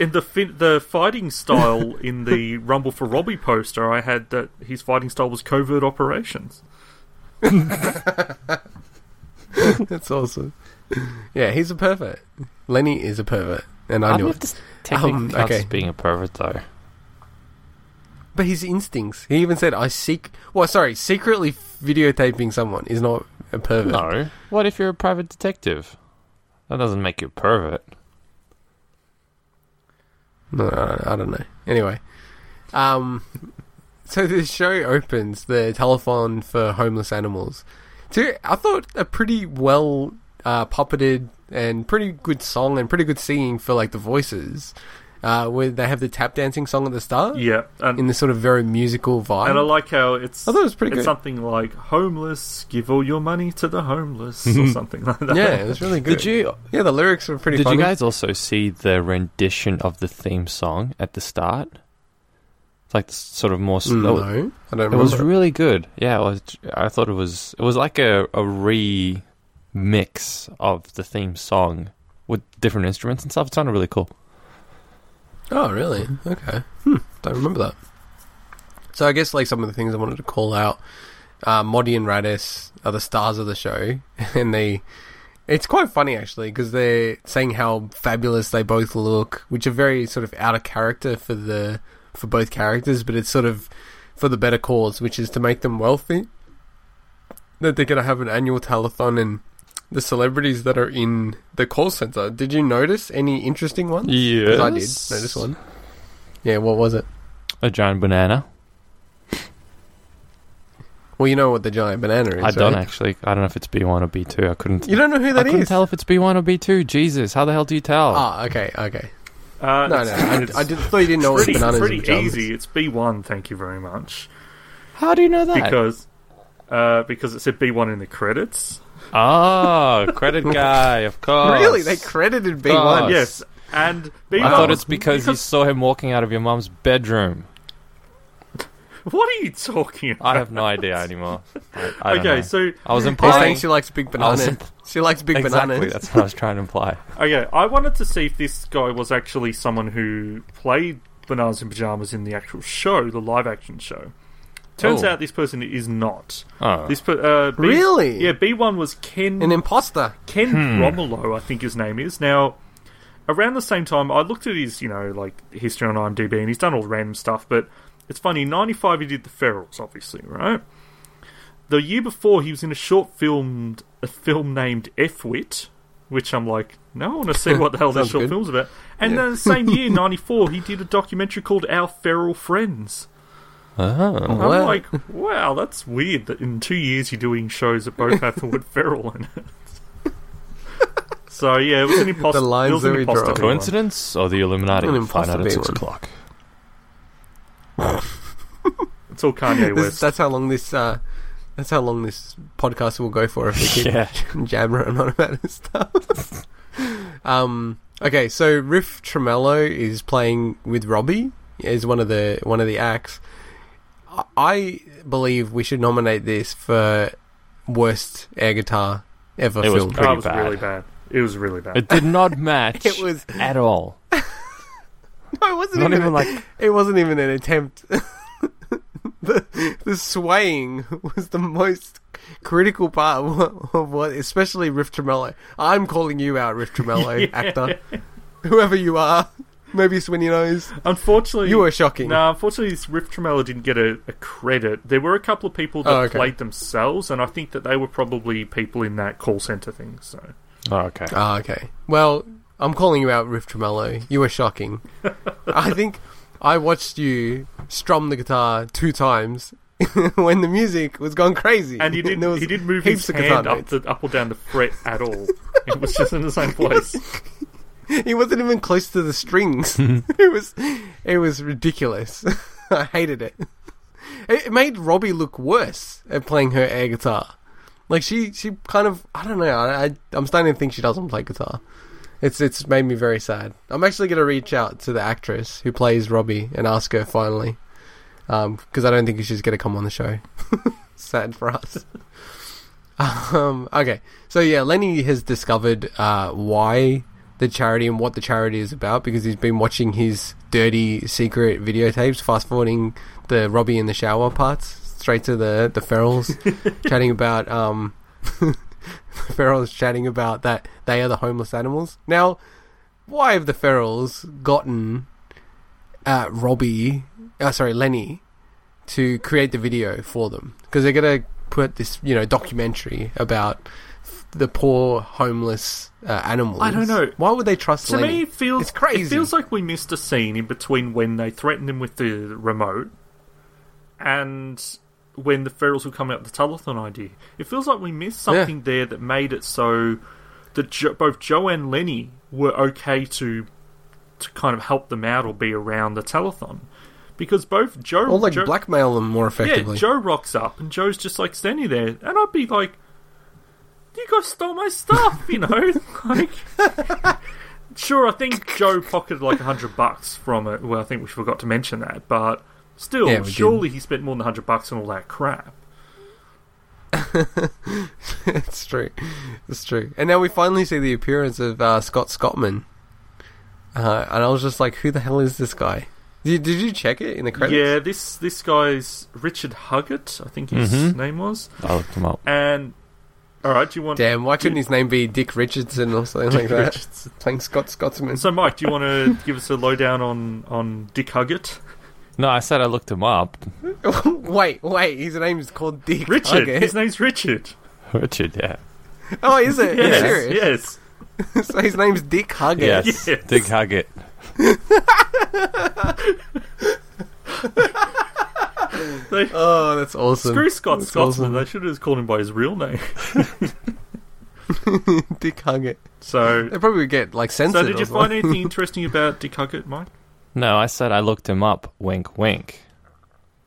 Speaker 4: in the fin- the fighting style in the Rumble for Robbie poster, I had that his fighting style was covert operations.
Speaker 3: That's awesome. Yeah, he's a pervert. Lenny is a pervert, and I
Speaker 5: I
Speaker 3: knew
Speaker 5: don't
Speaker 3: it.
Speaker 5: know if this technically
Speaker 3: Um,
Speaker 5: counts
Speaker 3: okay.
Speaker 5: as being a pervert, though.
Speaker 3: But his instincts. He even said, "I seek." Well, sorry, secretly videotaping someone is not a pervert.
Speaker 5: No. What if you're a private detective? That doesn't make you a pervert.
Speaker 3: No, I- I don't know. Anyway, um, so the show opens the telephone for homeless animals. To I thought a pretty well uh, puppeted and pretty good song and pretty good singing for like the voices. Uh, where they have the tap dancing song at the start
Speaker 4: Yeah, and
Speaker 3: in this sort of very musical vibe.
Speaker 4: and I like how it's
Speaker 3: I thought it was pretty
Speaker 4: it's
Speaker 3: good.
Speaker 4: something like homeless, give all your money to the homeless or something like that.
Speaker 3: yeah, it was really good.
Speaker 5: Did you
Speaker 3: Yeah, the lyrics were pretty.
Speaker 5: did
Speaker 3: funny.
Speaker 5: you guys also see the rendition of the theme song at the start? It's like this sort of more. s-
Speaker 3: Mm, No,
Speaker 5: that was-
Speaker 3: I don't.
Speaker 5: it was
Speaker 3: remember.
Speaker 5: really good. Yeah, it was, I thought it was. It was like a a remix of the theme song with different instruments and stuff. It sounded really cool.
Speaker 3: Oh, really? Okay. Hmm. Don't remember that. So I guess like some of the things I wanted to call out, uh, Moddy and Radis are the stars of the show, and they. It's quite funny actually because they're saying how fabulous they both look, which are very sort of out of character for the for both characters, but it's sort of for the better cause, which is to make them wealthy. That they're going to have an annual telethon and the celebrities that are in the call center. Did you notice any interesting ones? 'Cause I did
Speaker 5: Yes.
Speaker 3: notice one. Yeah, what was it?
Speaker 5: A giant banana.
Speaker 3: Well, you know what the giant banana is.
Speaker 5: I don't
Speaker 3: right?
Speaker 5: actually. I don't know if it's B one or B two. I couldn't.
Speaker 3: You don't know who
Speaker 5: I
Speaker 3: that
Speaker 5: couldn't
Speaker 3: is?
Speaker 5: tell if it's B one or B two. Jesus, how the hell do you tell?
Speaker 3: Ah, okay, okay.
Speaker 4: Uh,
Speaker 3: No, no,
Speaker 4: it's-
Speaker 3: I,
Speaker 4: it's
Speaker 3: I did, thought you didn't know what
Speaker 4: pretty,
Speaker 3: bananas
Speaker 4: pretty
Speaker 3: and pajamas.
Speaker 4: easy. It's B one. Thank you very much.
Speaker 5: how do you know that?
Speaker 4: Because uh, because it said B one in the credits.
Speaker 5: Ah, credit guy, of course.
Speaker 3: Really, they credited B
Speaker 5: Oh,
Speaker 3: one.
Speaker 5: yeah.
Speaker 4: Yes, and B
Speaker 5: I
Speaker 4: one.
Speaker 5: thought it's because, you saw him walking out of your mum's bedroom.
Speaker 4: What are you talking about?
Speaker 5: I have no idea anymore. I, I don't
Speaker 4: okay,
Speaker 5: know.
Speaker 4: so
Speaker 5: I was
Speaker 3: He's
Speaker 5: implying
Speaker 3: saying she likes big
Speaker 5: I was
Speaker 3: banana.
Speaker 5: imp-
Speaker 3: She likes big
Speaker 5: exactly.
Speaker 3: bananas.
Speaker 5: That's what I was trying to imply.
Speaker 4: okay, I wanted to see if this guy was actually someone who played Bananas in Pajamas in the actual show, the live action show. Turns
Speaker 5: Oh.
Speaker 4: out this person is not.
Speaker 5: Oh,
Speaker 4: This per- uh, B-
Speaker 3: Really?
Speaker 4: Yeah, B one was Ken
Speaker 3: An imposter.
Speaker 4: Ken
Speaker 3: Hmm.
Speaker 4: Romolo, I think his name is. Now, around the same time, I looked at his, you know, like history on IMDb, and he's done all random stuff. But it's funny. '95, he did The Ferals, obviously, right? The year before, he was in a short filmed a film named F Wit, which I'm like, no, I want to see what the hell this
Speaker 3: Sounds
Speaker 4: short
Speaker 3: good.
Speaker 4: film's about. And
Speaker 3: Yeah.
Speaker 4: then the same year, '94, he did a documentary called Our Feral Friends.
Speaker 5: oh.
Speaker 4: I'm
Speaker 3: Wow.
Speaker 4: like, wow, that's weird that in two years you're doing shows that both have the word feral in it. so yeah, it was an imposter.
Speaker 3: The lines
Speaker 4: it was an
Speaker 3: that we
Speaker 4: imposter
Speaker 3: draw.
Speaker 4: big one.
Speaker 5: coincidence or the Illuminati?
Speaker 3: An
Speaker 5: Find out
Speaker 3: impossible
Speaker 5: at six
Speaker 3: one.
Speaker 5: o'clock.
Speaker 4: It's all Kanye
Speaker 3: This,
Speaker 4: West.
Speaker 3: that's how long this. Uh, that's how long this podcast will go for if we keep
Speaker 5: Yeah.
Speaker 3: jabbering on about this stuff. um. Okay, so Riff Tremello is playing with Robbie is one of the one of the acts. I- I believe we should nominate this for worst air guitar ever
Speaker 5: It was
Speaker 3: filmed.
Speaker 5: pretty
Speaker 4: oh, it was
Speaker 5: bad.
Speaker 4: really bad. It was really bad.
Speaker 5: It did not match.
Speaker 3: It was-
Speaker 5: at all.
Speaker 3: No, it wasn't
Speaker 5: Not
Speaker 3: even,
Speaker 5: even like
Speaker 3: It wasn't even an attempt. the, the swaying was the most critical part of what, of what especially Riff Tremello. I'm calling you out, Riff Tremello, actor. Whoever you are, maybe Swinny knows.
Speaker 4: Unfortunately,
Speaker 3: You were shocking.
Speaker 4: Oh, No, unfortunately, this Rift Tremella didn't get a, a credit. There were a couple of people that
Speaker 3: Oh, okay.
Speaker 4: played themselves, and I think that they were probably people in that call center thing. So
Speaker 5: Oh, okay.
Speaker 3: Ah, okay. Well, I'm calling you out, Riff Tremello. You were shocking. I think I watched you strum the guitar two times when the music was gone crazy.
Speaker 4: and he did
Speaker 3: There was
Speaker 4: he did move
Speaker 3: heaps
Speaker 4: his
Speaker 3: of guitar
Speaker 4: hand up
Speaker 3: notes.
Speaker 4: the, up or down the fret at all. it was just in the same place.
Speaker 3: He wasn't even close to the strings. it was, it was ridiculous. I hated it. it. It made Robbie look worse at playing her air guitar. Like she, she kind of, I don't know. I, I I'm starting to think she doesn't play guitar. It's, it's made me very sad. I'm actually going to reach out to the actress who plays Robbie and ask her finally, because I don't think she's going to come on the show. sad for us. Um, okay, so yeah, Lenny has discovered uh, why the charity and what the charity is about because he's been watching his dirty secret videotapes, fast forwarding the Robbie in the shower parts straight to the the Ferals, chatting about um, Ferals chatting about that they are the homeless animals. Now, why have the Ferals gotten uh, Robbie? Uh, sorry, Lenny to create the video for them because they're gonna put this you know documentary about the poor homeless uh, animals.
Speaker 4: I don't know.
Speaker 3: why would they trust
Speaker 4: To
Speaker 3: Lenny?
Speaker 4: me, it feels
Speaker 3: it's crazy.
Speaker 4: It feels like we missed a scene in between when they threatened him with the remote and when the ferals will come out with the telethon idea. It feels like we missed
Speaker 3: Yeah.
Speaker 4: something there that made it so that jo- both Joe and Lenny were okay to to kind of help them out or be around the telethon because both Joe
Speaker 3: or like
Speaker 4: Joe-
Speaker 3: blackmail them more
Speaker 4: yeah
Speaker 3: effectively.
Speaker 4: Joe rocks up and Joe's just like standing there and I'd be like. You guys stole my stuff, you know? like, sure, I think Joe pocketed like a hundred bucks from it. Well, I think we forgot to mention that, but still,
Speaker 3: Yeah, we
Speaker 4: surely he spent more than a hundred bucks on all that crap.
Speaker 3: it's true. It's true. And now we finally see the appearance of uh, Scott Scottman. Uh, and I was just like, who the hell is this guy? Did, did you check it in the credits?
Speaker 4: Yeah, this this guy's Richard Huggett, I think his
Speaker 3: Mm-hmm.
Speaker 5: Mhm.
Speaker 4: name was.
Speaker 5: I looked him up.
Speaker 4: And all right, do you want
Speaker 3: Damn, why couldn't his name be Dick Richardson or something like that?
Speaker 4: Richardson.
Speaker 3: Playing Scott Scottman.
Speaker 4: So, Mike, do you want to give us a lowdown on on Dick Huggett?
Speaker 5: No, I said I looked him up.
Speaker 3: wait, wait. His name is called Dick.
Speaker 4: Richard.
Speaker 3: Okay.
Speaker 4: His name's Richard.
Speaker 5: Richard, yeah.
Speaker 3: Oh, is it?
Speaker 4: Yes.
Speaker 3: Serious?
Speaker 4: Yes.
Speaker 3: so his name's Dick Huggins.
Speaker 5: Yes.
Speaker 4: Yes.
Speaker 5: Dick Huggett.
Speaker 4: They,
Speaker 3: Oh, that's awesome.
Speaker 4: screw Scott
Speaker 3: That's
Speaker 4: Scotsman.
Speaker 3: awesome.
Speaker 4: They should have just called him by his real name.
Speaker 3: Dick Huggett.
Speaker 4: So,
Speaker 3: They probably would get like censored.
Speaker 4: so did
Speaker 3: or
Speaker 4: you
Speaker 3: something.
Speaker 4: find anything interesting about Dick Huggett, Mike?
Speaker 5: No, I said I looked him up. Wink, wink.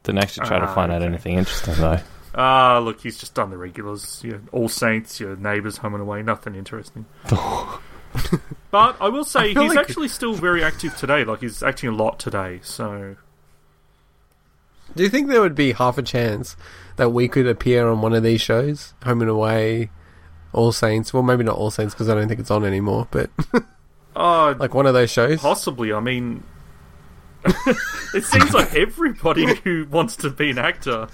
Speaker 5: Didn't actually try to
Speaker 4: Ah,
Speaker 5: find out
Speaker 4: okay.
Speaker 5: anything interesting though.
Speaker 4: Ah, look, he's just done the regulars. You know, All Saints, your neighbours, home and away, nothing interesting. but I will say
Speaker 3: feel
Speaker 4: he's
Speaker 3: like-
Speaker 4: actually still very active today. Like he's acting a lot today. So
Speaker 3: Do you think there would be half a chance that we could appear on one of these shows, Home and Away, All Saints? Well, maybe not All Saints because I don't think it's on anymore. But
Speaker 4: uh,
Speaker 3: like one of those shows.
Speaker 4: possibly. I mean, it seems like everybody who wants to be an actor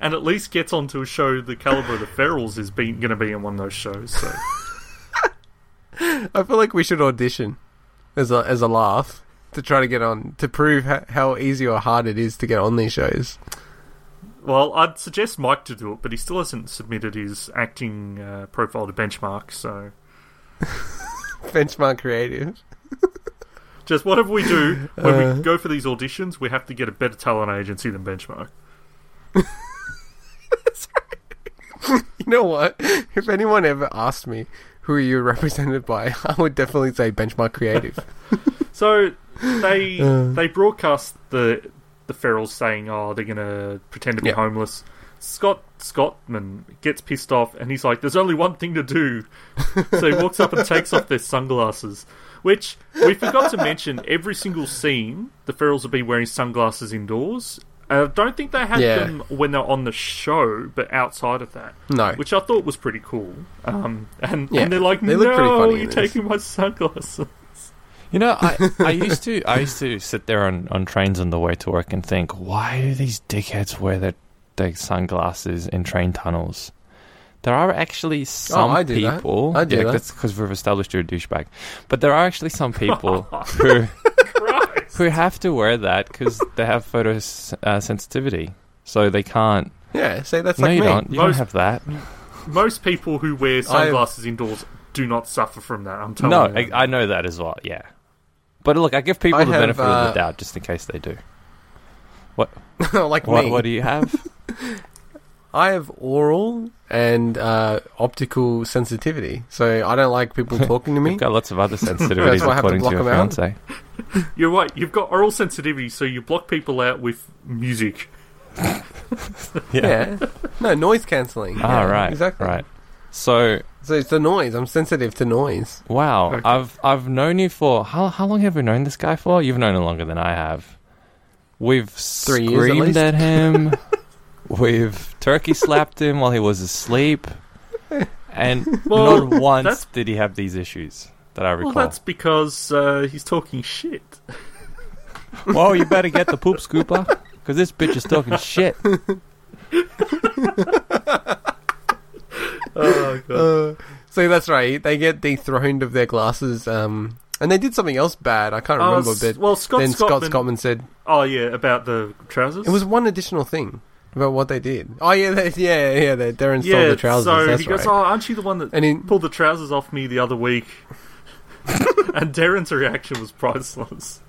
Speaker 4: and at least gets onto a show the caliber of the Ferals is being going to be in one of those shows. So
Speaker 3: I feel like we should audition as a as a laugh to try to get on to prove ho- how easy or hard it is to get on these shows.
Speaker 4: well, I'd suggest Mike to do it, but he still hasn't submitted his acting uh, profile to Benchmark. So.
Speaker 3: Benchmark Creative.
Speaker 4: Just whatever we do when
Speaker 3: Uh.
Speaker 4: we go for these auditions, we have to get a better talent agency than Benchmark.
Speaker 3: You know what? If anyone ever asked me who you are represented by, I would definitely say Benchmark Creative.
Speaker 4: So they
Speaker 3: Uh.
Speaker 4: they broadcast the the Ferals saying, "Oh, they're gonna pretend to be
Speaker 3: Yeah.
Speaker 4: homeless." Scott Scottman gets pissed off, and he's like, "There's only one thing to do." so he walks up and takes off their sunglasses, which we forgot to mention. Every single scene, the Ferals have been wearing sunglasses indoors. And I don't think they had
Speaker 3: Yeah.
Speaker 4: them when they're on the show, but outside of that.
Speaker 3: No.
Speaker 4: which I thought was pretty cool. Um, and,
Speaker 3: Yeah,
Speaker 4: and they're like,
Speaker 3: they
Speaker 4: "No,
Speaker 3: look pretty funny in
Speaker 4: you're
Speaker 3: this."
Speaker 4: taking my sunglasses."
Speaker 5: You know, I, I used to I used to sit there on, on trains on the way to work and think, why do these dickheads wear their, their sunglasses in train tunnels? There are actually some
Speaker 3: Oh, I do that.
Speaker 5: people.
Speaker 3: I do
Speaker 5: yeah,
Speaker 3: that.
Speaker 5: that's because we've established you're a douchebag. But there are actually some people who who have to wear that because they have photos uh, sensitivity, so they can't.
Speaker 3: Yeah, see, that's
Speaker 5: no,
Speaker 3: like
Speaker 5: you
Speaker 3: me.
Speaker 5: don't. You don't
Speaker 4: Most-
Speaker 5: have that.
Speaker 4: Most people who wear sunglasses indoors do not suffer from that. I'm telling
Speaker 5: No,
Speaker 4: you.
Speaker 5: I, I know that as well. Yeah, but look, I give people
Speaker 3: I
Speaker 5: the
Speaker 3: have,
Speaker 5: benefit of
Speaker 3: uh,
Speaker 5: the doubt just in case they do.
Speaker 3: like
Speaker 5: What,
Speaker 3: me.
Speaker 5: what do you have?
Speaker 3: I have oral and uh, optical sensitivity, so I don't like people talking to me.
Speaker 5: You've got lots of other sensitivities
Speaker 3: why I have to
Speaker 5: according to,
Speaker 3: block
Speaker 5: your
Speaker 3: 'em out.
Speaker 5: fiance.
Speaker 4: You're right. You've got oral sensitivity, so you block people out with music.
Speaker 3: yeah. no, noise cancelling.
Speaker 5: Ah,
Speaker 3: Yeah,
Speaker 5: right.
Speaker 3: Exactly.
Speaker 5: Right. So
Speaker 3: So it's the noise. I'm sensitive to noise.
Speaker 5: wow,
Speaker 4: Okay.
Speaker 5: I've I've known you for how how long have we known this guy for? You've known him longer than I have. We've
Speaker 3: Three years at
Speaker 5: screamed
Speaker 3: least.
Speaker 5: at him. We've turkey slapped him while he was asleep, and
Speaker 4: Well,
Speaker 5: not once
Speaker 4: that's-
Speaker 5: did he have these issues that I
Speaker 4: Well,
Speaker 5: recall.
Speaker 4: that's because uh, he's talking shit.
Speaker 5: Whoa, you better get the poop scooper because this bitch is talking shit.
Speaker 4: Oh god.
Speaker 3: Uh, so that's right. They get dethroned of their glasses, um, and they did something else bad. I can't
Speaker 4: Uh,
Speaker 3: remember,
Speaker 4: s-
Speaker 3: but
Speaker 4: well, Scott
Speaker 3: then Scott
Speaker 4: Scottman-
Speaker 3: Scottman said
Speaker 4: Oh yeah, about the trousers.
Speaker 3: it was one additional thing about what they did. Oh yeah, they, yeah, yeah. They, they're installed
Speaker 4: yeah.
Speaker 3: the trousers.
Speaker 4: so
Speaker 3: that's
Speaker 4: he goes,
Speaker 3: right.
Speaker 4: "Oh, aren't you the one that
Speaker 3: and in,
Speaker 4: pulled the trousers off me the other week?" and Darren's reaction was priceless.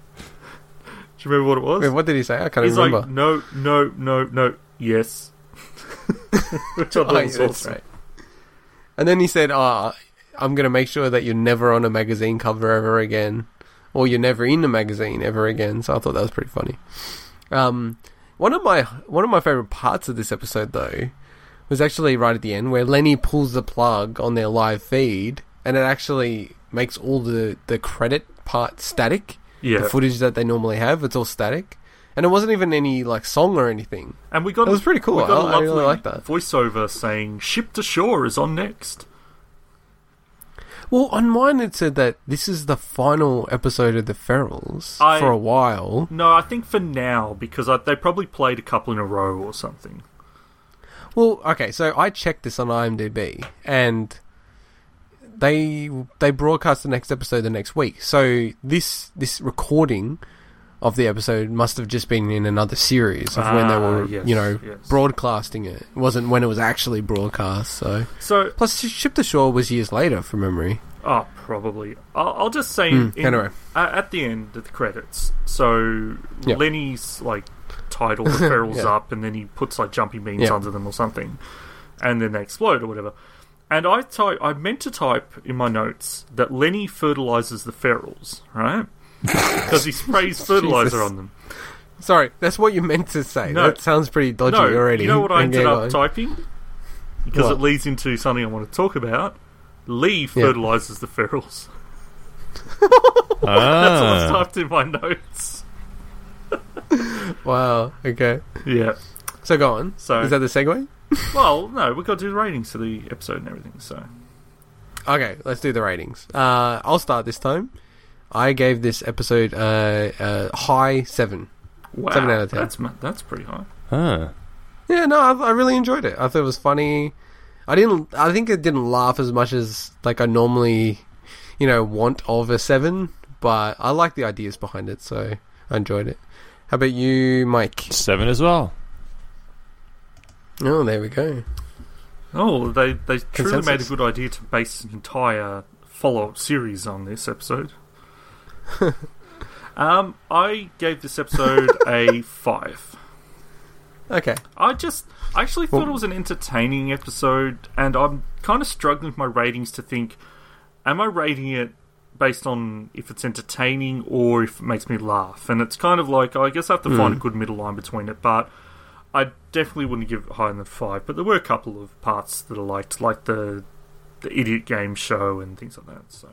Speaker 4: Do you remember what it was?
Speaker 3: wait, what did he say? I can't
Speaker 4: He's
Speaker 3: remember.
Speaker 4: like, no, no, no, no, yes. Which I
Speaker 3: Oh,
Speaker 4: thought
Speaker 3: yeah,
Speaker 4: was
Speaker 3: that's
Speaker 4: awesome.
Speaker 3: right. And then he said, "Ah, I'm going to make sure that you're never on a magazine cover ever again, or you're never in a magazine ever again." So I thought that was pretty funny. Um, one of my one of my favorite parts of this episode, though, was actually right at the end where Lenny pulls the plug on their live feed, and it actually makes all the the credit part static.
Speaker 4: Yeah.
Speaker 3: The footage that they normally have, it's all static, and it wasn't even any like song or anything.
Speaker 4: and we got
Speaker 3: That was pretty cool.
Speaker 4: We got a
Speaker 3: I- I
Speaker 4: lovely
Speaker 3: really like that.
Speaker 4: voiceover saying "Ship to Shore" is on next.
Speaker 3: Well, on mine it said that this is the final episode of the Ferals
Speaker 4: I-
Speaker 3: for a while.
Speaker 4: No, I think for now because I, they probably played a couple in a row or something.
Speaker 3: Well, okay, so I checked this on IMDb, and they they broadcast the next episode the next week. So this this recording of the episode must have just been in another series of when they
Speaker 4: Ah,
Speaker 3: were,
Speaker 4: yes,
Speaker 3: you know,
Speaker 4: yes.
Speaker 3: broadcasting it. It wasn't when it was actually broadcast. So
Speaker 4: So,
Speaker 3: plus, Ship to Shore was years later from memory.
Speaker 4: oh, probably. I'll, I'll just say
Speaker 3: Hmm,
Speaker 4: in-
Speaker 3: anyway.
Speaker 4: a- at the end of the credits. So
Speaker 3: Yeah.
Speaker 4: Lenny's like title barrels
Speaker 3: Yeah.
Speaker 4: up, and then he puts like jumpy beans
Speaker 3: Yeah.
Speaker 4: under them or something, and then they explode or whatever. And I type, I meant to type in my notes that Lenny fertilizes the ferals, right? Because he sprays fertilizer
Speaker 3: Jesus.
Speaker 4: on them.
Speaker 3: Sorry, that's what you meant to say.
Speaker 4: No.
Speaker 3: that sounds pretty dodgy
Speaker 4: no,
Speaker 3: already.
Speaker 4: you know what I ended
Speaker 3: Okay,
Speaker 4: up
Speaker 3: like-
Speaker 4: typing because
Speaker 3: What?
Speaker 4: it leads into something I want to talk about. Lee
Speaker 3: Yeah.
Speaker 4: fertilizes the ferals. That's what I
Speaker 5: Ah.
Speaker 4: typed in my notes.
Speaker 3: Wow. Okay.
Speaker 4: Yeah.
Speaker 3: So go on.
Speaker 4: So-
Speaker 3: is that the segue?
Speaker 4: Well, no, we've got to do the ratings for the episode and everything, so.
Speaker 3: Okay, let's do the ratings. Uh, I'll start this time. I gave this episode a, a high seven.
Speaker 4: Wow.
Speaker 3: Seven out of ten.
Speaker 4: That's, ma- that's pretty high.
Speaker 5: Huh.
Speaker 3: Yeah, no, I, I really enjoyed it. I thought it was funny. I didn't. I think it didn't laugh as much as like I normally, you know, want of a seven. But I like the ideas behind it, so I enjoyed it. How about you, Mike?
Speaker 5: Seven as well.
Speaker 3: Oh, there we go.
Speaker 4: Oh, they, they truly made a
Speaker 3: Consensus.
Speaker 4: good idea to base an entire follow up series on this episode. um, I gave this episode a 5.
Speaker 3: Okay.
Speaker 4: I just I actually thought
Speaker 3: Well-
Speaker 4: it was an entertaining episode, and I'm kind of struggling with my ratings to think: am I rating it based on if it's entertaining or if it makes me laugh? And it's kind of like I guess I have to find a good middle line between it. But I definitely wouldn't give it higher than five. But there were a couple of parts that I liked, like the the idiot game show and things like that. So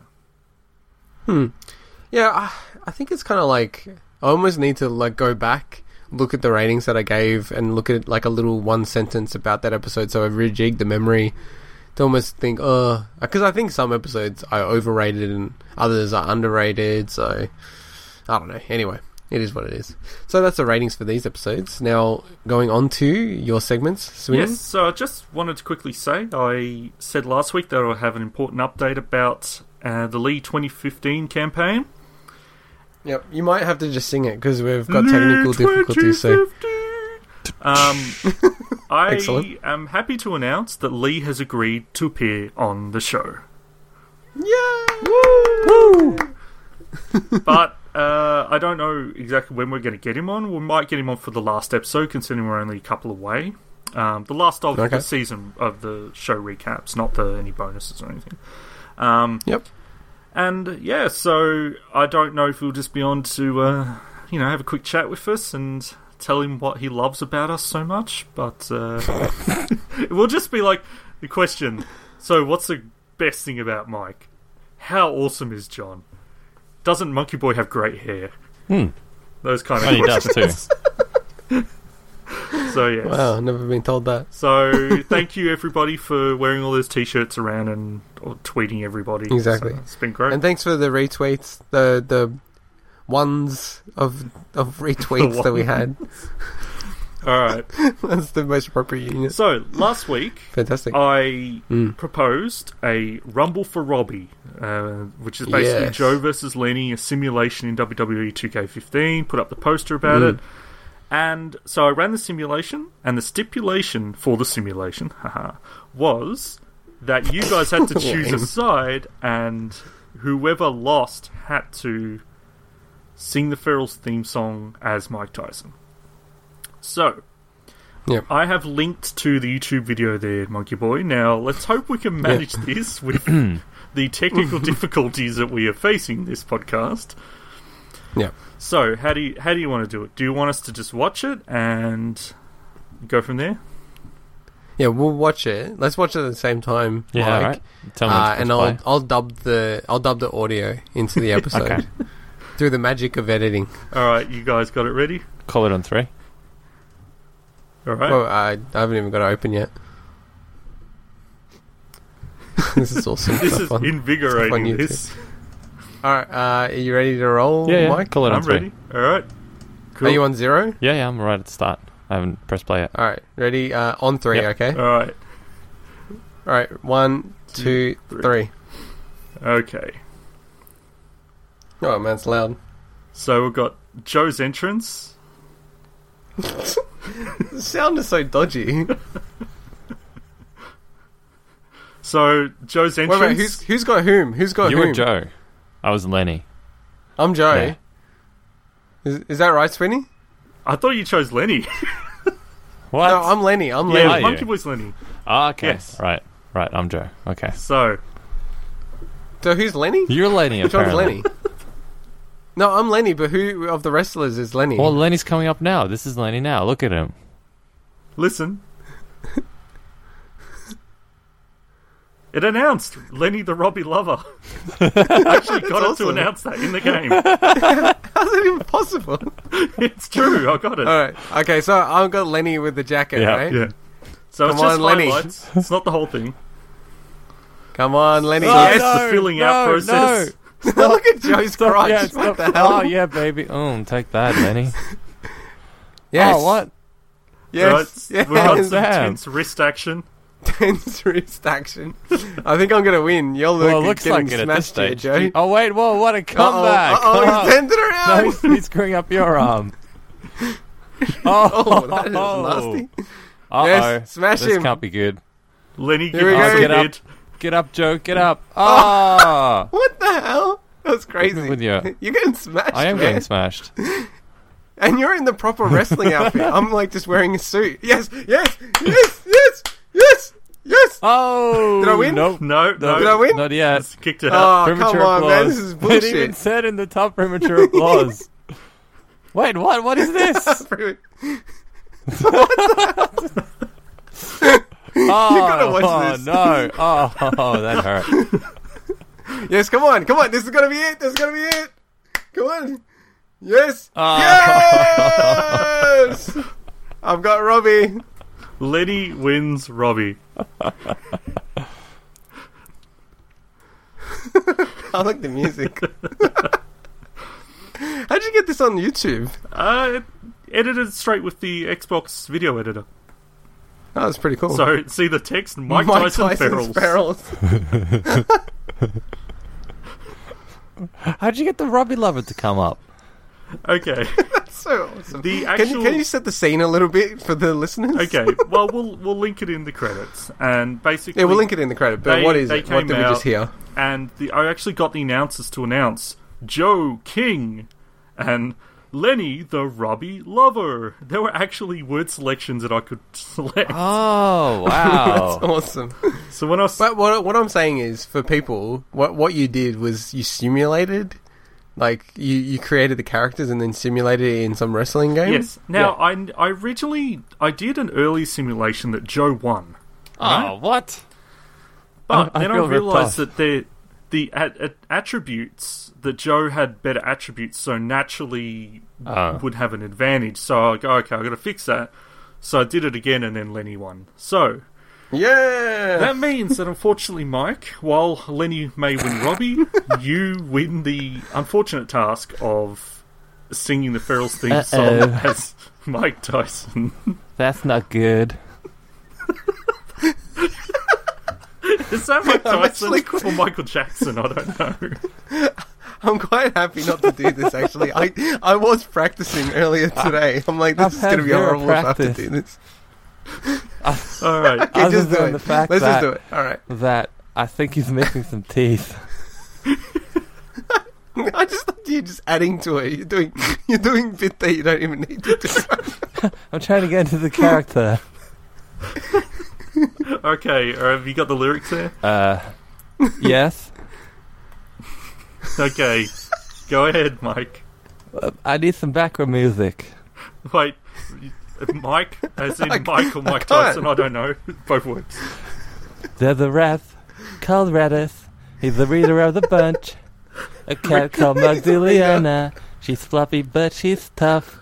Speaker 3: Yeah, I, I think it's kind of like I almost need to like go back, look at the ratings that I gave, and look at like a little one sentence about that episode. So I rejigged the memory to almost think, oh, because I think some episodes I overrated and others are underrated. So I don't know. Anyway, it is what it is. So that's the ratings for these episodes. Now going on to your segments, Sweden.
Speaker 4: Yes, so I just wanted to quickly say I said last week that I'll have an important update about uh, the Lee 2015 campaign.
Speaker 3: Yep. You might have to just sing it because we've got technical difficulties. So
Speaker 4: 2015. Um, I
Speaker 3: Excellent.
Speaker 4: am happy to announce that Lee has agreed to appear on the show.
Speaker 3: Woo!
Speaker 4: But uh, I don't know exactly when we're going to get him on. We might get him on for the last episode, considering we're only a couple away. Um, the last of
Speaker 3: Okay.
Speaker 4: the season of the show recaps, not the any bonuses or anything. Um,
Speaker 3: Yep.
Speaker 4: And yeah, so I don't know if he'll just be on to, uh, you know, have a quick chat with us and tell him what he loves about us so much, but uh, it will just be like the question so, what's the best thing about Mike? How awesome is John? Doesn't Monkey Boy have great hair?
Speaker 5: Hmm.
Speaker 4: Those kind of
Speaker 5: And he does
Speaker 4: questions.
Speaker 5: too.
Speaker 4: So, yes.
Speaker 3: Wow, never been told that.
Speaker 4: So, thank you everybody for wearing all those t shirts around and or tweeting everybody. So
Speaker 3: Exactly.
Speaker 4: it's been great.
Speaker 3: And thanks for the retweets, the the ones of of retweets that we had.
Speaker 4: all right.
Speaker 3: That's the most appropriate unit.
Speaker 4: So, last week.
Speaker 3: Fantastic.
Speaker 5: Oh.
Speaker 4: I
Speaker 3: Mm.
Speaker 4: proposed a Rumble for Robbie, uh, which is basically
Speaker 3: Yes.
Speaker 4: Joe versus Lenny, a simulation in E WWE 2K15. Put up the poster about
Speaker 3: Mm.
Speaker 4: it, and so I ran the simulation, and the stipulation for the simulation haha, was that you guys had to choose a
Speaker 3: Lame.
Speaker 4: side, and whoever lost had to sing the Ferals theme song as Mike Tyson. So.
Speaker 3: Yep.
Speaker 4: I have linked to the YouTube video there, Monkey Boy. Now, let's hope we can manage this with the technical difficulties that we are facing this podcast.
Speaker 3: yeah.
Speaker 4: So, how do you how do you want to do it? Do you want us to just watch it and go from there?
Speaker 3: Yeah, we'll watch it. Let's watch it at the same time.
Speaker 5: Yeah,
Speaker 3: Mike.
Speaker 5: alright. Tell me
Speaker 3: Uh,
Speaker 5: what to
Speaker 3: and
Speaker 5: play.
Speaker 3: I'll I'll dub the I'll dub the audio into the episode
Speaker 5: Okay.
Speaker 3: through the magic of editing.
Speaker 4: All right, you guys got it ready?
Speaker 5: Call it on three.
Speaker 4: All right.
Speaker 3: Well, I, I haven't even got it open yet. this is awesome. stuff
Speaker 4: this is
Speaker 3: on- stuff on
Speaker 4: invigorating.
Speaker 3: YouTube.
Speaker 4: This
Speaker 3: All right, uh, are you ready to roll,
Speaker 5: Yeah, yeah.
Speaker 3: Mike?
Speaker 5: Call it on
Speaker 4: I'm
Speaker 5: three.
Speaker 4: ready. All right. Cool.
Speaker 3: Are you on zero?
Speaker 5: Yeah, yeah. I'm right at the start. I haven't pressed play yet.
Speaker 3: All right, ready? Uh, on three,
Speaker 5: Yep.
Speaker 3: okay?
Speaker 4: All right.
Speaker 3: All right, one, two, three.
Speaker 4: Okay.
Speaker 3: Oh man, it's loud.
Speaker 4: So we've got Joe's entrance.
Speaker 3: The sound is so dodgy. Wait,
Speaker 4: So Joe's entrance.
Speaker 3: wait, who's who's got whom? Who's got
Speaker 5: You
Speaker 3: whom?
Speaker 5: were Joe. I was Lenny.
Speaker 3: I'm Joe.
Speaker 5: Yeah.
Speaker 3: Is, is that right, Swinny?
Speaker 4: I thought you chose Lenny.
Speaker 5: What?
Speaker 3: No, I'm Lenny. I'm
Speaker 4: yeah,
Speaker 5: are
Speaker 3: Lenny.
Speaker 5: you?
Speaker 4: Monkey Boy's Lenny.
Speaker 5: Ah, okay.
Speaker 4: Yes.
Speaker 5: Right. Right. I'm Joe. Okay.
Speaker 4: So
Speaker 3: So who's Lenny?
Speaker 5: You're Lenny.
Speaker 3: Which one's
Speaker 5: apparently.
Speaker 3: Lenny? no, I'm Lenny. But who of the wrestlers is Lenny?
Speaker 5: Well, Lenny's coming up now. This is Lenny now. Look at him.
Speaker 4: listen. It announced Lenny the Robbie Lover. Actually, got it
Speaker 3: awesome.
Speaker 4: to announce that in the game.
Speaker 3: How's it even possible?
Speaker 4: It's true. I got it.
Speaker 3: All right. Okay, so I've got Lenny with the jacket,
Speaker 5: Yeah,
Speaker 3: right?
Speaker 4: Yeah. So it's
Speaker 3: Come on,
Speaker 4: just
Speaker 3: Lenny.
Speaker 4: highlights. It's not the whole thing.
Speaker 3: Come on, Lenny.
Speaker 5: Oh,
Speaker 3: yes.
Speaker 4: yes,
Speaker 5: no,
Speaker 4: the filling out
Speaker 5: no,
Speaker 4: process.
Speaker 5: no.
Speaker 3: Look at Joe's crotch.
Speaker 5: yeah,
Speaker 3: what the hell?
Speaker 5: Oh yeah, baby. Oh, take that, Lenny.
Speaker 3: Yes.
Speaker 5: Oh, what?
Speaker 3: Yes.
Speaker 4: Right? We've got
Speaker 3: yes.
Speaker 4: some
Speaker 5: Damn.
Speaker 4: tense wrist action.
Speaker 3: Tense wrist action. I think I'm gonna win. You're
Speaker 5: Well, it
Speaker 3: looking
Speaker 5: looks
Speaker 3: getting
Speaker 5: like it at this
Speaker 3: smashed here,
Speaker 5: stage.
Speaker 3: Joe.
Speaker 5: Oh wait, whoa, what a comeback!
Speaker 3: oh,
Speaker 5: Come on.
Speaker 3: he's turned it around.
Speaker 5: No, he's, he's screwing up your arm. Oh,
Speaker 3: Oh, that is nasty.
Speaker 5: Uh-oh.
Speaker 3: Yes, smash
Speaker 5: this
Speaker 3: him.
Speaker 5: can't be good.
Speaker 4: Lenny
Speaker 3: we
Speaker 4: gives us
Speaker 3: go.
Speaker 4: a
Speaker 5: Get up.
Speaker 4: bid.
Speaker 5: Get up, Joe. Get up.
Speaker 3: Oh.
Speaker 5: Ah,
Speaker 3: What the hell? That's crazy.
Speaker 5: with you.
Speaker 3: You're getting smashed.
Speaker 5: I am
Speaker 3: man.
Speaker 5: getting smashed.
Speaker 3: And you're in the proper wrestling outfit. I'm like just wearing a suit. Yes, yes, yes, yes, yes, yes.
Speaker 5: Oh,
Speaker 3: Did I win?
Speaker 5: Nope.
Speaker 4: No, no.
Speaker 3: Did I win?
Speaker 5: Not yet.
Speaker 4: It's kicked it out.
Speaker 3: Oh, come on, man. This is
Speaker 5: It even
Speaker 3: bullshit.
Speaker 5: said in the top premature applause. Wait, what? What is this? Oh,
Speaker 3: gotta watch
Speaker 5: oh,
Speaker 3: this.
Speaker 5: no. Oh, that hurt.
Speaker 3: yes, come on, come on. This is gonna be it. This is gonna be it. Come on. Yes.
Speaker 5: Oh.
Speaker 3: Yes. I've got Robbie. Oh.
Speaker 4: Lenny wins Robbie.
Speaker 3: I like the music. How'd you get this on YouTube?
Speaker 4: Uh, it edited straight with the Xbox video editor.
Speaker 3: That was Oh, pretty cool.
Speaker 4: So see the text Mike, Tyson ferals.
Speaker 5: How'd you get the Robbie Lover to come up?
Speaker 4: Okay.
Speaker 3: So awesome.
Speaker 4: The
Speaker 3: Can
Speaker 4: actual
Speaker 3: you, can you set the scene a little bit for the listeners?
Speaker 4: Okay. Well, we'll we'll link it in the credits and basically
Speaker 3: Yeah, we'll link it in the credit. But
Speaker 4: They-
Speaker 3: what is
Speaker 4: they
Speaker 3: it? What
Speaker 4: came
Speaker 3: did we
Speaker 4: out-
Speaker 3: just hear?
Speaker 4: and the, I actually got the announcers to announce Joe King and Lenny the Robbie Lover. There were actually word selections that I could select.
Speaker 5: Oh, wow.
Speaker 3: Awesome.
Speaker 4: So when I was,
Speaker 3: But what what I'm saying is, for people, what what you did was you simulated, like you you created the characters and then simulated it in some wrestling game.
Speaker 4: yes, now I I originally I did an early simulation that Joe won,
Speaker 5: oh, what?
Speaker 4: but
Speaker 5: I- I
Speaker 4: then I,
Speaker 5: feel ripped
Speaker 4: realized
Speaker 5: off.
Speaker 4: that the the at, at attributes that Joe had better attributes, so naturally
Speaker 5: Oh.
Speaker 4: would have an advantage. So I go, okay, I got to fix that. So I did it again, and then Lenny won. So
Speaker 3: Yeah.
Speaker 4: That means that unfortunately, Mike, while Lenny may win Robbie, you win the unfortunate task of singing the Ferals theme song
Speaker 5: Uh-oh.
Speaker 4: as Mike Tyson.
Speaker 5: That's not good.
Speaker 4: Is that Mike
Speaker 3: I'm
Speaker 4: Tyson
Speaker 3: actually qu-
Speaker 4: or Michael Jackson? I don't know.
Speaker 3: I'm quite happy not to do this. Actually, I I was practicing earlier today. I'm like, this
Speaker 5: I've
Speaker 3: is
Speaker 5: had
Speaker 3: gonna be
Speaker 5: zero
Speaker 3: horrible if I have
Speaker 5: practice.
Speaker 3: to do this.
Speaker 4: All right.
Speaker 3: Okay,
Speaker 5: Other
Speaker 3: just do
Speaker 5: than
Speaker 3: it.
Speaker 5: the fact
Speaker 3: Let's
Speaker 5: that-
Speaker 3: just do it. All right.
Speaker 5: That I think he's missing some teeth.
Speaker 3: I just thought you're just adding to it. You're doing you're doing bit that you don't even need to do.
Speaker 5: I'm trying to get into the character.
Speaker 4: Okay. uh, have you got the lyrics there?
Speaker 5: Uh, yes.
Speaker 4: Okay. Go ahead, Mike.
Speaker 5: Uh, I need some background music.
Speaker 4: Wait. Mike, as in
Speaker 3: I-
Speaker 4: Mike or Mike
Speaker 3: can't.
Speaker 4: Tyson, I don't know. Both words.
Speaker 5: There's a wrath called Radis. He's the reader of the bunch. A cat called Magdalena. She's fluffy, but she's tough.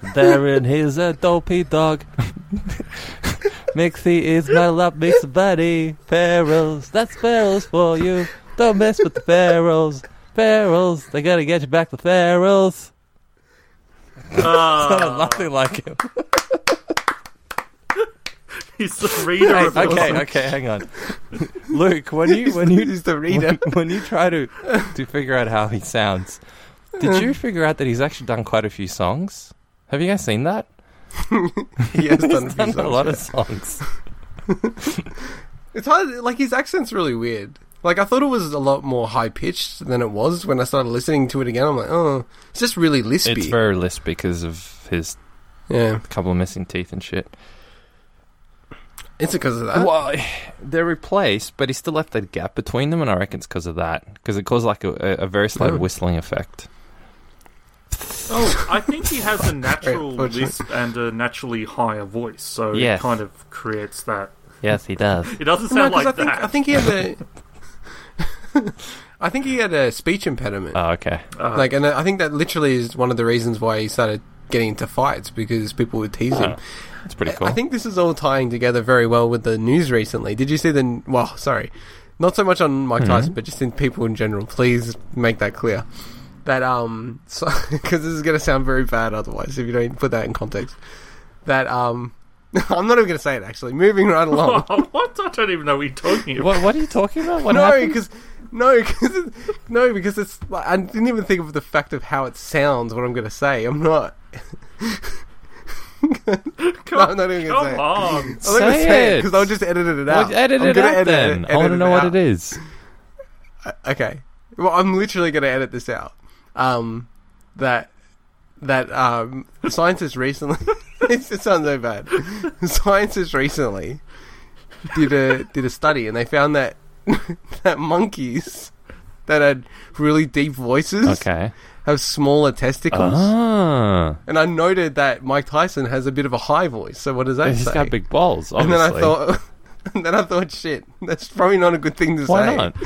Speaker 5: Darren, he's a dopey dog. Mixie is my love mix buddy. Pharaohs, that's Pharaohs for you. Don't mess with the Pharaohs. Pharaohs, they gotta get you back the Pharaohs.
Speaker 4: Ah,
Speaker 5: Nothing like him.
Speaker 4: he's the reader of the
Speaker 5: okay, okay, hang on. Luke, when you when you
Speaker 3: He's the reader.
Speaker 5: when you try to to figure out how he sounds, Did
Speaker 3: Hmm.
Speaker 5: you figure out that he's actually done quite a few songs? Have you guys seen that?
Speaker 3: He has done, a, few
Speaker 5: Done a
Speaker 3: songs,
Speaker 5: lot
Speaker 3: yeah.
Speaker 5: of songs.
Speaker 3: It's hard. Like his accent's really weird. Like I thought it was a lot more high pitched than it was when I started listening to it again. I'm like, oh, it's just really lispy.
Speaker 5: It's very lispy because of his
Speaker 3: yeah,
Speaker 5: couple of missing teeth and shit.
Speaker 3: it's because of that.
Speaker 5: well, they're replaced, but he still left that gap between them, and I reckon it's because of that. Because it caused like a, a a very slight
Speaker 3: Yeah.
Speaker 5: whistling effect.
Speaker 4: Oh, I think he has a natural
Speaker 3: unfortunate.
Speaker 4: lisp and a naturally higher voice, so
Speaker 5: Yes.
Speaker 4: it kind of creates that.
Speaker 5: Yes, he does.
Speaker 4: It doesn't
Speaker 3: No,
Speaker 4: sound
Speaker 3: 'cause
Speaker 4: like
Speaker 3: I think
Speaker 4: that.
Speaker 3: I think he had a. I think he had a speech impediment.
Speaker 4: Uh-huh.
Speaker 5: oh, okay.
Speaker 4: Uh,
Speaker 3: like, and I think that literally is one of the reasons why he started getting into fights because people would tease him.
Speaker 5: That's pretty cool.
Speaker 3: I think this is all tying together very well with the news recently. Did you see the? Well, sorry, not so much on
Speaker 5: Mm-hmm.
Speaker 3: Mike Tyson, but just in people in general. Please make that clear. That um, because this is going to sound very bad otherwise if you don't put that in context. That um, I'm not even going to say it actually. Moving right along.
Speaker 4: what? I don't even know what you're talking about.
Speaker 5: what, what are you talking about? What
Speaker 3: no,
Speaker 5: happened?
Speaker 3: because no, because no, because it's. Like, I didn't even think of the fact of how it sounds. What I'm going to say, I'm not.
Speaker 4: Come,
Speaker 3: I'm not even gonna say
Speaker 4: come
Speaker 3: it.
Speaker 4: on.
Speaker 3: I'm not gonna
Speaker 5: Say
Speaker 3: say
Speaker 5: it.
Speaker 3: because I'll just edit it out.
Speaker 5: Well, edit
Speaker 3: I'm
Speaker 5: it
Speaker 3: gonna
Speaker 5: out
Speaker 3: edit
Speaker 5: then. I want
Speaker 3: edit
Speaker 5: to know what
Speaker 3: out.
Speaker 5: it is.
Speaker 3: Uh, okay. Well, I'm literally going to edit this out. Um, that that um, scientists recently. it sounds so bad. Scientists recently did a did a study, and they found that that monkeys that had really deep voices
Speaker 5: Okay.
Speaker 3: have smaller testicles.
Speaker 5: Ah.
Speaker 3: And I noted that Mike Tyson has a bit of a high voice. So what does that
Speaker 5: He's
Speaker 3: say?
Speaker 5: got big balls,
Speaker 3: and then I
Speaker 5: obviously.
Speaker 3: thought. And then I thought, shit, that's probably not a good thing to
Speaker 5: Why
Speaker 3: say.
Speaker 5: not?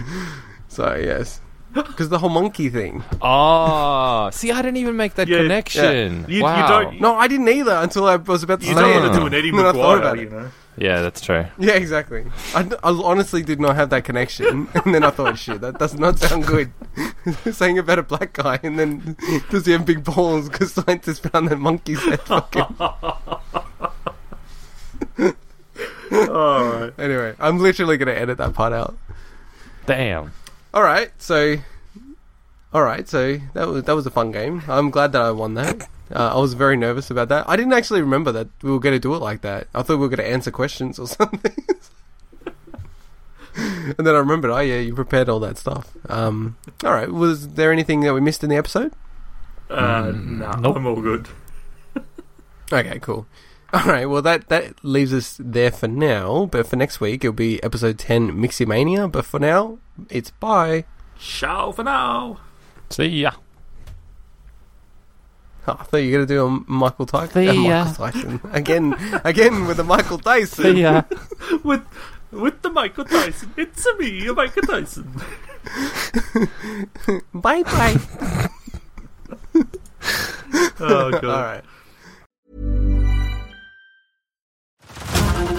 Speaker 3: So yes, because the whole monkey thing.
Speaker 5: Oh, see, I didn't even make that
Speaker 4: Yeah, yeah.
Speaker 5: connection.
Speaker 4: You- you
Speaker 5: wow.
Speaker 4: don't-
Speaker 3: No, I didn't either until I was about to
Speaker 4: You
Speaker 3: say
Speaker 4: don't
Speaker 3: it.
Speaker 4: want to do an Eddie
Speaker 3: Then I thought
Speaker 4: McGuire,
Speaker 3: about
Speaker 4: you
Speaker 3: it.
Speaker 4: know?
Speaker 5: yeah, that's true.
Speaker 3: Yeah, exactly. I, d- I honestly did not have that connection, and then I thought, shit, that does not sound good. Saying about a black guy, and then does he have big balls? Because scientists found that monkeys had fucking.
Speaker 4: Alright.
Speaker 3: anyway, I'm literally going to edit that part out.
Speaker 5: Damn.
Speaker 3: All right, so. All right, so that was that was a fun game. I'm glad that I won that. Uh, I was very nervous about that. I didn't actually remember that we were going to do it like that. I thought we were going to answer questions or something. and then I remembered, oh yeah, you prepared all that stuff. Um, all right, was there anything that we missed in the episode?
Speaker 4: Uh, nah,
Speaker 5: Mm, nope.
Speaker 4: I'm all good.
Speaker 3: Okay, cool. All right, well that that leaves us there for now. But for next week, it'll be episode ten, Miximania. But for now, it's bye.
Speaker 4: Ciao for now.
Speaker 5: See ya.
Speaker 3: Oh, I thought you were going to do a Michael Tyson.
Speaker 5: See
Speaker 3: uh,
Speaker 5: ya.
Speaker 3: Michael Tyson. Again, again with a Michael Tyson.
Speaker 5: See ya.
Speaker 4: With with the Michael Tyson. It's a me, a Michael Tyson.
Speaker 3: Bye bye.
Speaker 4: Oh god.
Speaker 3: All right.